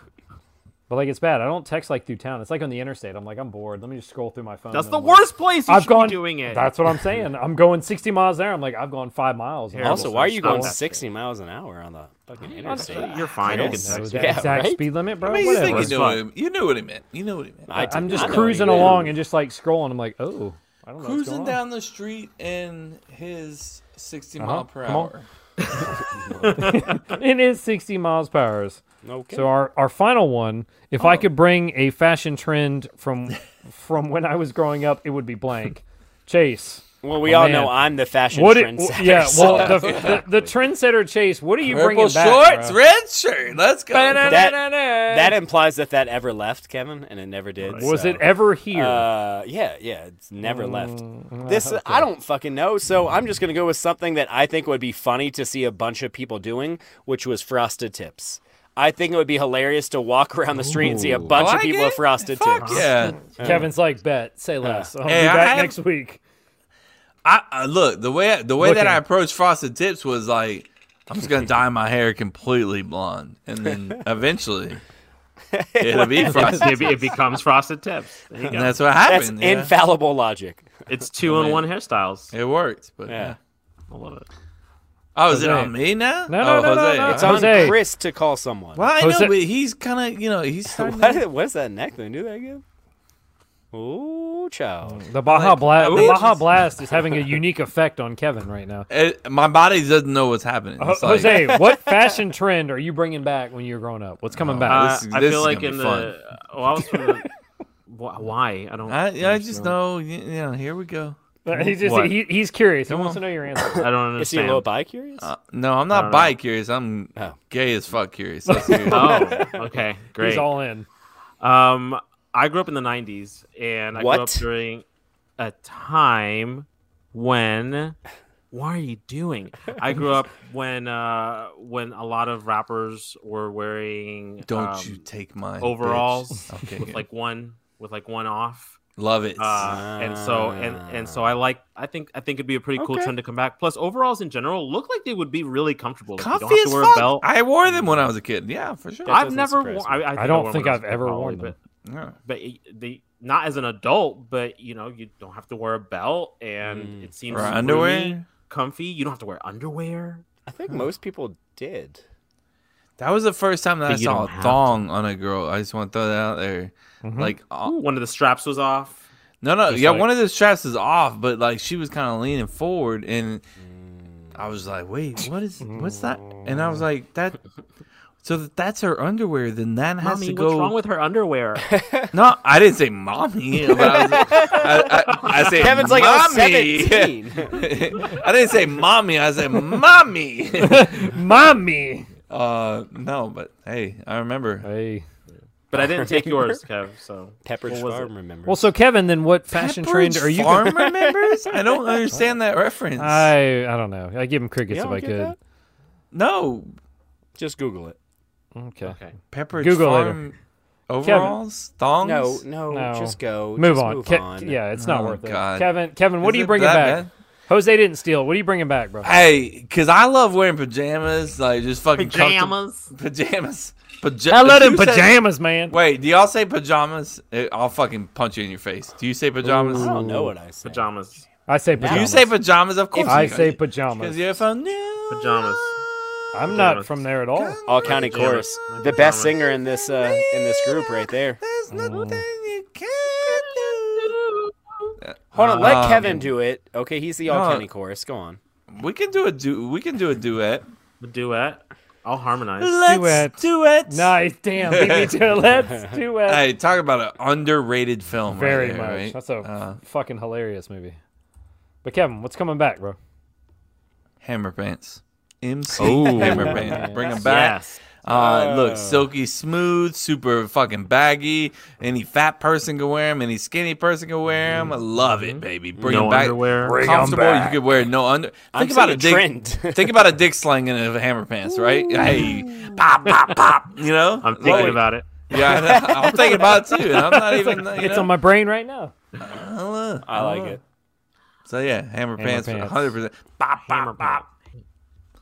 Speaker 3: But like it's bad. I don't text like through town. It's like on the interstate. I'm like, I'm bored. Let me just scroll through my phone.
Speaker 11: That's
Speaker 3: and
Speaker 11: the
Speaker 3: I'm like-
Speaker 11: worst place you
Speaker 3: I've
Speaker 11: should be
Speaker 3: gone-
Speaker 11: doing it.
Speaker 3: That's what I'm saying. I'm going 60 miles there. I'm like, I've gone five miles. And I'm
Speaker 1: also,
Speaker 3: just
Speaker 1: why are you going
Speaker 3: scrolling.
Speaker 1: 60 miles an hour on the fucking interstate?
Speaker 11: You're
Speaker 1: I
Speaker 11: fine. You
Speaker 1: don't
Speaker 11: can
Speaker 1: know
Speaker 11: text
Speaker 1: that
Speaker 11: it.
Speaker 1: exact
Speaker 3: speed limit, bro.
Speaker 2: I mean, you,
Speaker 3: Whatever.
Speaker 2: think you,
Speaker 3: It's
Speaker 2: knew
Speaker 3: fine.
Speaker 2: what he- you knew what he meant. You knew what he meant.
Speaker 1: I
Speaker 3: I'm
Speaker 1: did not
Speaker 3: just
Speaker 1: know what he
Speaker 3: cruising
Speaker 1: meant.
Speaker 3: along and just like scrolling. I'm like, oh, I don't know. what's
Speaker 2: cruising
Speaker 3: going
Speaker 2: down the street in his 60
Speaker 3: Uh-huh.
Speaker 2: mile per
Speaker 3: Come on.
Speaker 2: hour.
Speaker 3: on. it is 60 miles per hour.
Speaker 2: Okay.
Speaker 3: So our, our final one, if
Speaker 1: Oh.
Speaker 3: I could bring a fashion trend from from when I was growing up, it would be blank. Chase.
Speaker 1: Well, we
Speaker 3: my
Speaker 1: all
Speaker 3: oh, man.
Speaker 1: know I'm the fashion
Speaker 3: What it-
Speaker 1: trendsetter,
Speaker 3: yeah,
Speaker 1: so-
Speaker 3: well, the, the, the trendsetter Chase. What are you
Speaker 1: Purple
Speaker 3: bringing back?
Speaker 1: shorts,
Speaker 3: bro?
Speaker 2: red shirt. Let's go.
Speaker 1: That, that implies that that ever left, Kevin, and it never did.
Speaker 3: Was
Speaker 1: so-
Speaker 3: it ever here?
Speaker 1: Uh, yeah, yeah, it's never left.
Speaker 3: uh,
Speaker 1: This
Speaker 3: okay.
Speaker 1: I don't fucking know, so I'm just gonna go with something that I think would be funny to see a bunch of people doing, which was frosted tips. I think it would be hilarious to walk around the street and see a
Speaker 3: Ooh.
Speaker 1: bunch
Speaker 3: Like
Speaker 1: of people with
Speaker 3: it?
Speaker 1: frosted tips.
Speaker 2: yeah.
Speaker 3: Kevin's like, bet, say less.
Speaker 1: Uh,
Speaker 3: I'll
Speaker 2: Hey,
Speaker 3: be
Speaker 2: I
Speaker 3: back
Speaker 2: have-
Speaker 3: next week.
Speaker 2: I, I look the way the way that
Speaker 3: Looking.
Speaker 2: I approached frosted tips was like I'm just gonna dye my hair completely blonde, and then eventually it'll be frosted.
Speaker 11: it, be- it becomes frosted tips. There you
Speaker 2: And
Speaker 11: go.
Speaker 2: that's what happened, That's yeah.
Speaker 1: infallible logic.
Speaker 11: It's two in
Speaker 2: mean,
Speaker 11: one hairstyles.
Speaker 2: It worked, but yeah.
Speaker 11: I love it.
Speaker 2: Oh, is it
Speaker 11: Jose.
Speaker 2: on me now?
Speaker 11: No, no,
Speaker 2: oh,
Speaker 11: no, no,
Speaker 2: Jose.
Speaker 11: no,
Speaker 1: It's on Chris to call someone.
Speaker 2: Well, I know,
Speaker 1: Jose-
Speaker 2: but he's kind of you know he's starting
Speaker 1: What
Speaker 2: to-
Speaker 1: is- what's that neck thing? Do that again? Ooh, child.
Speaker 3: The Baja Blast, the
Speaker 1: ooh.
Speaker 3: Baja Blast is having a unique effect on Kevin right now.
Speaker 2: it, my body doesn't know what's happening.
Speaker 3: Ho-
Speaker 2: It's like-
Speaker 3: Jose, what fashion trend are you bringing back when you were growing up? What's coming back?
Speaker 11: Uh, I
Speaker 2: is
Speaker 11: feel like
Speaker 2: gonna
Speaker 11: in
Speaker 2: be
Speaker 11: the
Speaker 2: fun.
Speaker 11: well, I was from the, wh- why I don't.
Speaker 2: I, I just know you, you know here we go.
Speaker 3: He's just
Speaker 11: What?
Speaker 3: he, he's curious. He
Speaker 2: Come
Speaker 3: wants
Speaker 2: on.
Speaker 3: to know your answer.
Speaker 11: I don't understand.
Speaker 1: Is he a little bi curious?
Speaker 2: Uh, no, I'm
Speaker 11: I don't
Speaker 2: not
Speaker 11: know.
Speaker 2: bi curious. I'm gay as fuck curious. That's serious.
Speaker 11: oh, okay, great.
Speaker 3: He's all in.
Speaker 11: Um, I grew up in the '90s, and I grew up
Speaker 1: What?
Speaker 11: during a time when. What are you doing? I grew up when uh, when a lot of rappers were wearing.
Speaker 2: Don't
Speaker 11: um,
Speaker 2: you take mine, bitch.
Speaker 11: overalls
Speaker 2: Okay,
Speaker 11: with
Speaker 2: good.
Speaker 11: like one with like one off.
Speaker 2: Love it.
Speaker 11: Uh, and so and and so I like I think I think it'd be a pretty cool
Speaker 2: Okay.
Speaker 11: trend to come back. Plus overalls in general look like they would be really comfortable. Like, you
Speaker 2: Comfy
Speaker 11: don't have
Speaker 2: as
Speaker 11: to wear
Speaker 2: fuck.
Speaker 11: a belt. Mm.
Speaker 2: I wore them when I was a kid. Yeah, for sure.
Speaker 11: I've never worn I,
Speaker 3: I
Speaker 11: I,
Speaker 3: don't
Speaker 11: wore
Speaker 3: think
Speaker 11: one
Speaker 3: I've
Speaker 11: as a kid,
Speaker 3: ever worn
Speaker 11: probably,
Speaker 2: them. No.
Speaker 11: But, but it- they not as an adult, but you know, you don't have to wear a belt and
Speaker 3: Mm.
Speaker 11: it seems
Speaker 2: Or
Speaker 11: roomy,
Speaker 2: underwear.
Speaker 11: comfy. You don't have to wear underwear.
Speaker 1: I think most people did.
Speaker 2: That was the first time that
Speaker 11: But
Speaker 2: I
Speaker 11: you
Speaker 2: saw
Speaker 11: don't have
Speaker 2: a thong on a girl. I just want to throw that out there. Like, uh,
Speaker 11: One of the straps was off.
Speaker 2: no, no,
Speaker 11: Just
Speaker 2: yeah,
Speaker 11: like-
Speaker 2: one of the straps is off, but like she was kind of leaning forward, and
Speaker 11: Mm.
Speaker 2: I was like, "Wait, what is? What's that?" And I was like, "That." So that that's her underwear. Then that has
Speaker 11: Mommy,
Speaker 2: to
Speaker 11: what's
Speaker 2: go.
Speaker 11: wrong with her underwear?
Speaker 2: no, I didn't say mommy. But I, was, I, I, I said
Speaker 1: Kevin's like,
Speaker 11: "Oh,
Speaker 1: "Oh, "I was
Speaker 2: mommy.
Speaker 1: 17.
Speaker 2: I didn't say mommy. I said mommy.
Speaker 3: Mommy.
Speaker 2: Uh, no, but hey, I remember.
Speaker 3: Hey.
Speaker 11: But I didn't take yours, Kev. So
Speaker 1: Pepperidge
Speaker 11: What was
Speaker 1: Farm
Speaker 11: it?
Speaker 1: remembers.
Speaker 3: Well, so Kevin, then what fashion trend
Speaker 2: Pepperidge
Speaker 3: are you?
Speaker 2: Farm members? I don't understand that reference.
Speaker 3: I I don't know. I give him crickets
Speaker 1: You
Speaker 3: if
Speaker 1: don't
Speaker 3: I
Speaker 1: get
Speaker 3: could.
Speaker 1: that?
Speaker 2: no,
Speaker 1: Just Google it.
Speaker 3: Okay.
Speaker 2: Pepperidge
Speaker 3: Google
Speaker 2: Farm
Speaker 3: later.
Speaker 2: overalls, thongs.
Speaker 1: No, no, just go.
Speaker 3: Move
Speaker 1: just
Speaker 3: on.
Speaker 1: Move
Speaker 3: Ke-
Speaker 1: on.
Speaker 3: Yeah, it's not
Speaker 2: Oh,
Speaker 3: worth it.
Speaker 2: God.
Speaker 3: Kevin, Kevin, what
Speaker 2: Is
Speaker 3: are you
Speaker 2: it
Speaker 3: bringing
Speaker 2: that
Speaker 3: back?
Speaker 2: bad?
Speaker 3: Jose didn't steal. What are you bringing back, bro?
Speaker 2: Hey, cause I love wearing pajamas, like just fucking comfortable-
Speaker 11: Pajamas?
Speaker 2: pajamas, pajamas.
Speaker 3: I love them pajamas, man.
Speaker 2: Wait, do y'all say pajamas? Eh, I'll fucking punch you in your face. Do you say pajamas?
Speaker 1: I don't know what I say.
Speaker 11: Pajamas.
Speaker 3: I say
Speaker 2: Do you
Speaker 3: pajamas.
Speaker 2: say pajamas? Of course.
Speaker 3: I
Speaker 2: you do.
Speaker 3: say
Speaker 2: 'Cause
Speaker 3: pajamas.
Speaker 2: you're from New.
Speaker 11: Pajamas.
Speaker 3: I'm not from there at all.
Speaker 1: All County Chorus,
Speaker 11: Pajamas.
Speaker 1: the best singer in this uh,
Speaker 2: Mm.
Speaker 1: in this group right there.
Speaker 2: There's nothing you can't do.
Speaker 1: Hold on, let
Speaker 2: Um,
Speaker 1: Kevin do it. Okay, he's the all
Speaker 2: no.
Speaker 1: Kenny chorus. Go on.
Speaker 2: We can do a du- we can do a duet.
Speaker 11: A duet. I'll harmonize.
Speaker 2: Let's do it.
Speaker 3: Nice, damn. Leave me to it. Let's do it.
Speaker 2: Hey, talk about an underrated film. right
Speaker 3: Very
Speaker 2: there,
Speaker 3: much.
Speaker 2: right?
Speaker 3: That's a
Speaker 2: Uh,
Speaker 3: fucking hilarious movie. But Kevin, what's coming back, bro?
Speaker 2: Hammer Pants. MC
Speaker 3: Oh.
Speaker 2: Hammer Pants. Bring them
Speaker 3: Yes.
Speaker 2: back.
Speaker 11: Yes.
Speaker 2: Uh,
Speaker 1: Oh.
Speaker 2: Look, silky smooth, super fucking baggy. Any fat person can wear them. Any skinny person can wear them. I love it, baby. Bring
Speaker 11: No
Speaker 2: them back.
Speaker 11: underwear. Bring
Speaker 2: 'em
Speaker 11: 'em
Speaker 2: Comfortable.
Speaker 11: back.
Speaker 2: You could wear no under. Think
Speaker 1: I'm
Speaker 2: about
Speaker 1: seeing
Speaker 2: a
Speaker 1: a
Speaker 2: dick.
Speaker 1: trend.
Speaker 2: think about a dick sling and a hammer pants, right? Hey, pop, pop, pop. You know.
Speaker 11: I'm thinking
Speaker 2: Like-
Speaker 11: about it.
Speaker 2: Yeah, I know. I'm thinking about it too. And I'm not
Speaker 3: It's,
Speaker 2: even.
Speaker 3: like-
Speaker 2: you
Speaker 3: it's
Speaker 2: know?
Speaker 3: on my brain right now.
Speaker 2: I don't know.
Speaker 1: I like it.
Speaker 2: So yeah, hammer, pants,
Speaker 3: pants.
Speaker 2: 100%. Bop, bop,
Speaker 11: Hammer
Speaker 2: bop.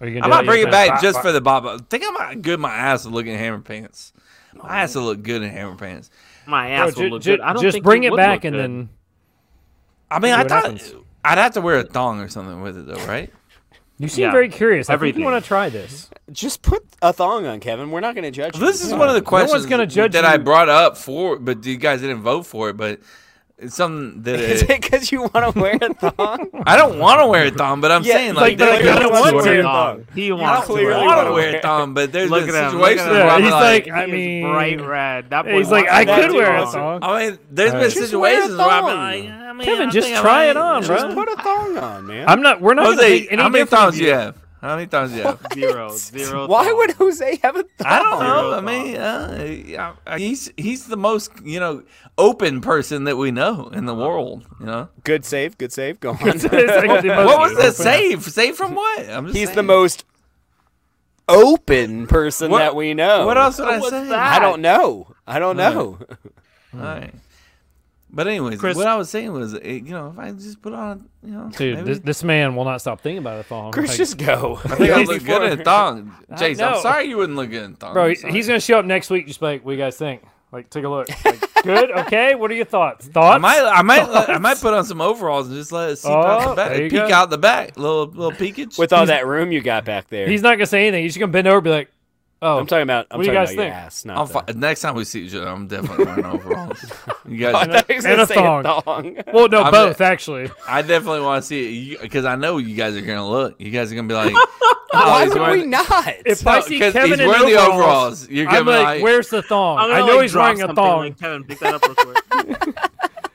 Speaker 3: Are you
Speaker 2: I'm
Speaker 3: gonna
Speaker 2: gonna
Speaker 3: do
Speaker 2: bring
Speaker 3: it?
Speaker 2: it back just for the bob. I think I'm gonna good my ass to look in hammer pants. My ass will look good in hammer pants.
Speaker 11: My
Speaker 3: Bro,
Speaker 11: ass
Speaker 3: ju-
Speaker 11: will look
Speaker 3: ju-
Speaker 11: good. I don't
Speaker 3: just
Speaker 11: think
Speaker 3: bring
Speaker 11: it
Speaker 3: it
Speaker 11: would
Speaker 3: back
Speaker 11: look
Speaker 3: and
Speaker 11: good.
Speaker 3: then
Speaker 2: I mean,
Speaker 3: See
Speaker 2: I
Speaker 3: what
Speaker 2: thought
Speaker 3: happens.
Speaker 2: I'd have to wear a thong or something with it though, right?
Speaker 3: you seem
Speaker 11: Yeah.
Speaker 3: very curious. I think
Speaker 11: Everything.
Speaker 3: you want to try this.
Speaker 1: Just put a thong on, Kevin. We're not going to judge. you.
Speaker 2: This is one of the
Speaker 3: one's
Speaker 2: questions
Speaker 3: gonna judge
Speaker 2: that I
Speaker 3: you.
Speaker 2: brought up for, but you guys didn't vote for it. But it's something that
Speaker 1: Is it because you want to wear a thong?
Speaker 2: I don't want to wear a thong, but I'm
Speaker 1: Yeah,
Speaker 2: saying
Speaker 1: like,
Speaker 2: like,
Speaker 1: but I
Speaker 2: there-
Speaker 1: gotta
Speaker 2: I
Speaker 1: want
Speaker 2: don't
Speaker 1: to wear a
Speaker 11: thong.
Speaker 1: thong.
Speaker 11: He
Speaker 2: I
Speaker 11: wants to
Speaker 1: clearly
Speaker 11: wear a
Speaker 1: wanna
Speaker 2: want to
Speaker 11: thong.
Speaker 2: wear a thong, but there's
Speaker 11: Look
Speaker 2: been
Speaker 11: at him, look at
Speaker 2: situations
Speaker 11: him.
Speaker 2: where I'm
Speaker 3: He's
Speaker 2: like,
Speaker 3: I
Speaker 11: He is
Speaker 3: mean-
Speaker 11: bright red. That boy
Speaker 3: He's like,
Speaker 11: wants
Speaker 3: I
Speaker 11: that
Speaker 3: could
Speaker 11: too
Speaker 3: wear a
Speaker 11: long.
Speaker 3: thong.
Speaker 2: I mean, there's been
Speaker 1: Just wear a
Speaker 2: situations where I'm
Speaker 1: thong.
Speaker 2: like, I mean,
Speaker 3: Kevin,
Speaker 2: I
Speaker 3: just
Speaker 2: think I
Speaker 3: try
Speaker 2: might-
Speaker 3: it on,
Speaker 2: Just
Speaker 3: bro.
Speaker 1: Put a thong on, man.
Speaker 3: I'm not. We're not. gonna
Speaker 2: Jose,
Speaker 3: take any
Speaker 2: how many
Speaker 3: different
Speaker 2: thongs
Speaker 3: view.
Speaker 2: you have? How many thongs you have?
Speaker 11: Zero, zero.
Speaker 1: Why
Speaker 11: thong.
Speaker 1: would Jose have a thong?
Speaker 2: I don't know. I
Speaker 11: Zero
Speaker 2: mean, uh, I- I- he's he's the most you know open person that we know in the world. You know,
Speaker 1: Good save. Good save. Go on.
Speaker 3: It's like the most
Speaker 2: what was that
Speaker 3: open-
Speaker 2: save? Save from what? I'm just
Speaker 1: He's the
Speaker 2: saying.
Speaker 1: most open person
Speaker 2: What-
Speaker 1: that we know.
Speaker 2: What else would I
Speaker 11: What's
Speaker 2: say?
Speaker 11: that?
Speaker 1: I don't know. I don't know.
Speaker 2: All right. But anyways,
Speaker 11: Chris-
Speaker 2: what I was saying was, eh, you know, if I just put on, you know,
Speaker 3: Dude,
Speaker 2: maybe-
Speaker 3: this, this man will not stop thinking about a thong.
Speaker 1: Chris,
Speaker 3: Like,
Speaker 1: just go.
Speaker 2: I think I look good in a thong. Jason,
Speaker 3: know.
Speaker 2: I'm sorry you wouldn't look good in a thong.
Speaker 3: bro,
Speaker 2: I'm
Speaker 3: he-
Speaker 2: sorry.
Speaker 3: he's gonna show up next week. Just be like, what do you guys think? Like, take a look. Like, good. Okay. What are your thoughts? Thoughts?
Speaker 2: I might, I might, I might put on some overalls and just let it seep out
Speaker 3: Oh,
Speaker 2: the back,
Speaker 3: there you
Speaker 2: peek
Speaker 3: go.
Speaker 2: out the back, little little peekage.
Speaker 1: With all that room you got back there.
Speaker 3: He's not gonna say anything. He's just gonna bend over, and be like, oh,
Speaker 1: I'm talking about. I'm
Speaker 3: What do you
Speaker 1: talking
Speaker 3: guys
Speaker 1: about
Speaker 3: think?
Speaker 1: your ass.
Speaker 2: I'm
Speaker 1: Not the-
Speaker 2: fi- next time we see each other, I'm definitely wearing overalls. You
Speaker 1: I
Speaker 2: guys,
Speaker 1: thought he was
Speaker 3: And
Speaker 1: gonna
Speaker 3: a
Speaker 1: say
Speaker 3: thong.
Speaker 1: thong.
Speaker 3: Well, no,
Speaker 2: I'm
Speaker 3: both
Speaker 2: the-
Speaker 3: actually.
Speaker 2: I definitely want to see it because I know you guys are gonna look. You guys are gonna be like,
Speaker 1: Why
Speaker 2: oh, he's
Speaker 1: would
Speaker 2: wearing-
Speaker 1: we not?
Speaker 3: If
Speaker 2: No,
Speaker 3: I see
Speaker 2: 'cause
Speaker 3: Kevin
Speaker 2: he's
Speaker 3: in
Speaker 2: wearing the
Speaker 3: overalls,
Speaker 2: overalls. You're gonna
Speaker 3: I'm
Speaker 2: be
Speaker 3: like,
Speaker 2: like-
Speaker 3: where's the thong?
Speaker 11: I'm
Speaker 3: I
Speaker 11: gonna,
Speaker 3: know
Speaker 11: like,
Speaker 3: he's
Speaker 11: drop
Speaker 3: wearing a
Speaker 11: something,
Speaker 3: thong.
Speaker 11: Like, Kevin, pick that up real quick.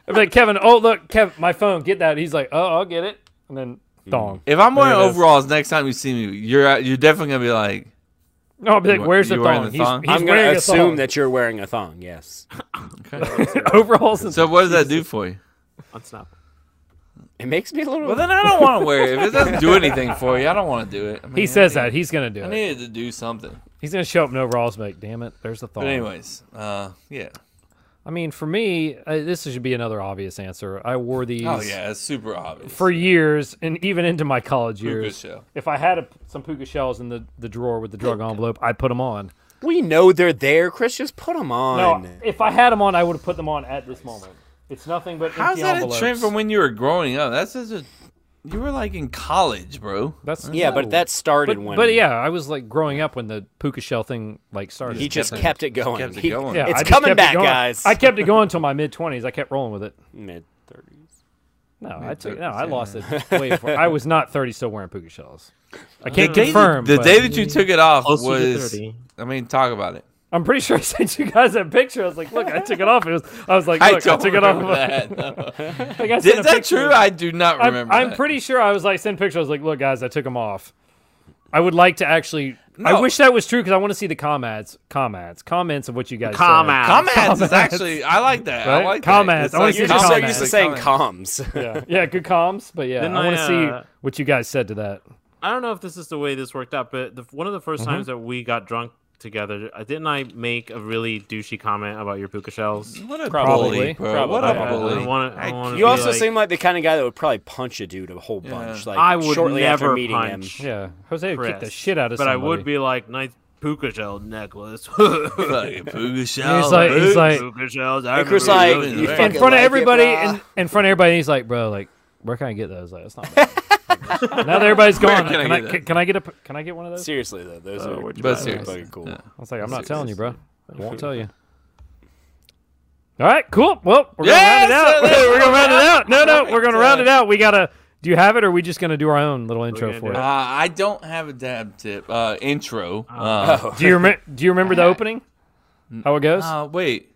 Speaker 3: I'm like, Kevin, oh look, Kevin, my phone, get that. He's like, oh, I'll get it, and then
Speaker 2: Hmm.
Speaker 3: thong.
Speaker 2: if I'm wearing
Speaker 3: There it is.
Speaker 2: overalls next time you see me, you're uh, you're definitely gonna be like,
Speaker 3: No, I'll be like,
Speaker 2: You-
Speaker 3: where's the
Speaker 2: you wearing
Speaker 3: thong?
Speaker 2: the
Speaker 3: He's,
Speaker 2: thong?
Speaker 3: he's
Speaker 1: I'm
Speaker 3: wearing
Speaker 1: gonna
Speaker 3: a
Speaker 1: assume
Speaker 3: thong.
Speaker 1: that you're wearing a thong. Yes,
Speaker 2: okay.
Speaker 3: overalls. And
Speaker 2: so what does that do for you?
Speaker 11: Let's not.
Speaker 1: it makes me a little.
Speaker 2: Well, then I don't want to wear it. If it doesn't do anything for you, I don't want to do it. I mean,
Speaker 3: he says
Speaker 2: I
Speaker 3: that
Speaker 2: need-
Speaker 3: he's gonna do
Speaker 2: I
Speaker 3: it.
Speaker 2: needed to do something.
Speaker 3: He's gonna show up in overalls. and be Like, damn it, there's the thong.
Speaker 2: But anyways, uh, yeah.
Speaker 3: I mean, for me, uh, this should be another obvious answer. I wore these
Speaker 2: Oh yeah, it's super obvious.
Speaker 3: for years, and even into my college
Speaker 2: Puka
Speaker 3: years.
Speaker 2: shell.
Speaker 3: If I had a, some puka shells in the, the drawer with the drug envelope, I'd put them on.
Speaker 1: we know they're there. Chris, just put them
Speaker 3: No,
Speaker 1: on.
Speaker 3: if I had them on, I would have put them on at this moment. It's nothing but
Speaker 2: How's
Speaker 3: empty
Speaker 2: that
Speaker 3: envelopes.
Speaker 2: a trend from when you were growing up? That's just a you were like in college, bro.
Speaker 3: That's
Speaker 1: yeah, but that started
Speaker 3: But,
Speaker 1: when.
Speaker 3: but yeah, I was like growing up when the puka shell thing like started.
Speaker 1: he just
Speaker 2: kept it-
Speaker 1: kept it going.
Speaker 2: kept it
Speaker 1: He-
Speaker 2: going.
Speaker 3: yeah,
Speaker 1: it's
Speaker 3: I just
Speaker 1: coming
Speaker 3: kept it
Speaker 1: back,
Speaker 3: going.
Speaker 1: guys.
Speaker 3: I kept it going until my mid twenties. I kept rolling with it.
Speaker 1: mid thirties.
Speaker 3: No, I took no, I lost it way before. I was not thirty, still wearing puka shells. I can't
Speaker 2: day that-
Speaker 3: confirm.
Speaker 2: the
Speaker 3: but
Speaker 2: day that you took it off
Speaker 11: Closer to
Speaker 2: was.
Speaker 11: 30.
Speaker 2: I mean, talk about it.
Speaker 3: I'm pretty sure I sent you guys that picture. I was like, look, I took it off. It was, I was like,
Speaker 2: I
Speaker 3: look, I,
Speaker 2: don't
Speaker 3: took it off.
Speaker 2: remember that. no.
Speaker 3: Like, I sent a
Speaker 2: Is that
Speaker 3: picture.
Speaker 2: true? I do not
Speaker 3: I'm,
Speaker 2: remember.
Speaker 3: I'm
Speaker 2: that.
Speaker 3: pretty sure I was like, send pictures. I was like, look, guys, I took them off. I would like to actually.
Speaker 2: No.
Speaker 3: I wish that was true because I want to see the comments, comments, comments of what you guys. said.
Speaker 11: Comment.
Speaker 2: Comments is actually. I like that. I
Speaker 3: Right?
Speaker 2: like
Speaker 3: Comments.
Speaker 2: That.
Speaker 3: I wanna
Speaker 2: It's
Speaker 3: see
Speaker 1: You're
Speaker 2: like
Speaker 3: the
Speaker 1: just so
Speaker 2: comments.
Speaker 3: comment.
Speaker 1: used to saying
Speaker 2: It's like comments.
Speaker 1: comms.
Speaker 3: Yeah, yeah, good comms, but yeah,
Speaker 11: Didn't
Speaker 3: I want
Speaker 11: I,
Speaker 3: to
Speaker 11: uh,
Speaker 3: see what you guys said to that.
Speaker 11: I don't know if this is the way this worked out, but the, one of the
Speaker 3: Mm-hmm.
Speaker 11: 1st times that we got drunk together, uh, didn't I make a really douchey comment about your puka shells?
Speaker 2: What a
Speaker 3: Probably.
Speaker 2: bully, bro.
Speaker 1: Probably.
Speaker 2: What
Speaker 1: I-
Speaker 2: a
Speaker 1: I
Speaker 2: bully.
Speaker 11: don't wanna- I don't
Speaker 2: Hey,
Speaker 11: wanna
Speaker 1: You
Speaker 11: be
Speaker 1: also
Speaker 11: like-
Speaker 1: seem like the kind of guy that would probably punch a dude a whole bunch. Like
Speaker 11: I would
Speaker 1: shortly after
Speaker 11: never
Speaker 1: meeting
Speaker 11: punch.
Speaker 1: him.
Speaker 3: Yeah, Jose would kick the
Speaker 11: Chris,
Speaker 3: shit out of
Speaker 11: But I
Speaker 3: somebody.
Speaker 11: would be like, nice puka shell necklace.
Speaker 2: Fucking puka shell.
Speaker 3: He's like, he's
Speaker 2: dude.
Speaker 3: like
Speaker 11: puka shells. I
Speaker 1: And Chris,
Speaker 11: remember
Speaker 1: like,
Speaker 11: those.
Speaker 2: really
Speaker 1: you
Speaker 2: like-
Speaker 3: in
Speaker 1: fucking
Speaker 3: front
Speaker 1: like
Speaker 3: of
Speaker 1: it,
Speaker 3: everybody,
Speaker 1: brah.
Speaker 3: in, in front of everybody. He's like, bro, like, where can I get those? Like, that's not. bad." Like, now that everybody's
Speaker 2: Where
Speaker 3: gone,
Speaker 2: can I
Speaker 3: can, I,
Speaker 2: get
Speaker 3: can,
Speaker 2: that?
Speaker 3: can I get a? p- Can I get one of those? I
Speaker 1: Seriously though, those
Speaker 11: Oh,
Speaker 1: are
Speaker 11: which
Speaker 2: But
Speaker 11: bad.
Speaker 2: seriously.
Speaker 1: fucking cool.
Speaker 2: Yeah.
Speaker 3: was like, I'm not telling you, bro. I won't tell you. All right, cool. Well, we're
Speaker 2: Yes,
Speaker 3: gonna round it
Speaker 2: let's
Speaker 3: out. we're gonna round it out. No, no,
Speaker 2: Alright,
Speaker 3: we're gonna
Speaker 2: uh,
Speaker 3: round it out. We gotta. Do you have it, or are we just gonna do our own little intro for
Speaker 2: Uh,
Speaker 3: it?
Speaker 2: I don't have a dab tip uh, intro.
Speaker 3: Uh, Do you remember? Do you remember the opening? How it goes?
Speaker 2: Uh, wait,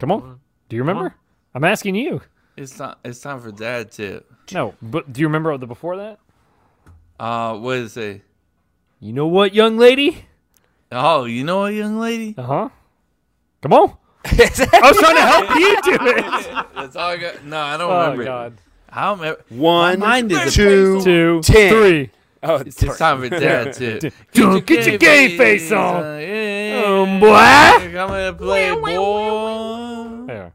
Speaker 3: Come on. Do you remember? I'm asking you.
Speaker 2: it's not. It's time for dad tip.
Speaker 3: No, but do you remember the before that?
Speaker 2: Uh, what is it?
Speaker 3: You know what, young lady?
Speaker 2: Oh, you know what, young lady?
Speaker 3: Uh huh. Come on. I was trying to help you do it.
Speaker 2: That's all I got. No, I don't
Speaker 3: Oh,
Speaker 2: remember. it.
Speaker 3: God.
Speaker 2: I don't remember.
Speaker 1: One,
Speaker 2: My mind is a
Speaker 1: two,
Speaker 3: Two,
Speaker 1: ten.
Speaker 3: three.
Speaker 1: Oh,
Speaker 2: It's just time for dad tip.
Speaker 3: Get your gay face on.
Speaker 2: uh, yeah.
Speaker 3: Um, boy.
Speaker 2: I'm gonna play boy.
Speaker 3: Hey,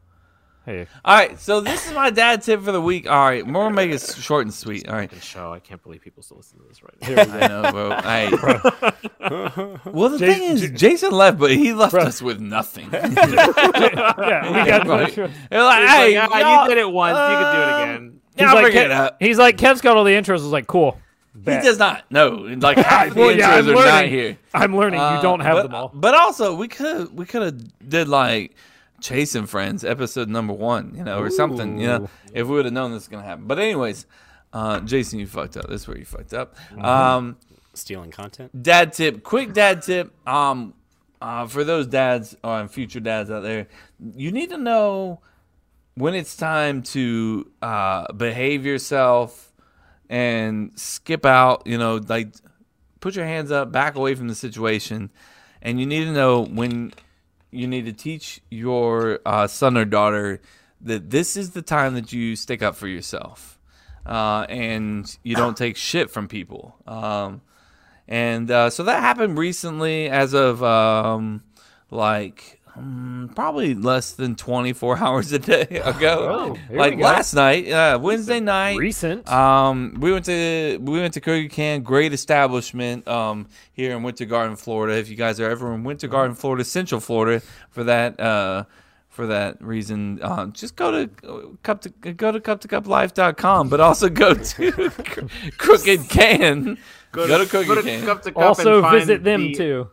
Speaker 3: hey.
Speaker 2: All right, so this is my dad tip for the week. All right, we're gonna make it s- short and sweet. All right,
Speaker 11: Fucking show. I can't believe people still listen to this right now.
Speaker 2: I know, bro. I, well, the thing is, Jason left, but he left us with nothing.
Speaker 3: Yeah, we got
Speaker 2: Bro,
Speaker 3: the-
Speaker 2: They're like, hey,
Speaker 11: Like, ah,
Speaker 2: y'all-
Speaker 11: you did it once. you could do it
Speaker 3: uh,
Speaker 2: um,
Speaker 11: again.
Speaker 3: He's
Speaker 2: I'll
Speaker 3: like,
Speaker 2: bring it
Speaker 3: Kev,
Speaker 2: up.
Speaker 3: he's like, Kev's got all the intros. I was like, cool.
Speaker 2: He
Speaker 3: Bet.
Speaker 2: does not. No, and, like half the
Speaker 3: Well, yeah, I'm
Speaker 2: intros are not
Speaker 3: learning.
Speaker 2: here.
Speaker 3: I'm learning.
Speaker 2: Uh,
Speaker 3: you don't have
Speaker 2: but,
Speaker 3: them all.
Speaker 2: But also, we could we could have did like Chasing Friends episode number one, you know, or something. You know, if we would have known this was gonna happen. But anyways, uh, Jason, you fucked up. That's where you fucked up.
Speaker 3: Mm-hmm.
Speaker 2: Um,
Speaker 1: Stealing content.
Speaker 2: dad tip, quick dad tip. Um, uh, for those dads or future dads out there, you need to know when it's time to uh, behave yourself and skip out. You know, like put your hands up, back away from the situation, and you need to know when you need to teach your uh, son or daughter that this is the time that you stick up for yourself uh, and you don't take shit from people. Um, and uh, so that happened recently, as of um, like um, probably less than 24 hours a day ago.
Speaker 3: Oh, here
Speaker 2: like
Speaker 3: we go.
Speaker 2: last night, uh, Wednesday night.
Speaker 3: Recent.
Speaker 2: Um, we went to we went to Cookie Can, great establishment um, here in Winter Garden, Florida. If you guys are ever in Winter Garden, Florida, Central Florida, for that uh, for that reason, uh, just go to uh, cup to go to cup2cuplife.com, but also go to Cro- Crooked Can. Go to, Cookie
Speaker 11: go to
Speaker 2: Can.
Speaker 11: Cup to Cup
Speaker 3: also,
Speaker 11: and find
Speaker 3: visit them
Speaker 11: the-
Speaker 3: too.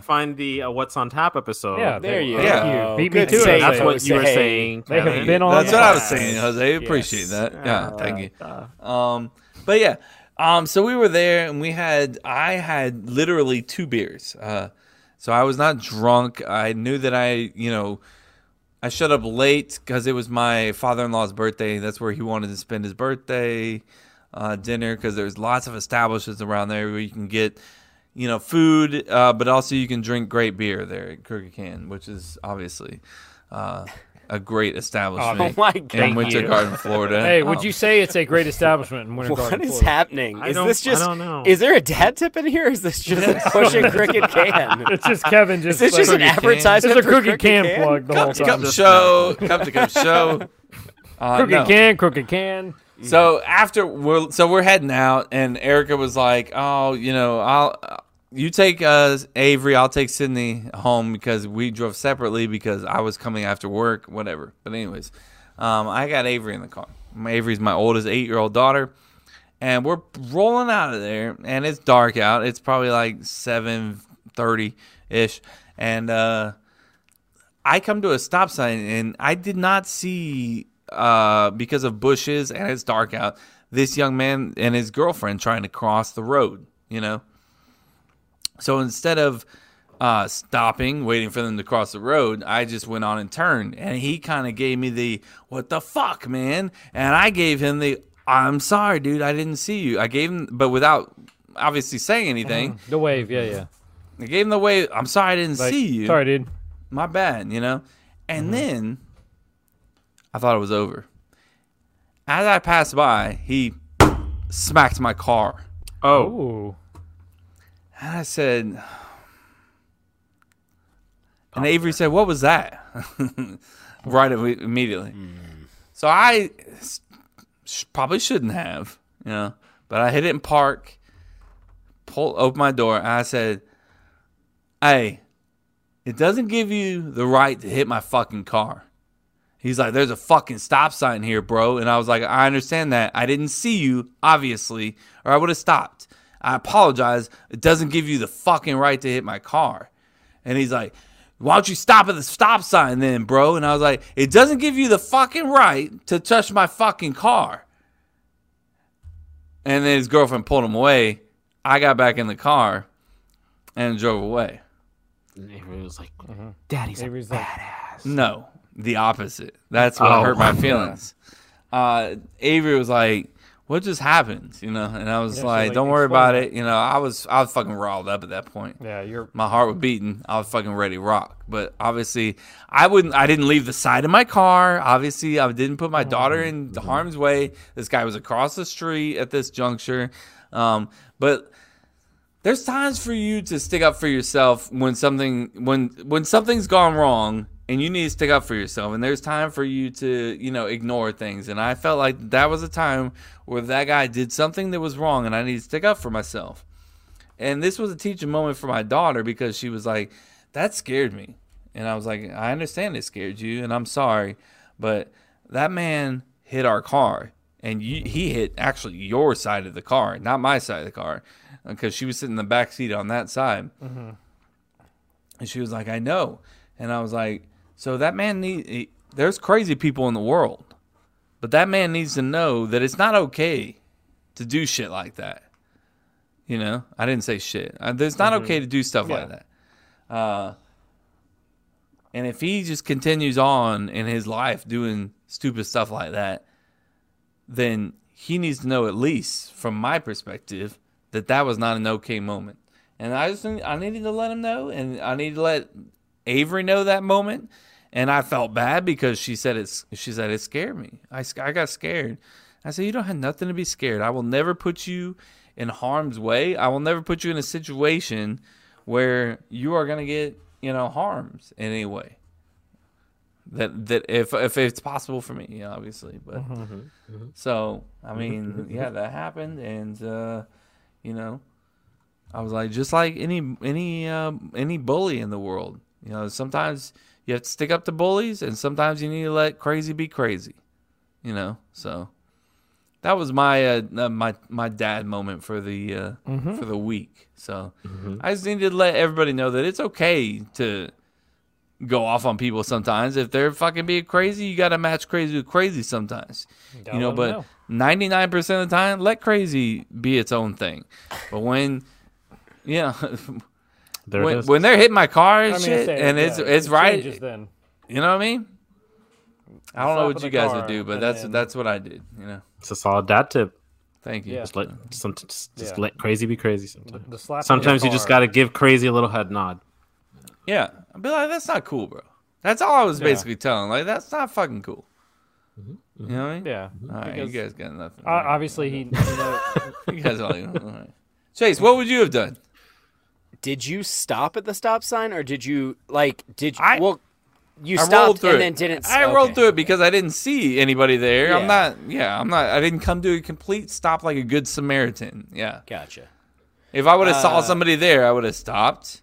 Speaker 11: Find the uh, What's on Tap episode.
Speaker 3: Yeah,
Speaker 1: There you
Speaker 3: thank
Speaker 1: go.
Speaker 3: you. Beat me
Speaker 1: Good
Speaker 3: to it.
Speaker 1: save,
Speaker 11: That's
Speaker 3: Jose.
Speaker 11: what you were
Speaker 1: Jose.
Speaker 11: saying.
Speaker 3: They have
Speaker 11: Kevin.
Speaker 3: been on. Uh,
Speaker 2: That's
Speaker 3: the
Speaker 2: what I was
Speaker 3: podcast.
Speaker 2: saying, Jose. Appreciate
Speaker 1: Yes.
Speaker 2: that. Yeah, thank you. Um, but yeah, um, so we were there and we had I had literally two beers. Uh, so I was not drunk. I knew that I, you know, I showed up late because it was my father-in-law's birthday. That's where he wanted to spend his birthday uh, dinner because there's lots of establishments around there where you can get, you know, food, uh, but also you can drink great beer there at Crooked Can, which is obviously. Uh, a great establishment
Speaker 1: my
Speaker 2: in
Speaker 1: God.
Speaker 2: Winter Garden, Florida.
Speaker 3: Oh Hey, would
Speaker 2: Um,
Speaker 3: you say it's a great establishment in Winter Garden?
Speaker 1: What is
Speaker 3: Florida?
Speaker 1: happening?
Speaker 11: I
Speaker 1: Is
Speaker 11: don't-
Speaker 1: this
Speaker 11: I
Speaker 1: just?
Speaker 11: don't know.
Speaker 1: Is there a dad tip in here? Or is this just a pushing cricket can?
Speaker 3: It's just Kevin. Just
Speaker 1: Is this
Speaker 3: like,
Speaker 1: just an
Speaker 2: Crooked can.
Speaker 3: This
Speaker 1: advertisement?
Speaker 3: is a
Speaker 1: for
Speaker 3: crooked can, plug the whole
Speaker 2: come to
Speaker 3: time.
Speaker 2: come show, come to come show. Uh,
Speaker 3: crooked
Speaker 2: no.
Speaker 3: can, crooked can.
Speaker 2: So after we're so we're heading out, and Erica was like, "Oh, you know, I'll uh, you take uh, Avery, I'll take Sydney home because we drove separately because I was coming after work, whatever." But anyways, um, I got Avery in the car. My- Avery's my oldest eight-year-old daughter, and we're rolling out of there, and it's dark out. It's probably like seven thirty ish, and uh, I come to a stop sign and I did not see uh because of bushes and it's dark out this young man and his girlfriend trying to cross the road, you know. So instead of uh stopping, waiting for them to cross the road, I just went on and turned and he kind of gave me the what the fuck, man? And I gave him the I'm sorry, dude, I didn't see you. I gave him but without obviously saying anything.
Speaker 3: The wave, yeah, yeah.
Speaker 2: I gave him the way I'm sorry I didn't
Speaker 3: Uh-huh. Like,
Speaker 2: see you
Speaker 3: Sorry, dude.
Speaker 2: my bad, you know? And then I thought it was over. As I passed by, he smacked my car.
Speaker 11: Oh,
Speaker 3: Ooh,
Speaker 2: And I said, and Avery said, what was that? right away, immediately. So I s- sh- probably shouldn't have, you know, but I hit it in park, pulled open my door, and I said, hey, it doesn't give you the right to hit my fucking car. He's like, there's a fucking stop sign here, bro. And I was like, I understand that. I didn't see you, obviously, or I would have stopped. I apologize. It doesn't give you the fucking right to hit my car. And he's like, why don't you stop at the stop sign then, bro? And I was like, it doesn't give you the fucking right to touch my fucking car. And then his girlfriend pulled him away. I got back in the car and drove away.
Speaker 11: And Avery was like, "Daddy's a
Speaker 3: Avery's like,
Speaker 11: badass."
Speaker 2: No, the opposite. That's what
Speaker 11: Oh.
Speaker 2: hurt my feelings. Uh, Avery was like, "What just happened?" You know, and I was
Speaker 3: Yeah, she's
Speaker 2: like,
Speaker 3: like,
Speaker 2: "Don't worry
Speaker 3: "Explain
Speaker 2: about
Speaker 3: that."
Speaker 2: it." You know, I was I was fucking riled up at that point.
Speaker 3: Yeah, you're-
Speaker 2: My heart was beating. I was fucking ready to rock. But obviously, I wouldn't. I didn't leave the side of my car. Obviously, I didn't put my daughter in harm's way. This guy was across the street at this juncture. Um, but there's times for you to stick up for yourself when something when when something's gone wrong and you need to stick up for yourself and there's time for you to you know ignore things and i felt like that was a time where that guy did something that was wrong and i need to stick up for myself and this was a teaching moment for my daughter because she was like that scared me and i was like i understand it scared you and i'm sorry but that man hit our car and you, he hit actually your side of the car not my side of the car because she was sitting in the back seat on that side and she was like, I know. And I was like, so that man need he- there's crazy people in the world. But that man needs to know that it's not okay to do shit like that. You know, I didn't say shit. Uh, It's not okay to do stuff like
Speaker 3: Yeah.
Speaker 2: that. Uh, and if he just continues on in his life doing stupid stuff like that, then he needs to know at least from my perspective that that was not an okay moment. And I just need- I needed to let him know, and I needed to let Avery know that moment. And I felt bad because she said it's she said it scared me. I, sc- I got scared. I said you don't have nothing to be scared. I will never put you in harm's way. I will never put you in a situation where you are gonna get you know harms in any way. That that if if it's possible for me, yeah, obviously, but. So I mean, yeah, that happened, and uh, you know, I was like, just like any any uh, any bully in the world, you know, sometimes you have to stick up to bullies, and sometimes you need to let crazy be crazy, you know. So that was my uh, uh, my my dad moment for the uh,
Speaker 3: Mhm.
Speaker 2: for the week. So
Speaker 3: Mm-hmm.
Speaker 2: I just needed to let everybody know that it's okay to go off on people sometimes. If they're fucking being crazy, you got to match crazy with crazy sometimes.
Speaker 3: gotta
Speaker 2: You know,
Speaker 3: let 'em
Speaker 2: but
Speaker 3: know.
Speaker 2: ninety nine percent of the time, let crazy be its own thing. But when, yeah,
Speaker 11: There it
Speaker 2: when,
Speaker 11: is.
Speaker 2: when they're hitting my car
Speaker 3: I
Speaker 2: and
Speaker 3: mean,
Speaker 2: shit,
Speaker 3: say,
Speaker 2: and
Speaker 3: yeah,
Speaker 2: it's it's
Speaker 3: it
Speaker 2: right,
Speaker 3: changes Then
Speaker 2: you know what I mean? I don't know
Speaker 3: Stop
Speaker 2: what
Speaker 3: in
Speaker 2: you
Speaker 3: the
Speaker 2: guys would
Speaker 3: car
Speaker 2: do, but
Speaker 3: and
Speaker 2: that's
Speaker 3: then-
Speaker 2: that's what I did. You know,
Speaker 11: It's a solid dad tip.
Speaker 2: thank you.
Speaker 3: Yeah.
Speaker 11: Just let some just, just
Speaker 3: Yeah.
Speaker 11: let crazy be crazy. Sometimes,
Speaker 3: the slap. in
Speaker 11: sometimes
Speaker 3: the
Speaker 11: you just
Speaker 3: car.
Speaker 11: got to give crazy a little head nod.
Speaker 2: Yeah, I'd be like, that's not cool, bro. That's all I was
Speaker 3: Yeah.
Speaker 2: basically telling. Like, that's not fucking cool. You know what I mean?
Speaker 3: Yeah.
Speaker 2: All right, you
Speaker 3: because-
Speaker 2: guys got nothing.
Speaker 3: Uh, obviously, he. You know,
Speaker 2: you guys are like, all right. Chase, what would you have done?
Speaker 1: Did you stop at the stop sign or did you like did you
Speaker 2: I-
Speaker 1: well you
Speaker 2: I rolled
Speaker 1: stopped
Speaker 2: through
Speaker 1: and
Speaker 2: it.
Speaker 1: then didn't
Speaker 2: I
Speaker 1: okay.
Speaker 2: rolled through it because I didn't see anybody there. I'm
Speaker 1: Yeah.
Speaker 2: not. Yeah, I'm not. I didn't come to a complete stop like a good Samaritan. Yeah.
Speaker 1: Gotcha.
Speaker 2: If I would have saw
Speaker 1: Uh,
Speaker 2: somebody there, I would have stopped.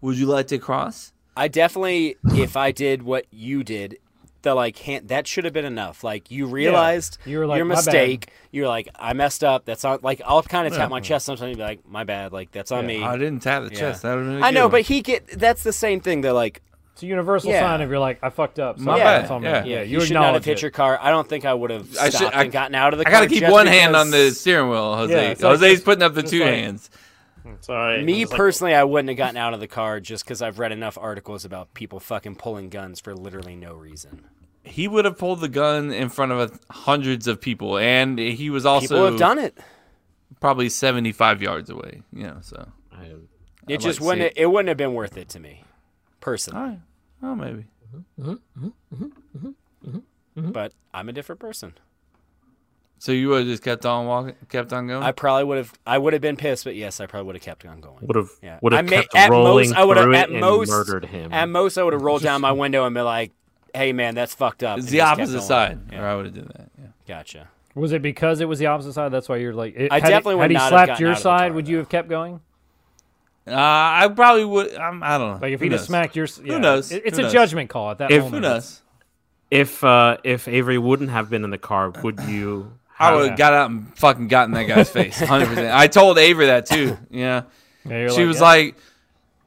Speaker 2: Would you like to cross?
Speaker 1: I definitely, if I did what you did, the like hand, that should have been enough. Like you realized
Speaker 3: You were like,
Speaker 1: your
Speaker 3: "My bad."
Speaker 1: mistake. You're like, I messed up. That's on. Like I'll kind of tap my chest sometimes and be like, my bad. Like that's on me.
Speaker 2: I didn't tap the
Speaker 1: Yeah.
Speaker 2: chest. That would have been. a
Speaker 1: I
Speaker 2: good
Speaker 1: know,
Speaker 2: one.
Speaker 1: but he get. That's the same thing. They're like,
Speaker 3: it's a universal
Speaker 1: Yeah.
Speaker 3: sign if you're like, I fucked up. So
Speaker 2: My
Speaker 1: bad,
Speaker 3: That's on me.
Speaker 2: yeah.
Speaker 1: yeah,
Speaker 3: yeah.
Speaker 1: you,
Speaker 3: You
Speaker 1: should not have
Speaker 3: acknowledge
Speaker 1: hit
Speaker 3: it.
Speaker 1: your car. I don't think I would have
Speaker 2: I
Speaker 1: stopped
Speaker 2: should- I-
Speaker 1: and gotten out of the
Speaker 2: I
Speaker 1: car.
Speaker 2: gotta keep
Speaker 1: just
Speaker 2: one hand on the
Speaker 1: because
Speaker 2: steering wheel, Jose.
Speaker 3: Yeah, it's like
Speaker 2: Jose's
Speaker 3: just-
Speaker 2: putting up the
Speaker 3: just
Speaker 2: two
Speaker 3: like-
Speaker 2: hands.
Speaker 11: Sorry,
Speaker 1: Me personally, I wouldn't have gotten out of the car just because I've read enough articles about people fucking pulling guns for literally no reason.
Speaker 2: He would have pulled the gun in front of a- hundreds of people, and he was
Speaker 1: People
Speaker 2: also
Speaker 1: have done it.
Speaker 2: probably seventy-five yards away. You know, so
Speaker 1: It just
Speaker 2: I'd like to see
Speaker 1: wouldn't. It wouldn't have been worth it to me, personally.
Speaker 2: all right, oh maybe.
Speaker 1: But I'm a different person.
Speaker 2: So you would have just kept on walking, kept on going.
Speaker 1: I probably would have. I would have been pissed, but yes, I probably would have kept on going.
Speaker 11: would have
Speaker 1: Yeah.
Speaker 11: would
Speaker 1: I
Speaker 11: have
Speaker 1: may-
Speaker 11: kept
Speaker 1: at
Speaker 11: rolling
Speaker 1: most, I would have
Speaker 11: through it
Speaker 1: at
Speaker 11: and
Speaker 1: most
Speaker 11: murdered him.
Speaker 1: At most, I would have rolled down my window and been like, "Hey, man, that's fucked up."
Speaker 2: it's
Speaker 1: and
Speaker 2: the
Speaker 1: just kept
Speaker 2: opposite
Speaker 1: going.
Speaker 2: side,
Speaker 1: Yeah,
Speaker 2: or I would have done that. Yeah.
Speaker 1: Gotcha.
Speaker 3: Was it because it was the opposite side? That's why you're like. It,
Speaker 1: I
Speaker 3: had he-
Speaker 1: definitely would
Speaker 3: Had he
Speaker 1: not have
Speaker 3: slapped
Speaker 1: gotten
Speaker 3: your
Speaker 1: out of the
Speaker 3: side,
Speaker 1: car,
Speaker 3: would you
Speaker 1: though.
Speaker 3: have kept going?
Speaker 2: Uh, I probably would. I'm, I don't know.
Speaker 3: Like if
Speaker 2: Who
Speaker 3: he'd have
Speaker 2: knows?
Speaker 3: smacked your. Yeah,
Speaker 2: knows?
Speaker 3: It, it's
Speaker 2: Who
Speaker 3: a
Speaker 2: knows?
Speaker 3: judgment call at that
Speaker 11: If-
Speaker 2: Who
Speaker 3: moment.
Speaker 2: knows?
Speaker 11: if uh, if Avery wouldn't have been in the car, would you?
Speaker 2: I
Speaker 11: have-
Speaker 2: would have got out and fucking gotten that guy's face. 100. percent I told Avery that too. Yeah.
Speaker 3: Yeah, you're
Speaker 2: she
Speaker 3: like,
Speaker 2: was
Speaker 3: yeah.
Speaker 2: like,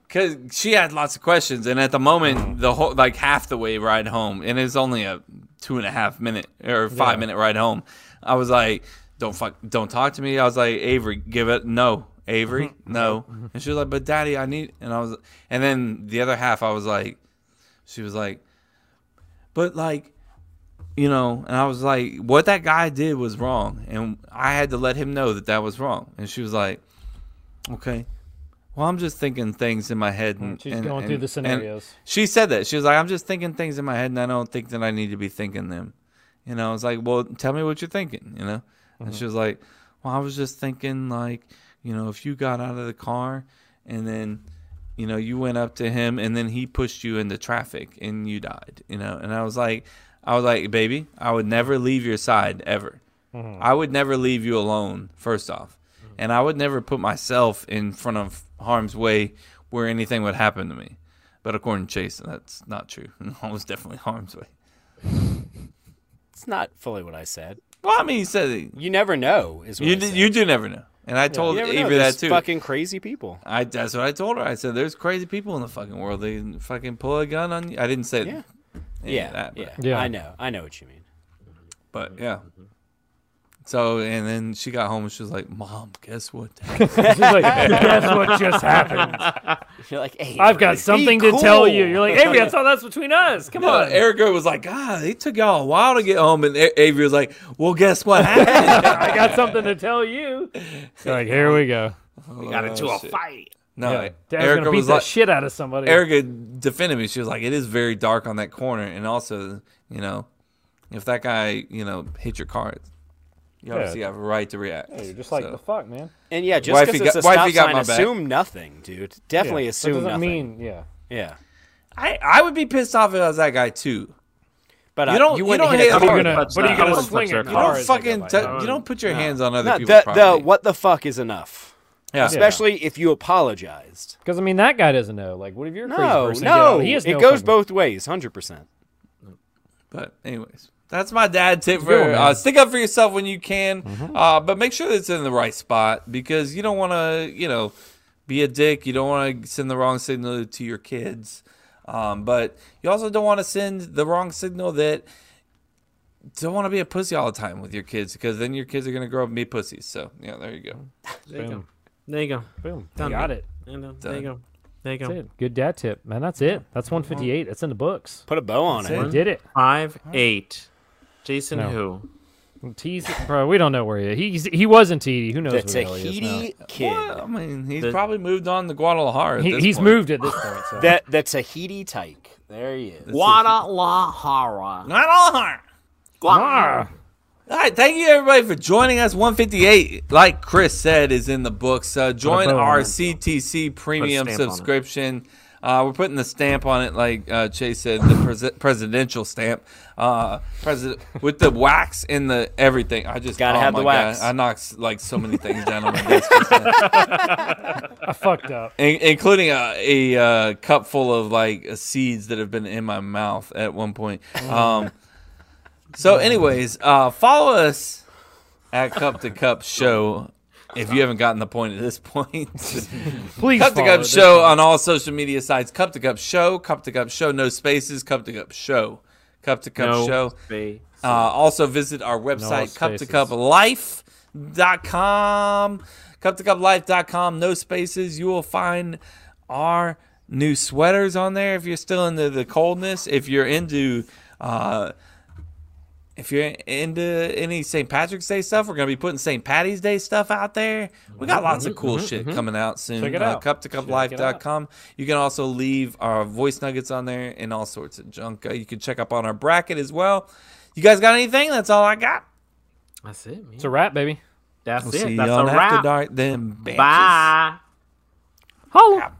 Speaker 2: Cause she had lots of questions, and at the moment, the whole like half the way ride home, and it's only a two and a half minute or five minute ride home. I was like, "Don't fuck, don't talk to me." I was like, "Avery, give it no, Avery,
Speaker 3: Mm-hmm.
Speaker 2: no." And she was like, "But Daddy, I need," and I was, and then the other half, I was like, she was like, "But like, you know," and I was like, "What that guy did was wrong," and I had to let him know that that was wrong, and she was like, "Okay." Well, I'm just thinking things in my head. And,
Speaker 3: She's
Speaker 2: and-
Speaker 3: going through
Speaker 2: and-
Speaker 3: the
Speaker 2: and
Speaker 3: scenarios.
Speaker 2: She said that. She was like, I'm just thinking things in my head and I don't think that I need to be thinking them. And I was like, well, tell me what you're thinking, you know? And she was like, well, I was just thinking, like, you know, if you got out of the car and then, you know, you went up to him and then he pushed you into traffic and you died, you know? And I was like, I was like, baby, I would never leave your side ever.
Speaker 3: Mhm.
Speaker 2: I would never leave you alone, first off. And I would never put myself in front of harm's way where anything would happen to me. But according to Chase, that's not true. I was definitely harm's way.
Speaker 1: It's not fully what I said.
Speaker 2: Well, I mean, he said it.
Speaker 1: You never know, is what
Speaker 2: You
Speaker 1: I
Speaker 2: do,
Speaker 1: said.
Speaker 2: you do never know. And I told
Speaker 1: you never know.
Speaker 2: Avery that
Speaker 1: There's
Speaker 2: too.
Speaker 1: Fucking crazy people.
Speaker 2: I that's what I told her. I said there's crazy people in the fucking world. They can fucking pull a gun on you. I didn't say
Speaker 1: Yeah.
Speaker 2: any
Speaker 1: Yeah,
Speaker 2: of that, but,
Speaker 1: yeah, I know. I know what you mean.
Speaker 2: But yeah. So and then she got home and she was like, "Mom, guess what?"
Speaker 3: She's like, guess what just happened?
Speaker 1: You're like, "Avery,
Speaker 3: I've got
Speaker 1: be
Speaker 3: something to tell you.
Speaker 1: cool."
Speaker 3: You're like, Avery, that's all that's between us. Come
Speaker 2: No,
Speaker 3: on.
Speaker 2: Erica was like, "God, it took y'all a while to get home," and A- Avery was like, "Well, guess what happened?
Speaker 3: I got something to tell you. So, like, here we go.
Speaker 2: We got into a fight. No,
Speaker 3: Yeah. Dad's gonna
Speaker 2: Erica
Speaker 3: beat
Speaker 2: was
Speaker 3: the
Speaker 2: like,
Speaker 3: shit out of somebody.
Speaker 2: Erica defended me. She was like, "It is very dark on that corner, and also, you know, if that guy, you know, hit your car, you
Speaker 3: Yeah.
Speaker 2: obviously have a right to react."
Speaker 3: Yeah, you're just like
Speaker 2: So-
Speaker 3: the fuck, man.
Speaker 1: And yeah, just
Speaker 2: Wifey
Speaker 1: because it's
Speaker 2: got-
Speaker 1: a stop
Speaker 2: wifey got
Speaker 1: sign,
Speaker 2: my back.
Speaker 1: assume nothing, dude. Definitely
Speaker 3: Yeah, that
Speaker 1: assume
Speaker 3: doesn't
Speaker 1: nothing.
Speaker 3: mean- yeah.
Speaker 1: Yeah.
Speaker 2: I, I would be pissed off if I was that guy too.
Speaker 1: But
Speaker 2: you
Speaker 1: I-
Speaker 2: don't
Speaker 1: you
Speaker 2: you
Speaker 1: wouldn't
Speaker 2: don't
Speaker 1: hit
Speaker 2: hit
Speaker 1: a car.
Speaker 2: hard.
Speaker 1: But
Speaker 2: You
Speaker 1: are you gonna
Speaker 2: don't
Speaker 1: swing
Speaker 2: touch
Speaker 1: it?
Speaker 2: their
Speaker 1: You
Speaker 2: car.
Speaker 1: don't
Speaker 2: You don't fucking
Speaker 1: touch-
Speaker 2: tou- you don't put your
Speaker 1: No.
Speaker 2: hands on other
Speaker 1: No,
Speaker 2: people's
Speaker 1: the, the
Speaker 2: property.
Speaker 1: what the fuck is enough.
Speaker 2: Yeah.
Speaker 1: Especially if you apologized.
Speaker 3: Because I mean, that guy doesn't know. Like, what if you're a crazy
Speaker 1: No,
Speaker 3: person? Yeah,
Speaker 1: no.
Speaker 3: he has
Speaker 1: It
Speaker 3: no
Speaker 1: goes
Speaker 3: fucking-
Speaker 1: both ways, 100%.
Speaker 2: But anyways, that's my dad tip
Speaker 1: It's a
Speaker 2: for
Speaker 1: good one,
Speaker 2: uh,
Speaker 1: man. Mm-hmm.
Speaker 2: stick up for yourself when you can, uh, but make sure that it's in the right spot because you don't want to, you know, be a dick. You don't want to send the wrong signal to your kids, um, but you also don't want to send the wrong signal that don't want to be a pussy all the time with your kids because then your kids are gonna grow up and be pussies. So yeah, there you go.
Speaker 11: There you go. There you go.
Speaker 3: Boom.
Speaker 11: Done.
Speaker 3: Got it.
Speaker 11: And, uh, there
Speaker 2: Done.
Speaker 11: you go. There you go.
Speaker 3: That's it. Good dad tip, man. That's it. That's 158. That's in the books.
Speaker 1: Put a bow on
Speaker 3: That's it.
Speaker 1: it.
Speaker 3: We did it.
Speaker 11: Five eight. Jason
Speaker 3: No.
Speaker 11: who?
Speaker 3: Tease, bro. We don't know where he is. He's, he was in Tahiti. Who knows
Speaker 1: The
Speaker 3: where he is now?
Speaker 1: Tahiti kid.
Speaker 2: Well, I mean, he's
Speaker 11: The-
Speaker 2: probably moved on to Guadalajara. At
Speaker 3: He,
Speaker 2: this
Speaker 3: he's
Speaker 2: point.
Speaker 3: moved at this point. So.
Speaker 1: That the Tahiti tyke. There he is.
Speaker 11: Guadalajara.
Speaker 2: Guadalajara.
Speaker 3: Ah,
Speaker 2: All right, thank you everybody for joining us. 158, like Chris said, is in the books. Uh, join
Speaker 3: bow on
Speaker 2: our
Speaker 3: it.
Speaker 2: CTC premium
Speaker 11: stamp on it.
Speaker 2: subscription. Uh, we're putting the stamp on it, like uh, Chase said, the pres- presidential stamp, uh, president with the wax in the everything. I just
Speaker 1: Gotta
Speaker 2: oh
Speaker 1: have the
Speaker 2: my
Speaker 1: wax.
Speaker 2: God, I knocked like so many things down on my desk, just now.
Speaker 3: I fucked up.
Speaker 2: In- including a, a uh, cup full of like seeds that have been in my mouth at one point.
Speaker 3: Mm.
Speaker 2: Um, so, anyways, uh, follow us at Cup to Cup Show. If you haven't gotten the point at this point,
Speaker 3: Please.
Speaker 2: Cup to
Speaker 3: follow
Speaker 2: Cup
Speaker 3: this
Speaker 2: Show
Speaker 3: one.
Speaker 2: on all social media sites. Cup to Cup Show, Cup to Cup Show, no spaces. Cup to Cup Show, Cup to Cup
Speaker 11: No
Speaker 2: Show.
Speaker 11: space.
Speaker 2: Uh, also visit our website, cup to cup life.com, cup to cup life.com, no spaces. You will find our new sweaters on there if you're still into the coldness. If you're into, uh, if you're into any St. Patrick's Day stuff, we're going to be putting St. Patty's Day stuff out there. We
Speaker 3: Mm-hmm,
Speaker 2: got lots of cool shit coming out soon. uh,
Speaker 3: Check it out.
Speaker 2: cup to cup life.com. You can also leave our voice nuggets on there and all sorts of junk. Uh, you can check up on our bracket as well. You guys got anything? That's all I got.
Speaker 11: That's it, man.
Speaker 3: It's a wrap, baby.
Speaker 11: That's
Speaker 2: We'll
Speaker 11: it.
Speaker 2: see
Speaker 11: That's
Speaker 2: you
Speaker 11: a
Speaker 2: on After
Speaker 11: wrap.
Speaker 2: Dark then. bitches.
Speaker 11: Bye.
Speaker 3: Holla.